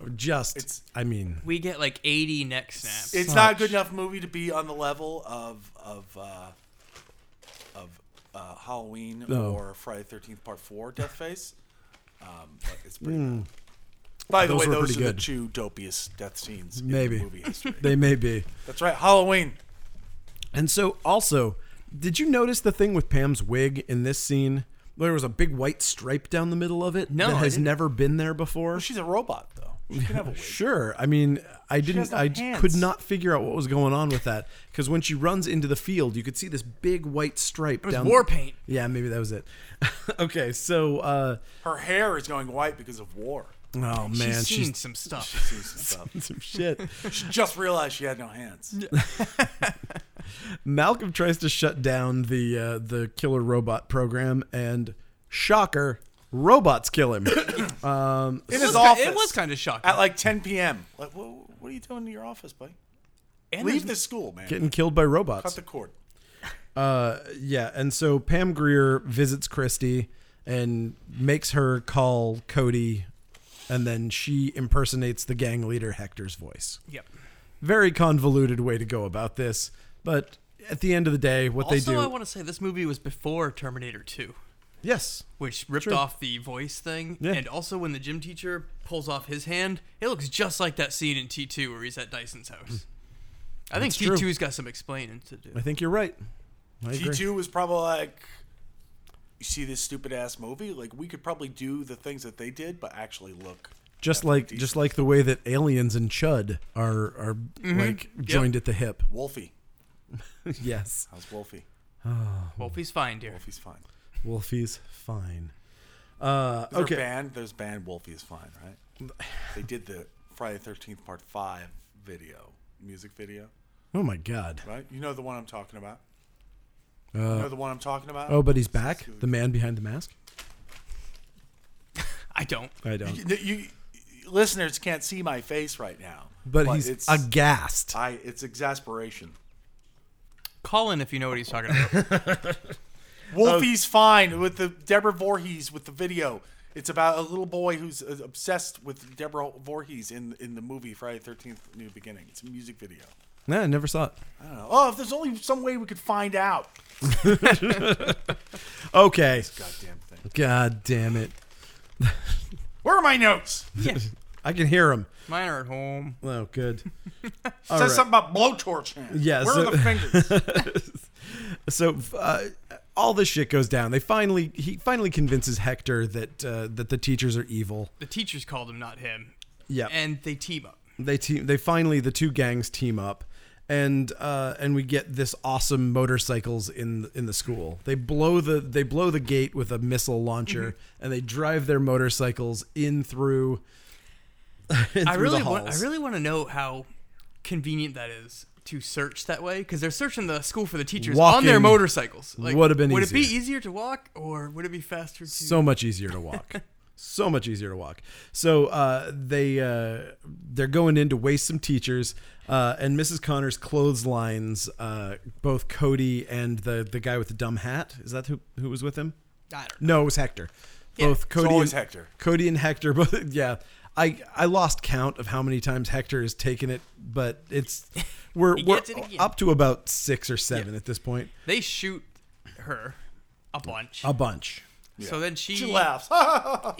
[SPEAKER 3] there.
[SPEAKER 1] just.
[SPEAKER 3] It's-
[SPEAKER 1] I mean,
[SPEAKER 2] We get like 80 neck snaps.
[SPEAKER 3] It's not a good enough movie to be on the level of of uh, of uh, Halloween
[SPEAKER 1] No.
[SPEAKER 3] or Friday Thirteenth Part
[SPEAKER 1] *laughs*
[SPEAKER 3] Four, Death Face. Um, but it's pretty. good. By the
[SPEAKER 1] Hmm. Those
[SPEAKER 3] way,
[SPEAKER 1] were
[SPEAKER 3] those
[SPEAKER 1] pretty
[SPEAKER 3] are
[SPEAKER 1] good.
[SPEAKER 3] the two dopiest death scenes
[SPEAKER 1] Maybe.
[SPEAKER 3] in movie history.
[SPEAKER 1] they may be.
[SPEAKER 3] That's right, Halloween.
[SPEAKER 1] And so also, did you notice the thing with Pam's wig in this scene? There was a big white stripe down the middle of it
[SPEAKER 2] No,
[SPEAKER 1] that
[SPEAKER 2] I
[SPEAKER 1] has
[SPEAKER 2] didn't-
[SPEAKER 1] never been there before.
[SPEAKER 3] Well, she's a robot though. She can have
[SPEAKER 1] *laughs*
[SPEAKER 3] a wig.
[SPEAKER 1] Sure. I mean, I
[SPEAKER 3] has
[SPEAKER 1] didn't.
[SPEAKER 3] no
[SPEAKER 1] I
[SPEAKER 3] hands.
[SPEAKER 1] could not figure out what was going on with that because when she runs into the field, you could see this big white stripe
[SPEAKER 2] was
[SPEAKER 1] down.
[SPEAKER 2] war paint.
[SPEAKER 1] Yeah, maybe that was it. *laughs* okay, so uh,
[SPEAKER 3] Her hair is going white because of war.
[SPEAKER 1] oh
[SPEAKER 2] she's
[SPEAKER 1] man,
[SPEAKER 2] seen
[SPEAKER 1] she's
[SPEAKER 2] some stuff.
[SPEAKER 3] She sees some
[SPEAKER 1] *laughs*
[SPEAKER 3] stuff.
[SPEAKER 1] some shit.
[SPEAKER 3] She just realized she had no hands.
[SPEAKER 1] Malcolm tries to shut down the uh, the killer robot program, and shocker, robots kill him.
[SPEAKER 3] In
[SPEAKER 2] It
[SPEAKER 3] his
[SPEAKER 2] was ki-
[SPEAKER 3] office.
[SPEAKER 2] It was kind of shocking.
[SPEAKER 3] at like 10 p.m. Like, whoa, what are you doing in your office, buddy?
[SPEAKER 2] And
[SPEAKER 3] Leave
[SPEAKER 2] there's-
[SPEAKER 3] the school, man.
[SPEAKER 1] Getting killed by robots.
[SPEAKER 3] Cut the cord.
[SPEAKER 1] Yeah, and so Pam Greer visits Christy and makes her call Cody, and then she impersonates the gang leader Hector's voice.
[SPEAKER 2] Yep.
[SPEAKER 1] Very convoluted way to go about this, but at the end of the day, what they
[SPEAKER 2] also,
[SPEAKER 1] do.
[SPEAKER 2] I want to say this movie was before Terminator 2,
[SPEAKER 1] yes.
[SPEAKER 2] which ripped
[SPEAKER 1] True.
[SPEAKER 2] off the voice thing.
[SPEAKER 1] Yeah.
[SPEAKER 2] And also, when the gym teacher pulls off his hand, it looks just like that scene in T2 where he's at Dyson's house. I think
[SPEAKER 1] Hmm. true.
[SPEAKER 2] T2's got some explaining to do.
[SPEAKER 1] I think you're right. I agree.
[SPEAKER 3] T2 was probably like, you see this stupid ass movie? Like, we could probably do the things that they did, but actually look.
[SPEAKER 1] Just like just like the way that aliens and Chud are are like joined at the hip.
[SPEAKER 3] Wolfie.
[SPEAKER 1] yes.
[SPEAKER 3] How's Wolfie?
[SPEAKER 2] Wolfie's fine, dear.
[SPEAKER 3] Wolfie's fine.
[SPEAKER 1] Wolfie's fine. Uh,
[SPEAKER 3] Is
[SPEAKER 1] okay.
[SPEAKER 3] there a band? There's a band Wolfie is fine,
[SPEAKER 1] *sighs*
[SPEAKER 3] right? They did the Friday Thirteenth Part Five video, music video,
[SPEAKER 1] Oh my god.
[SPEAKER 3] right? You know the one I'm talking about. you know the one I'm talking about.
[SPEAKER 1] Uh, Oh, but he's back. The man behind the mask.
[SPEAKER 2] I don't.
[SPEAKER 1] I don't.
[SPEAKER 3] you, you- listeners can't see my face right now,
[SPEAKER 1] But he's
[SPEAKER 3] it's
[SPEAKER 1] aghast.
[SPEAKER 3] I it's exasperation.
[SPEAKER 2] Call in if you know what he's talking
[SPEAKER 1] *laughs*
[SPEAKER 2] about.
[SPEAKER 3] Wolfie's fine with the Deborah Voorhees with the video. It's about a little boy who's uh, obsessed with Deborah Voorhees in in the movie Friday Thirteenth: New Beginning. It's a music video.
[SPEAKER 1] Nah, I never saw it.
[SPEAKER 3] I don't know. Oh, if there's only some way we could find out.
[SPEAKER 1] Okay.
[SPEAKER 3] Goddamn thing.
[SPEAKER 1] God damn it.
[SPEAKER 3] Where are my notes?
[SPEAKER 2] yeah.
[SPEAKER 1] I can hear him.
[SPEAKER 2] Mine are at home.
[SPEAKER 1] Oh, *laughs* good.
[SPEAKER 3] Says
[SPEAKER 1] right.
[SPEAKER 3] something about blowtorch hands.
[SPEAKER 1] Yeah,
[SPEAKER 3] Where
[SPEAKER 1] so- *laughs*
[SPEAKER 3] are the fingers?
[SPEAKER 1] So uh, all this shit goes down. They finally he finally convinces Hector that uh, that the teachers are evil.
[SPEAKER 2] The teachers called him, not him.
[SPEAKER 1] Yeah.
[SPEAKER 2] And they team up.
[SPEAKER 1] they team they finally the two gangs team up and uh and we get this awesome motorcycles in the, in the school they blow the they blow the gate with a missile launcher
[SPEAKER 2] Mm-hmm.
[SPEAKER 1] and they drive their motorcycles in through, *laughs* in
[SPEAKER 2] I
[SPEAKER 1] through
[SPEAKER 2] really
[SPEAKER 1] the
[SPEAKER 2] want. I
[SPEAKER 1] halls.
[SPEAKER 2] really want to know how convenient that is to search that way because they're searching the school for the teachers on their
[SPEAKER 1] Walking
[SPEAKER 2] motorcycles. Like,
[SPEAKER 1] would've been
[SPEAKER 2] Would it be
[SPEAKER 1] easier.
[SPEAKER 2] easier to walk or would it be faster to?
[SPEAKER 1] so much easier to
[SPEAKER 2] *laughs*
[SPEAKER 1] walk so much easier to walk so uh they uh they're going in to waste some teachers uh and mrs connor's clotheslines uh both cody and the the guy with the dumb hat is that who who was with him
[SPEAKER 2] I don't know.
[SPEAKER 1] No, it was Hector.
[SPEAKER 2] Yeah.
[SPEAKER 1] Both Cody
[SPEAKER 3] always
[SPEAKER 1] and,
[SPEAKER 3] Hector.
[SPEAKER 1] Cody and Hector *laughs* both yeah. I I lost count of how many times Hector has taken it, but it's we're
[SPEAKER 2] *laughs* He
[SPEAKER 1] we're
[SPEAKER 2] gets it again.
[SPEAKER 1] up to about 6 or 7 at this point.
[SPEAKER 2] They shoot her a bunch.
[SPEAKER 1] A bunch.
[SPEAKER 2] So then she, *laughs*
[SPEAKER 3] she laughs. *laughs*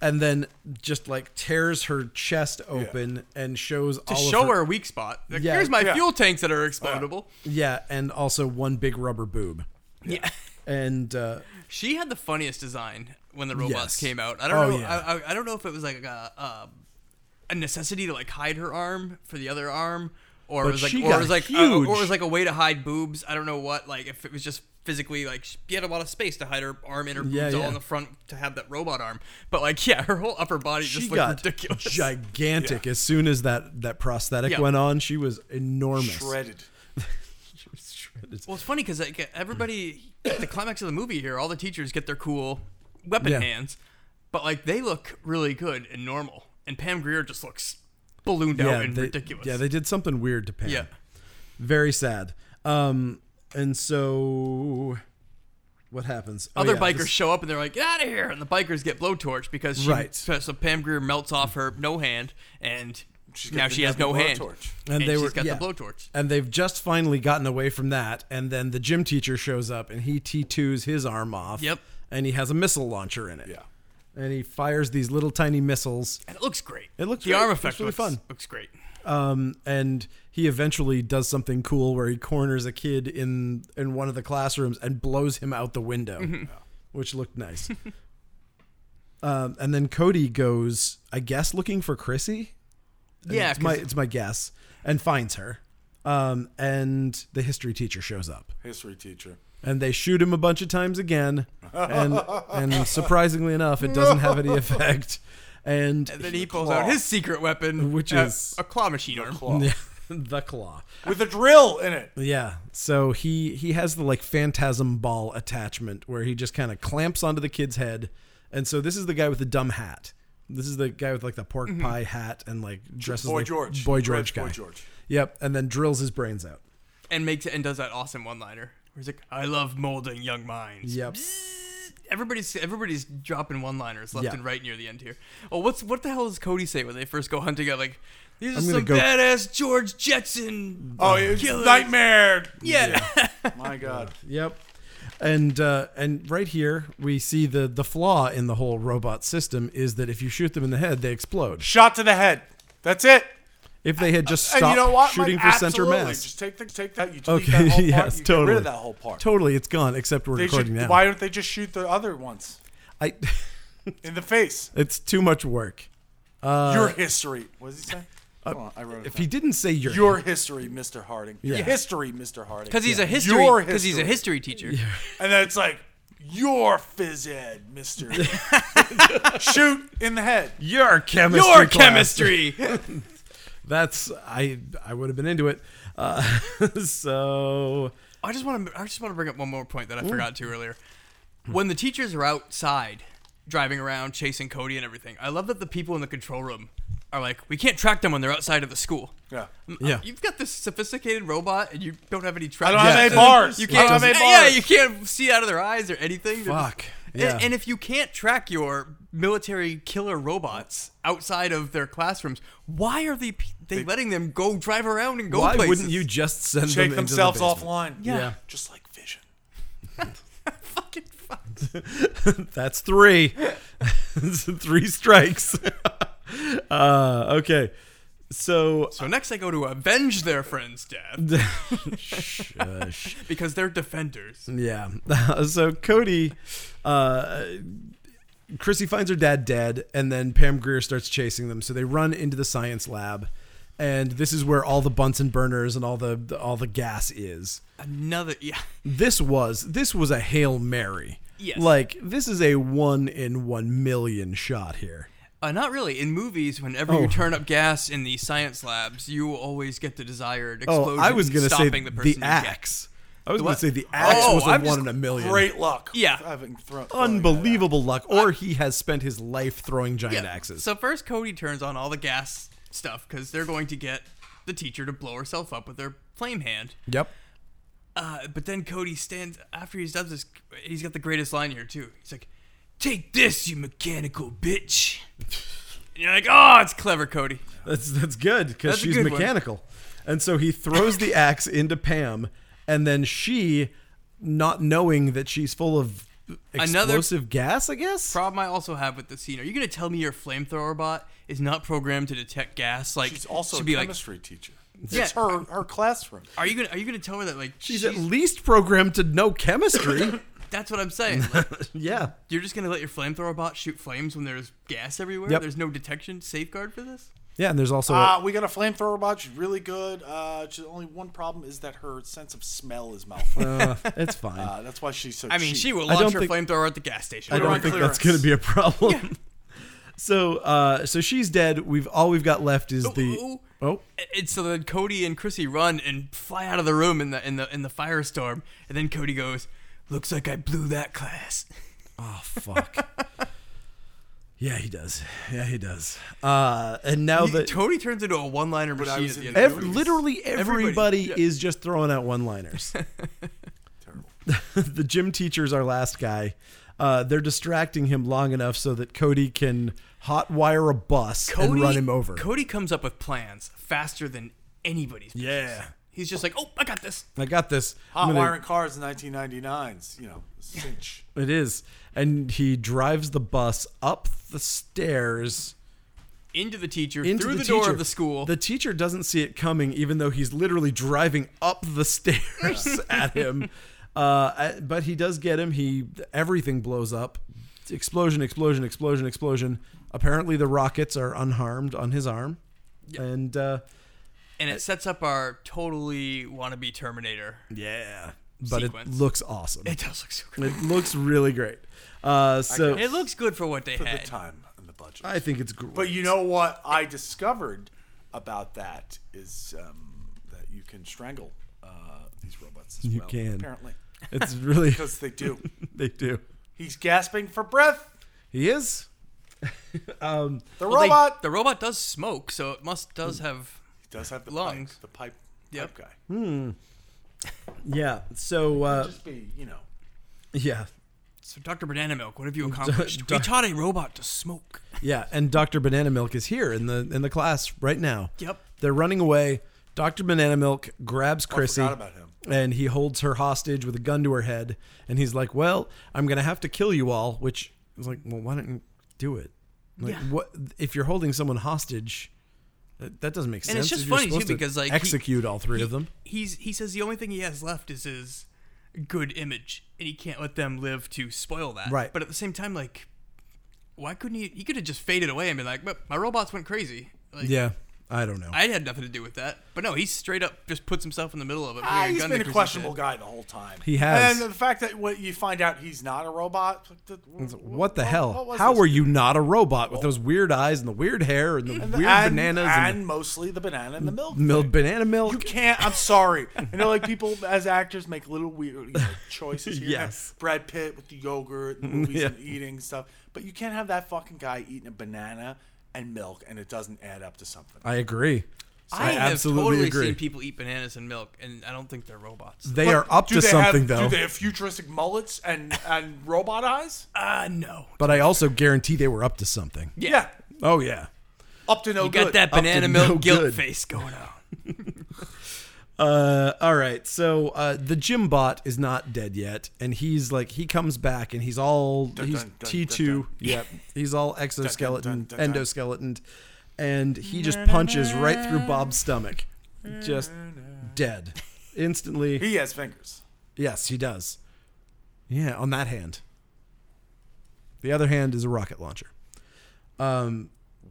[SPEAKER 1] And then just like tears her chest open and shows
[SPEAKER 2] to
[SPEAKER 1] all of
[SPEAKER 2] show her, a weak spot. Like,
[SPEAKER 1] Yeah.
[SPEAKER 2] Here's my
[SPEAKER 3] Yeah.
[SPEAKER 2] fuel tanks that are explodable.
[SPEAKER 1] Yeah, and also one big rubber boob.
[SPEAKER 2] Yeah.
[SPEAKER 1] And uh
[SPEAKER 2] She had the funniest design when the
[SPEAKER 1] Yes.
[SPEAKER 2] robots came out. I don't
[SPEAKER 1] Oh,
[SPEAKER 2] know.
[SPEAKER 1] yeah.
[SPEAKER 2] I, I, I don't know if it was like a, a a necessity to like hide her arm for the other arm, or
[SPEAKER 1] But
[SPEAKER 2] it was like,
[SPEAKER 1] she
[SPEAKER 2] or it
[SPEAKER 1] got
[SPEAKER 2] was like, or
[SPEAKER 1] huge.
[SPEAKER 2] it was like a way to hide boobs. I don't know what. Like if it was just physically like she had a lot of space to hide her arm and her boobs
[SPEAKER 1] Yeah,
[SPEAKER 2] all
[SPEAKER 1] yeah.
[SPEAKER 2] in the front to have that robot arm. But like *laughs* yeah, her whole upper body
[SPEAKER 1] she
[SPEAKER 2] just
[SPEAKER 1] got
[SPEAKER 2] looked ridiculous.
[SPEAKER 1] gigantic as soon as that that prosthetic
[SPEAKER 2] Yeah.
[SPEAKER 1] went on. She was enormous.
[SPEAKER 3] Shredded.
[SPEAKER 1] She was shredded.
[SPEAKER 2] Well, it's funny because like, everybody, at the climax of the movie here, all the teachers get their cool weapon
[SPEAKER 1] Yeah.
[SPEAKER 2] hands, but like they look really good and normal, and Pam Greer just looks ballooned out and
[SPEAKER 1] they,
[SPEAKER 2] ridiculous.
[SPEAKER 1] Yeah, they did something weird to Pam.
[SPEAKER 2] yeah.
[SPEAKER 1] Very sad. Um, and so what happens? Oh,
[SPEAKER 2] Other
[SPEAKER 1] yeah,
[SPEAKER 2] bikers
[SPEAKER 1] this-
[SPEAKER 2] show up and they're like, "Get out of here!" and the bikers get blowtorched because she,
[SPEAKER 1] Right.
[SPEAKER 2] So Pam Greer melts off her no hand, and
[SPEAKER 3] She's got
[SPEAKER 2] now
[SPEAKER 3] the
[SPEAKER 2] she has no
[SPEAKER 3] goddamn
[SPEAKER 2] hand,
[SPEAKER 3] blowtorch.
[SPEAKER 2] and,
[SPEAKER 1] they
[SPEAKER 2] she's
[SPEAKER 1] were-
[SPEAKER 2] got
[SPEAKER 1] yeah.
[SPEAKER 2] the blowtorch.
[SPEAKER 1] and they've just finally gotten away from that, and then the gym teacher shows up and he T2s his arm off.
[SPEAKER 2] Yep.
[SPEAKER 1] And he has a missile launcher in it.
[SPEAKER 3] Yeah.
[SPEAKER 1] And he fires these little tiny missiles.
[SPEAKER 2] And it looks great.
[SPEAKER 1] It looks
[SPEAKER 2] the
[SPEAKER 1] great.
[SPEAKER 2] arm
[SPEAKER 1] Looks
[SPEAKER 2] effect
[SPEAKER 1] really
[SPEAKER 2] looks
[SPEAKER 1] fun.
[SPEAKER 2] Looks great.
[SPEAKER 1] Um, and he eventually does something cool where he corners a kid in in one of the classrooms and blows him out the window,
[SPEAKER 2] Mm-hmm.
[SPEAKER 1] which looked nice. *laughs* um, and then Cody goes, I guess, looking for Chrissy.
[SPEAKER 2] yeah,
[SPEAKER 1] it's my
[SPEAKER 2] 'cause-
[SPEAKER 1] it's my guess, and finds her. Um, and the history teacher shows up,
[SPEAKER 3] History teacher.
[SPEAKER 1] and they shoot him a bunch of times again, and and surprisingly enough, it doesn't have any effect. And *laughs*
[SPEAKER 2] and then he pulls out his secret weapon,
[SPEAKER 1] Which
[SPEAKER 2] uh,
[SPEAKER 1] is-
[SPEAKER 2] a claw machine arm.
[SPEAKER 3] Claw.
[SPEAKER 1] the claw.
[SPEAKER 3] With a drill in it.
[SPEAKER 1] Yeah. So he he has the like phantasm ball attachment where he just kind of clamps onto the kid's head. And so this is the guy with the dumb hat. This is the guy with like the pork pie hat and like dresses
[SPEAKER 3] Boy
[SPEAKER 1] like
[SPEAKER 3] George.
[SPEAKER 1] Boy
[SPEAKER 3] Red
[SPEAKER 1] George guy.
[SPEAKER 3] Boy George.
[SPEAKER 1] Yep, and then drills his brains out.
[SPEAKER 2] and makes it and does that awesome one liner where he's like, "I love molding young minds."
[SPEAKER 1] Yep.
[SPEAKER 2] Everybody's everybody's dropping one liners left
[SPEAKER 1] Yeah.
[SPEAKER 2] and right near the end here. Oh, what's what the hell does Cody say when they first go hunting? out? Like, these are
[SPEAKER 1] I'm gonna
[SPEAKER 2] some
[SPEAKER 1] go-
[SPEAKER 2] badass George Jetson.
[SPEAKER 3] Oh, it's
[SPEAKER 2] killers."
[SPEAKER 3] nightmare.
[SPEAKER 2] Yeah. *laughs*
[SPEAKER 3] My God.
[SPEAKER 1] Yep. And uh, and right here we see the the flaw in the whole robot system is that if you shoot them in the head they explode.
[SPEAKER 3] Shot to the head. That's it.
[SPEAKER 1] If they had just
[SPEAKER 3] *laughs* And
[SPEAKER 1] stopped
[SPEAKER 3] you know what?
[SPEAKER 1] shooting
[SPEAKER 3] Mike?
[SPEAKER 1] for center
[SPEAKER 3] Absolutely.
[SPEAKER 1] mass,
[SPEAKER 3] Just take the, take that. You
[SPEAKER 1] *laughs*
[SPEAKER 3] delete that whole
[SPEAKER 1] okay,
[SPEAKER 3] part.
[SPEAKER 1] yes,
[SPEAKER 3] you
[SPEAKER 1] totally.
[SPEAKER 3] Get rid of that whole part.
[SPEAKER 1] Totally, it's gone. Except we're
[SPEAKER 3] They
[SPEAKER 1] recording
[SPEAKER 3] should,
[SPEAKER 1] now.
[SPEAKER 3] Why don't they just shoot the other ones
[SPEAKER 1] I, *laughs*
[SPEAKER 3] in the face?
[SPEAKER 1] it's too much work.
[SPEAKER 3] Your history. What does he say? Hold on, I wrote it
[SPEAKER 1] Uh, If
[SPEAKER 3] down.
[SPEAKER 1] he didn't say your,
[SPEAKER 3] Your history, Mr. Harding.
[SPEAKER 1] Yeah.
[SPEAKER 3] History, Mr. Harding.
[SPEAKER 2] Because he's a history.
[SPEAKER 3] Your
[SPEAKER 2] Because he's a history teacher.
[SPEAKER 3] And then it's like, your phys ed,
[SPEAKER 1] *laughs*
[SPEAKER 3] Mister. Shoot in the head.
[SPEAKER 1] your chemistry,
[SPEAKER 2] Your
[SPEAKER 1] class.
[SPEAKER 2] chemistry.
[SPEAKER 1] That's I. I would have been into it. Uh, *laughs* so
[SPEAKER 2] I just want to. I just want to bring up one more point
[SPEAKER 1] Mm.
[SPEAKER 2] that I forgot to earlier. When the teachers are outside driving around chasing Cody and everything, I love that the people in the control room are like, "We can't track them when they're outside of the school." Mm, uh,
[SPEAKER 3] Yeah.
[SPEAKER 1] yeah,
[SPEAKER 2] You've got this sophisticated robot, and you don't have any track.
[SPEAKER 3] I don't have
[SPEAKER 1] Yeah.
[SPEAKER 3] any bars.
[SPEAKER 2] You can't.
[SPEAKER 3] I don't have any
[SPEAKER 2] yeah,
[SPEAKER 3] bars.
[SPEAKER 2] you can't see out of their eyes or anything. They're just-
[SPEAKER 1] fuck.
[SPEAKER 2] And-
[SPEAKER 1] Yeah.
[SPEAKER 2] And, if you can't track your military killer robots outside of their classrooms, why are they p- they, letting them go drive around and go
[SPEAKER 1] why
[SPEAKER 2] places?
[SPEAKER 1] wouldn't you just send
[SPEAKER 3] Shake
[SPEAKER 1] them into the
[SPEAKER 3] themselves
[SPEAKER 1] basement?
[SPEAKER 3] offline.
[SPEAKER 1] Yeah.
[SPEAKER 3] Just like vision.
[SPEAKER 2] fucking fuck?
[SPEAKER 1] That's three. *laughs* three strikes. *laughs* uh, okay. So
[SPEAKER 2] So next, I go to avenge their friend's death
[SPEAKER 1] *laughs* Shush.
[SPEAKER 2] because they're defenders.
[SPEAKER 1] yeah. *laughs* so Cody, uh, Chrissy finds her dad dead, and then Pam Greer starts chasing them. So they run into the science lab, and this is where all the Bunsen burners and all the, the all the gas is.
[SPEAKER 2] Another yeah.
[SPEAKER 1] This was this was a hail mary.
[SPEAKER 2] Yes.
[SPEAKER 1] Like this is a one in one million shot here.
[SPEAKER 2] Uh, not really. In movies, whenever
[SPEAKER 1] Oh.
[SPEAKER 2] you turn up gas in the science labs, you always get the desired
[SPEAKER 1] Oh,
[SPEAKER 2] explosion.
[SPEAKER 1] I was gonna say
[SPEAKER 2] stopping
[SPEAKER 1] the,
[SPEAKER 2] the, person you get.
[SPEAKER 1] axe. I was gonna
[SPEAKER 2] what?
[SPEAKER 1] say the axe
[SPEAKER 2] Oh,
[SPEAKER 1] was a
[SPEAKER 2] I'm
[SPEAKER 1] one
[SPEAKER 2] just
[SPEAKER 1] in a million. Oh,
[SPEAKER 3] Great luck.
[SPEAKER 2] Yeah.
[SPEAKER 3] Having thrown. throwing that out.
[SPEAKER 1] unbelievable luck, or he has spent his life throwing giant axes.
[SPEAKER 2] So first, Cody turns on all the gas stuff because they're going to get the teacher to blow herself up with her flame hand.
[SPEAKER 1] yep.
[SPEAKER 2] Uh, but then Cody stands after he does this. He's got the greatest line here too. He's like, "Take this, you mechanical bitch." And you're like, "Oh, it's clever, Cody."
[SPEAKER 1] That's that's good because
[SPEAKER 2] That's a
[SPEAKER 1] she's
[SPEAKER 2] good one.
[SPEAKER 1] mechanical. And so he throws the axe into Pam, and then she, not knowing that she's full of
[SPEAKER 2] Another-
[SPEAKER 1] explosive gas, I guess.
[SPEAKER 2] Problem I also have with the scene: Are you gonna tell me your flamethrower bot is not programmed to detect gas? Like,
[SPEAKER 3] She's also a
[SPEAKER 2] she'd be like,
[SPEAKER 3] chemistry teacher. It's
[SPEAKER 2] Yeah.
[SPEAKER 3] her her classroom.
[SPEAKER 2] "Are you gonna are you gonna tell her that like
[SPEAKER 1] she's, at least programmed to know chemistry.
[SPEAKER 2] That's what I'm saying.
[SPEAKER 1] *laughs*
[SPEAKER 2] Like,
[SPEAKER 1] yeah.
[SPEAKER 2] you're just gonna let your flamethrower bot shoot flames when there's gas everywhere?
[SPEAKER 1] Yep.
[SPEAKER 2] There's no detection safeguard for this.
[SPEAKER 1] Yeah, and there's also
[SPEAKER 3] Uh, we got a flamethrower bot. She's really good. Uh, she, only one problem is that her sense of smell is malfunctioning.
[SPEAKER 1] *laughs* uh, it's fine.
[SPEAKER 3] uh, that's why she's so.
[SPEAKER 2] I mean,
[SPEAKER 3] cheap.
[SPEAKER 2] she will
[SPEAKER 1] I
[SPEAKER 2] launch
[SPEAKER 1] don't
[SPEAKER 2] her
[SPEAKER 1] think-
[SPEAKER 2] flamethrower at the gas station.
[SPEAKER 1] I
[SPEAKER 2] We're
[SPEAKER 1] don't
[SPEAKER 2] on
[SPEAKER 1] think that's going
[SPEAKER 2] clearance.
[SPEAKER 1] to be a problem. *laughs* So, uh, so she's dead. We've all we've got left is the
[SPEAKER 2] Ooh, ooh.
[SPEAKER 1] oh
[SPEAKER 2] And so then Cody and Chrissy run and fly out of the room in the in the in the firestorm, and then Cody goes, "Looks like I blew that class."
[SPEAKER 1] Oh
[SPEAKER 2] *laughs*
[SPEAKER 1] fuck. yeah, he does. Yeah, he does. Uh, and now that
[SPEAKER 2] Cody turns into a one-liner
[SPEAKER 3] I
[SPEAKER 2] machine
[SPEAKER 3] was
[SPEAKER 2] at the end.
[SPEAKER 3] in
[SPEAKER 2] of
[SPEAKER 3] the
[SPEAKER 1] ev-
[SPEAKER 2] the
[SPEAKER 3] movies.
[SPEAKER 2] movie.
[SPEAKER 1] literally everybody,
[SPEAKER 2] Everybody, yeah.
[SPEAKER 1] is just throwing out
[SPEAKER 2] *laughs*
[SPEAKER 1] one-liners. *laughs*
[SPEAKER 3] Terrible.
[SPEAKER 1] the gym teacher's our last guy. Uh, they're distracting him long enough so that Cody can hotwire a bus and run him over.
[SPEAKER 2] Cody comes up with plans faster than anybody's. plans.
[SPEAKER 1] Yeah.
[SPEAKER 2] He's just like, "Oh, I got this."
[SPEAKER 1] I got this. I'm
[SPEAKER 3] Hot
[SPEAKER 1] gonna-
[SPEAKER 3] wiring cars in 1999s. You know, cinch.
[SPEAKER 2] *laughs*
[SPEAKER 1] It is, and he drives the bus up the stairs.
[SPEAKER 2] Into the teacher,
[SPEAKER 1] into
[SPEAKER 2] through
[SPEAKER 1] the,
[SPEAKER 2] the, door
[SPEAKER 1] teacher.
[SPEAKER 2] of the school.
[SPEAKER 1] The teacher doesn't see it coming, even though he's literally driving up the *laughs*
[SPEAKER 2] *laughs*
[SPEAKER 1] stairs at him. Uh, I- but he does get him. He everything blows up. Explosion! Explosion! Explosion! Explosion! Apparently, the rockets are unharmed on his arm, and uh,
[SPEAKER 2] and it sets up our totally wannabe Terminator.
[SPEAKER 1] yeah, but it
[SPEAKER 2] Sequence.
[SPEAKER 1] looks awesome. *laughs*
[SPEAKER 2] It
[SPEAKER 1] It,
[SPEAKER 2] does look so good.
[SPEAKER 1] looks really great. Uh, so
[SPEAKER 2] It looks good for what they
[SPEAKER 3] The
[SPEAKER 2] had.
[SPEAKER 3] time and the budget.
[SPEAKER 1] I think it's great.
[SPEAKER 3] But you know what I discovered about that is um, that you can strangle uh, these robots as
[SPEAKER 1] You
[SPEAKER 3] well.
[SPEAKER 1] can.
[SPEAKER 3] apparently
[SPEAKER 2] *laughs*
[SPEAKER 1] it's really
[SPEAKER 3] because they do.
[SPEAKER 1] *laughs* they do.
[SPEAKER 3] He's gasping for breath.
[SPEAKER 1] He is. um,
[SPEAKER 3] The
[SPEAKER 2] Well, they-
[SPEAKER 3] robot
[SPEAKER 2] the robot does smoke, so it must does have.
[SPEAKER 3] he does have the
[SPEAKER 2] lungs.
[SPEAKER 3] pipe. The pipe.
[SPEAKER 2] Yep.
[SPEAKER 3] Pipe guy.
[SPEAKER 1] Hmm. yeah. So uh,
[SPEAKER 3] Just be you know.
[SPEAKER 1] yeah.
[SPEAKER 2] So, Dr. Banana
[SPEAKER 1] *laughs*
[SPEAKER 2] Milk, what have you accomplished? we
[SPEAKER 1] doc-
[SPEAKER 2] taught a robot to smoke.
[SPEAKER 1] Yeah, and Dr. Banana Milk is here in the in the class right now.
[SPEAKER 2] Yep. Oh,
[SPEAKER 1] They're running away. Dr. Banana Milk grabs Chrissy
[SPEAKER 3] forgot about him.
[SPEAKER 1] and he holds her hostage with a gun to her head and he's like, "Well, I'm going to have to kill you all," which is like, "Well, why don't you do it?" Like
[SPEAKER 2] Yeah.
[SPEAKER 1] what if you're holding someone hostage? That, that doesn't make sense.
[SPEAKER 2] And it's just
[SPEAKER 1] if you're
[SPEAKER 2] funny, too,
[SPEAKER 1] supposed to
[SPEAKER 2] because, like, he-
[SPEAKER 1] execute all three of them.
[SPEAKER 2] He's he says the only thing he has left is his good image, and he can't let them live to spoil that.
[SPEAKER 1] Right.
[SPEAKER 2] But at the same time, like, why couldn't he? He could have just faded away and been like, "But my robots went crazy." Like,
[SPEAKER 1] Yeah. I don't know.
[SPEAKER 2] I had nothing to do with that. But no, he straight up just puts himself in the middle of it.
[SPEAKER 3] Ah,
[SPEAKER 2] putting
[SPEAKER 3] he's
[SPEAKER 2] gun
[SPEAKER 3] been
[SPEAKER 2] to
[SPEAKER 3] a
[SPEAKER 2] Chris's
[SPEAKER 3] questionable
[SPEAKER 2] head.
[SPEAKER 3] guy the whole time.
[SPEAKER 1] He has.
[SPEAKER 3] And then the fact that what you find out he's not a robot. th- th-
[SPEAKER 1] what the
[SPEAKER 3] what-
[SPEAKER 1] hell?
[SPEAKER 3] what was
[SPEAKER 1] How
[SPEAKER 3] this?
[SPEAKER 1] were you not a robot with those weird eyes and the weird hair and the
[SPEAKER 3] And the-
[SPEAKER 1] weird
[SPEAKER 3] and-
[SPEAKER 1] bananas
[SPEAKER 3] and,
[SPEAKER 1] and,
[SPEAKER 3] mostly the banana and the milk.
[SPEAKER 1] the milk, banana milk?
[SPEAKER 3] You can't. I'm sorry. I know, like people as actors make little weird you know, choices. Here and there.
[SPEAKER 1] *laughs* Yes.
[SPEAKER 3] Brad Pitt with the yogurt, and the movies, and eating stuff. But you can't have that fucking guy eating a banana and milk, and it doesn't add up to something.
[SPEAKER 1] I agree.
[SPEAKER 2] I,
[SPEAKER 1] I
[SPEAKER 2] have
[SPEAKER 1] absolutely
[SPEAKER 2] totally
[SPEAKER 1] agree. Mm.
[SPEAKER 2] seen people eat bananas and milk, and I don't think they're robots.
[SPEAKER 1] They
[SPEAKER 3] But
[SPEAKER 1] are up
[SPEAKER 3] do
[SPEAKER 1] to
[SPEAKER 3] they
[SPEAKER 1] something
[SPEAKER 3] have,
[SPEAKER 1] though.
[SPEAKER 3] Do they have futuristic mullets and and robot eyes?
[SPEAKER 2] Ah, no.
[SPEAKER 1] but I also guarantee they were up to something.
[SPEAKER 2] Yeah.
[SPEAKER 1] Oh yeah.
[SPEAKER 3] Up to no
[SPEAKER 2] You
[SPEAKER 3] good. Uh,
[SPEAKER 2] got that
[SPEAKER 1] Up to
[SPEAKER 2] banana
[SPEAKER 1] no
[SPEAKER 2] milk guilt
[SPEAKER 1] good.
[SPEAKER 2] face going on.
[SPEAKER 1] Uh, all right. So uh, the Jimbot is not dead yet, and he's like he comes back and he's all he's
[SPEAKER 3] dun, dun,
[SPEAKER 1] T two.
[SPEAKER 3] dun.
[SPEAKER 1] Yep, he's all exoskeleton,
[SPEAKER 3] dun, dun, dun.
[SPEAKER 1] endoskeleton, and he just punches right through Bob's stomach, just dead instantly.
[SPEAKER 3] He has fingers.
[SPEAKER 1] Yes, he does. Yeah, on that hand. The other hand is a rocket launcher.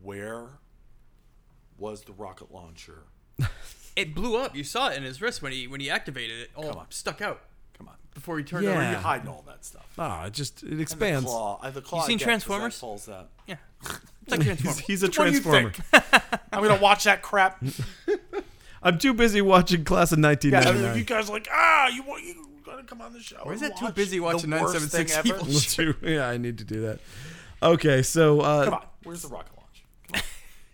[SPEAKER 3] Where was the rocket launcher?
[SPEAKER 2] It blew up. You saw it in his wrist when he when he activated it. All
[SPEAKER 3] on.
[SPEAKER 2] stuck out
[SPEAKER 3] Come on.
[SPEAKER 2] before he turned
[SPEAKER 1] Yeah.
[SPEAKER 2] over.
[SPEAKER 3] Where are you hiding all that stuff?
[SPEAKER 1] Ah, it just it
[SPEAKER 3] And the
[SPEAKER 1] expands.
[SPEAKER 3] claw. I- The claw.
[SPEAKER 2] seen
[SPEAKER 3] I get 'cause that
[SPEAKER 2] Transformers?
[SPEAKER 3] Pulls out.
[SPEAKER 2] Yeah. It's like Transformers.
[SPEAKER 1] He's a
[SPEAKER 3] What do you
[SPEAKER 1] transformer.
[SPEAKER 3] think? *laughs* I'm
[SPEAKER 2] *laughs*
[SPEAKER 3] gonna watch that crap.
[SPEAKER 1] I'm too busy watching Class of
[SPEAKER 3] Yeah, and if
[SPEAKER 1] 1999.
[SPEAKER 3] you guys are like, ah, you want you gotta come on the show. Or
[SPEAKER 2] is that too busy watching 976 Evil
[SPEAKER 1] Let's do- *laughs* yeah, I need to do that. Okay, so uh,
[SPEAKER 3] Come on, where's the rocket launch?
[SPEAKER 2] *laughs*
[SPEAKER 3] Come on.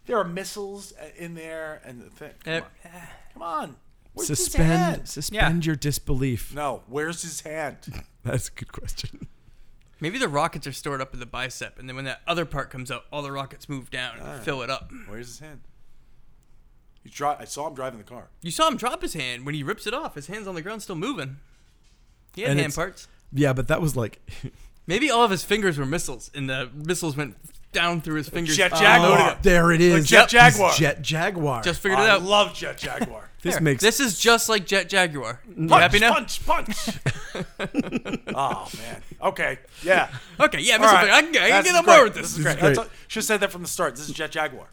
[SPEAKER 3] there are missiles uh, in there and the thing. Come
[SPEAKER 2] Eh,
[SPEAKER 3] on. Come on. Where's his
[SPEAKER 1] suspend
[SPEAKER 3] hand?
[SPEAKER 1] suspend your disbelief.
[SPEAKER 3] No, where's his hand?
[SPEAKER 1] That's a good question.
[SPEAKER 2] Maybe the rockets are stored up in the bicep, and then when that other part comes out, all the rockets move down and
[SPEAKER 3] Ah.
[SPEAKER 2] fill it up.
[SPEAKER 3] Where's his hand? You dri I saw him driving the car.
[SPEAKER 2] You saw him drop his hand when he rips it off. His hand's on the ground, still moving. He had
[SPEAKER 1] And
[SPEAKER 2] hand
[SPEAKER 1] it's-
[SPEAKER 2] parts.
[SPEAKER 1] Yeah, but that was like *laughs*
[SPEAKER 2] Maybe all of his fingers were missiles, and the missiles went down through his fingers. Oh.
[SPEAKER 3] Jet Jaguar.
[SPEAKER 1] oh, there it is.
[SPEAKER 3] Jet
[SPEAKER 1] He's
[SPEAKER 3] Jaguar.
[SPEAKER 1] Jet Jaguar.
[SPEAKER 2] Just figured it
[SPEAKER 3] I
[SPEAKER 2] out.
[SPEAKER 3] love Jet Jaguar. *laughs*
[SPEAKER 1] this
[SPEAKER 2] There.
[SPEAKER 1] makes
[SPEAKER 2] This is just like Jet Jaguar. You
[SPEAKER 3] punch,
[SPEAKER 2] happy now?
[SPEAKER 3] punch, punch. oh man. Okay. Yeah.
[SPEAKER 2] Okay, yeah, missile
[SPEAKER 3] All right.
[SPEAKER 2] finger. I can, I can
[SPEAKER 3] That's
[SPEAKER 2] get on
[SPEAKER 3] great.
[SPEAKER 2] board with
[SPEAKER 3] This
[SPEAKER 2] this.
[SPEAKER 3] is great.
[SPEAKER 1] great.
[SPEAKER 3] Should have said that from the start. This is Jet *laughs* Jaguar.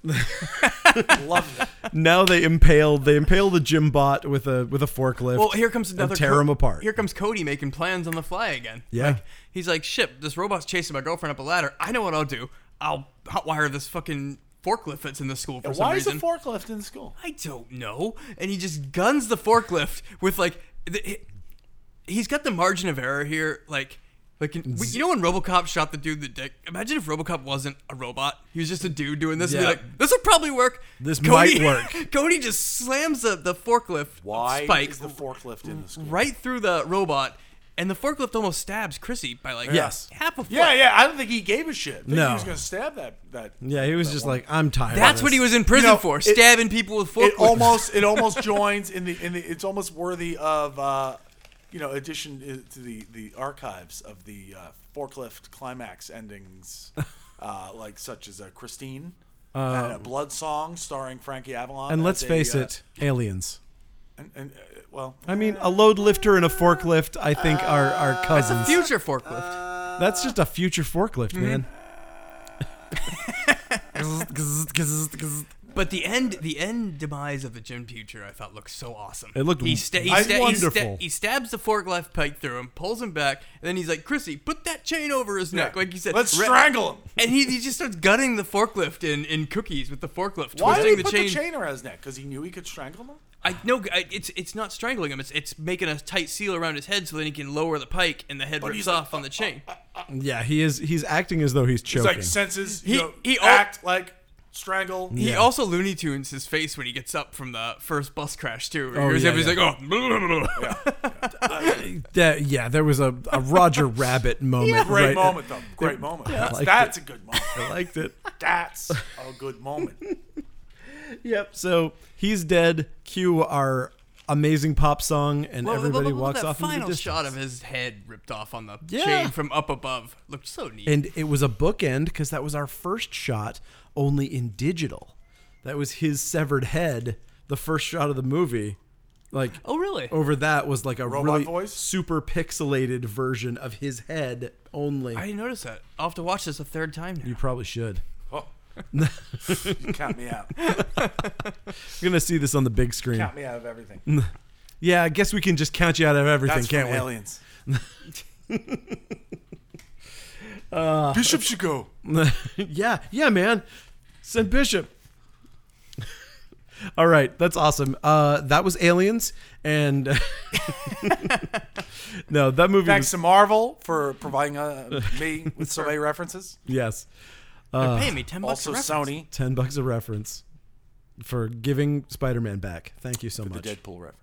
[SPEAKER 3] Love it.
[SPEAKER 1] now they impale they impale the Jimbot with a with a forklift.
[SPEAKER 2] Well, here comes
[SPEAKER 1] and
[SPEAKER 2] another.
[SPEAKER 1] tear
[SPEAKER 2] Co-
[SPEAKER 1] him apart.
[SPEAKER 2] Here comes Cody making plans on the fly again.
[SPEAKER 1] Yeah.
[SPEAKER 2] Like, he's like, "Shit, this robot's chasing my girlfriend up a ladder. I know what I'll do. I'll hotwire this fucking forklift that's in the school for some
[SPEAKER 3] Why is
[SPEAKER 2] reason."
[SPEAKER 3] the forklift in school?
[SPEAKER 2] I don't know. And he just guns the forklift with like, the, he- he's got the margin of error here. Like, like in, you know when RoboCop shot the dude in the dick. Imagine if RoboCop wasn't a robot. He was just a dude doing this. And
[SPEAKER 1] Yeah.
[SPEAKER 2] be like, this will probably work.
[SPEAKER 1] This
[SPEAKER 2] Cody-
[SPEAKER 1] might work.
[SPEAKER 2] *laughs* Cody just slams the the forklift
[SPEAKER 3] Why
[SPEAKER 2] spike
[SPEAKER 3] is the forklift in the school?
[SPEAKER 2] right through the robot. And the forklift almost stabs Chrissy by like
[SPEAKER 1] Yes.
[SPEAKER 2] half a foot.
[SPEAKER 3] Yeah, yeah. I don't think he gave a shit. I think
[SPEAKER 1] No.
[SPEAKER 3] he was gonna stab that. That.
[SPEAKER 1] yeah, he was just like, I'm tired. of
[SPEAKER 2] That's
[SPEAKER 1] this.
[SPEAKER 2] what he was in prison
[SPEAKER 3] You know,
[SPEAKER 2] for,
[SPEAKER 3] it-
[SPEAKER 2] stabbing people with forklifts.
[SPEAKER 3] It almost. *laughs* It almost joins in the. In the. It's almost worthy of. Uh, you know, addition i- to the the archives of the uh, forklift climax *laughs* endings, uh, like such as uh, Christine. and a blood song starring Frankie Avalon.
[SPEAKER 1] And
[SPEAKER 3] as
[SPEAKER 1] let's
[SPEAKER 3] a,
[SPEAKER 1] face
[SPEAKER 3] uh,
[SPEAKER 1] it, aliens.
[SPEAKER 3] And, and uh, well,
[SPEAKER 1] I mean, a load lifter and a forklift, I think, are are cousins.
[SPEAKER 2] *laughs* future forklift.
[SPEAKER 3] *laughs*
[SPEAKER 1] That's just a future forklift,
[SPEAKER 2] Mm-hmm.
[SPEAKER 1] man.
[SPEAKER 2] But the end, the end demise of the gym teacher, I thought looked so awesome.
[SPEAKER 1] It looked
[SPEAKER 2] he sta- he
[SPEAKER 1] I-
[SPEAKER 2] sta- he sta-
[SPEAKER 1] wonderful.
[SPEAKER 2] He, stabs the forklift pike through him, pulls him back, and then he's like, "Chrissy, put that chain over his neck," like you said.
[SPEAKER 3] let's
[SPEAKER 2] Re-
[SPEAKER 3] strangle him.
[SPEAKER 2] And he, he just starts gunning the forklift in, in cookies with the forklift,
[SPEAKER 3] Why
[SPEAKER 2] twisting
[SPEAKER 3] did he
[SPEAKER 2] the
[SPEAKER 3] put
[SPEAKER 2] chain.
[SPEAKER 3] the chain around his neck? Because he knew he could strangle him.
[SPEAKER 2] I no, I, it's it's not strangling him. It's it's making a tight seal around his head so then he can lower the pike and the head rips
[SPEAKER 3] he's like,
[SPEAKER 2] off on the *laughs* chain.
[SPEAKER 1] Yeah, he is. He's acting as though he's
[SPEAKER 3] It's
[SPEAKER 1] choking.
[SPEAKER 3] like senses.
[SPEAKER 2] He-
[SPEAKER 3] you know,
[SPEAKER 2] he al-
[SPEAKER 3] act like strangle.
[SPEAKER 2] He
[SPEAKER 1] Yeah.
[SPEAKER 2] also Looney Tunes his face when he gets up from the first bus crash too.
[SPEAKER 1] Oh,
[SPEAKER 2] Oh, he's
[SPEAKER 1] yeah,
[SPEAKER 2] he's
[SPEAKER 1] yeah.
[SPEAKER 2] like, oh, blah, blah, blah, blah."
[SPEAKER 1] That- yeah, there was a, a
[SPEAKER 2] *laughs*
[SPEAKER 1] Roger Rabbit moment.
[SPEAKER 3] Great
[SPEAKER 1] right-
[SPEAKER 3] moment though. Great moment. That's,
[SPEAKER 1] liked
[SPEAKER 3] that's a good moment.
[SPEAKER 1] I liked it.
[SPEAKER 3] That's a good moment. *laughs*
[SPEAKER 1] Yep. So he's dead. Cue our amazing pop song, and
[SPEAKER 2] Well,
[SPEAKER 1] everybody
[SPEAKER 2] well, well,
[SPEAKER 1] walks
[SPEAKER 2] that
[SPEAKER 1] off into the
[SPEAKER 2] final
[SPEAKER 1] distance.
[SPEAKER 2] shot of his head ripped off on the
[SPEAKER 1] Yeah.
[SPEAKER 2] chain from up above looked so neat.
[SPEAKER 1] and it was a bookend because that was our first shot, only in digital. That was his severed head. The first shot of the movie, like
[SPEAKER 2] oh, really?
[SPEAKER 1] over that was like a
[SPEAKER 3] Robot
[SPEAKER 1] really
[SPEAKER 3] voice?
[SPEAKER 1] super pixelated version of his head only.
[SPEAKER 2] I didn't notice that. I'll have to watch this a third time now.
[SPEAKER 1] you probably should.
[SPEAKER 3] Oh, Count me out.
[SPEAKER 1] gonna see this on the big screen.
[SPEAKER 3] Count me out of *laughs* everything.
[SPEAKER 1] Yeah, I guess we can just count you out of everything,
[SPEAKER 3] That's
[SPEAKER 1] can't
[SPEAKER 3] from
[SPEAKER 1] we?
[SPEAKER 3] aliens. *laughs* Bishop should go.
[SPEAKER 1] *laughs* yeah, yeah, man. Send Bishop. *laughs* All right, that's awesome. Uh, that was Aliens, and *laughs* no, that movie
[SPEAKER 3] Thanks
[SPEAKER 1] was
[SPEAKER 3] to Marvel for providing uh, me with *laughs* so many references.
[SPEAKER 1] yes,
[SPEAKER 2] They're paying me ten bucks.
[SPEAKER 3] Also
[SPEAKER 2] a reference.
[SPEAKER 3] Sony
[SPEAKER 1] ten bucks a reference for giving Spider-Man back. Thank you so
[SPEAKER 3] for the
[SPEAKER 1] much.
[SPEAKER 3] Deadpool reference.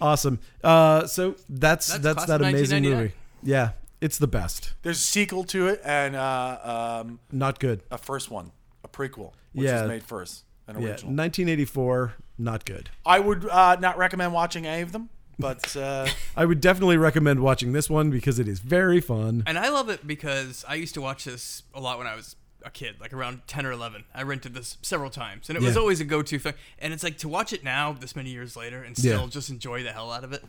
[SPEAKER 1] Awesome. Uh, so that's
[SPEAKER 2] That's
[SPEAKER 1] that's,
[SPEAKER 2] class
[SPEAKER 1] that
[SPEAKER 2] of
[SPEAKER 1] amazing
[SPEAKER 2] 1999.
[SPEAKER 1] movie. Yeah, it's the best.
[SPEAKER 3] There's a sequel to it and uh, um,
[SPEAKER 1] Not good.
[SPEAKER 3] a first one, a prequel, which
[SPEAKER 1] Yeah.
[SPEAKER 3] was made first, an
[SPEAKER 1] Yeah,
[SPEAKER 3] original.
[SPEAKER 1] 1984. Not good.
[SPEAKER 3] I would uh, not recommend watching any of them, but uh,
[SPEAKER 1] I would definitely recommend watching this one because it is very fun.
[SPEAKER 2] And I love it because I used to watch this a lot when I was a kid, like around 10 or 11. I rented this several times, and it was
[SPEAKER 1] Yeah.
[SPEAKER 2] always a go to thing. And it's like to watch it now, this many years later, and still
[SPEAKER 1] Yeah.
[SPEAKER 2] just enjoy the hell out of it.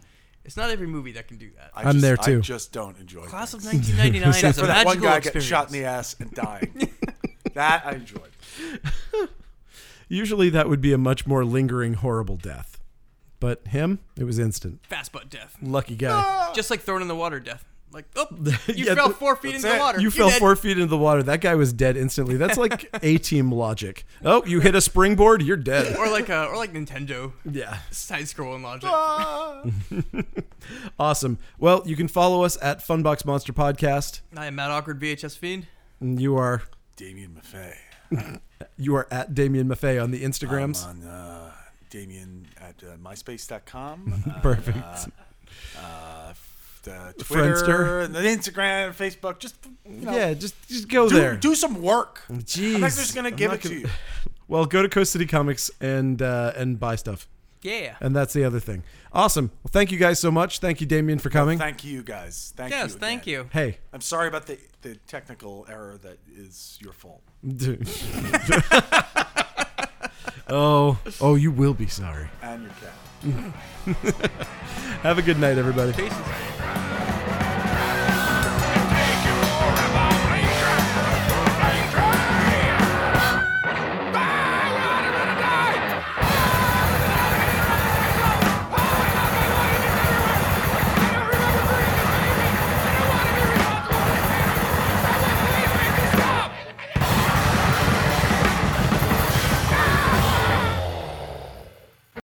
[SPEAKER 2] It's not every movie that can do that.
[SPEAKER 3] I
[SPEAKER 1] I'm
[SPEAKER 3] just,
[SPEAKER 1] there
[SPEAKER 3] I
[SPEAKER 1] too.
[SPEAKER 3] just don't enjoy.
[SPEAKER 2] Class of
[SPEAKER 3] things.
[SPEAKER 2] 1999 is
[SPEAKER 3] *laughs* Except
[SPEAKER 2] a
[SPEAKER 3] for that one
[SPEAKER 2] magical
[SPEAKER 3] guy getting
[SPEAKER 2] experience.
[SPEAKER 3] shot in the ass and dying.
[SPEAKER 2] *laughs*
[SPEAKER 3] that I enjoyed.
[SPEAKER 1] Usually that would be a much more lingering, horrible death. But him, it was instant.
[SPEAKER 2] Fast butt death.
[SPEAKER 1] Lucky guy.
[SPEAKER 2] Just like thrown in the water death. Like,
[SPEAKER 3] *laughs*
[SPEAKER 2] oh, you
[SPEAKER 1] Yeah,
[SPEAKER 2] fell
[SPEAKER 1] th-
[SPEAKER 2] four feet into the
[SPEAKER 3] it.
[SPEAKER 2] water.
[SPEAKER 1] You
[SPEAKER 2] You're
[SPEAKER 1] fell
[SPEAKER 2] dead.
[SPEAKER 1] four feet into the water. That guy was dead instantly. That's
[SPEAKER 3] *laughs*
[SPEAKER 1] like A team logic. Oh, you hit a springboard, you're
[SPEAKER 3] *laughs*
[SPEAKER 1] dead.
[SPEAKER 2] *laughs* Or like, uh, or like Nintendo
[SPEAKER 1] Yeah.
[SPEAKER 2] side scrolling logic. Ah.
[SPEAKER 1] Awesome. Well, you can follow us at Funbox Monster Podcast.
[SPEAKER 2] I am Matt Awkward VHS Fiend.
[SPEAKER 1] And you are
[SPEAKER 3] *laughs* Damien Maffei.
[SPEAKER 1] you are at Damien Maffei on the
[SPEAKER 3] I'm
[SPEAKER 1] Instagrams.
[SPEAKER 3] on uh, Damien at uh, myspace.com.
[SPEAKER 1] *laughs*
[SPEAKER 3] Uh,
[SPEAKER 1] Perfect.
[SPEAKER 3] *laughs* uh, the Twitter,
[SPEAKER 1] Friendster.
[SPEAKER 3] and the Instagram, Facebook. Just you know,
[SPEAKER 1] yeah, just just go there. Oh,
[SPEAKER 3] do, do some work.
[SPEAKER 1] Jeez.
[SPEAKER 3] I'm not just gonna
[SPEAKER 1] I'm
[SPEAKER 3] give
[SPEAKER 1] not
[SPEAKER 3] it
[SPEAKER 1] gonna-
[SPEAKER 3] to you.
[SPEAKER 1] *laughs* Well, go to Coast City Comics and uh, and buy stuff.
[SPEAKER 2] Yeah.
[SPEAKER 1] And that's the other thing. Awesome. Well, thank you guys so much. Thank you, Damien, for coming.
[SPEAKER 3] Thank you guys. Thank you.
[SPEAKER 2] yes,
[SPEAKER 3] again.
[SPEAKER 2] thank you.
[SPEAKER 1] hey. *laughs*
[SPEAKER 3] I'm sorry about the the technical error that is your fault.
[SPEAKER 1] oh, oh, you will be sorry.
[SPEAKER 3] And your cat.
[SPEAKER 1] Have a good night, everybody.
[SPEAKER 2] Peace.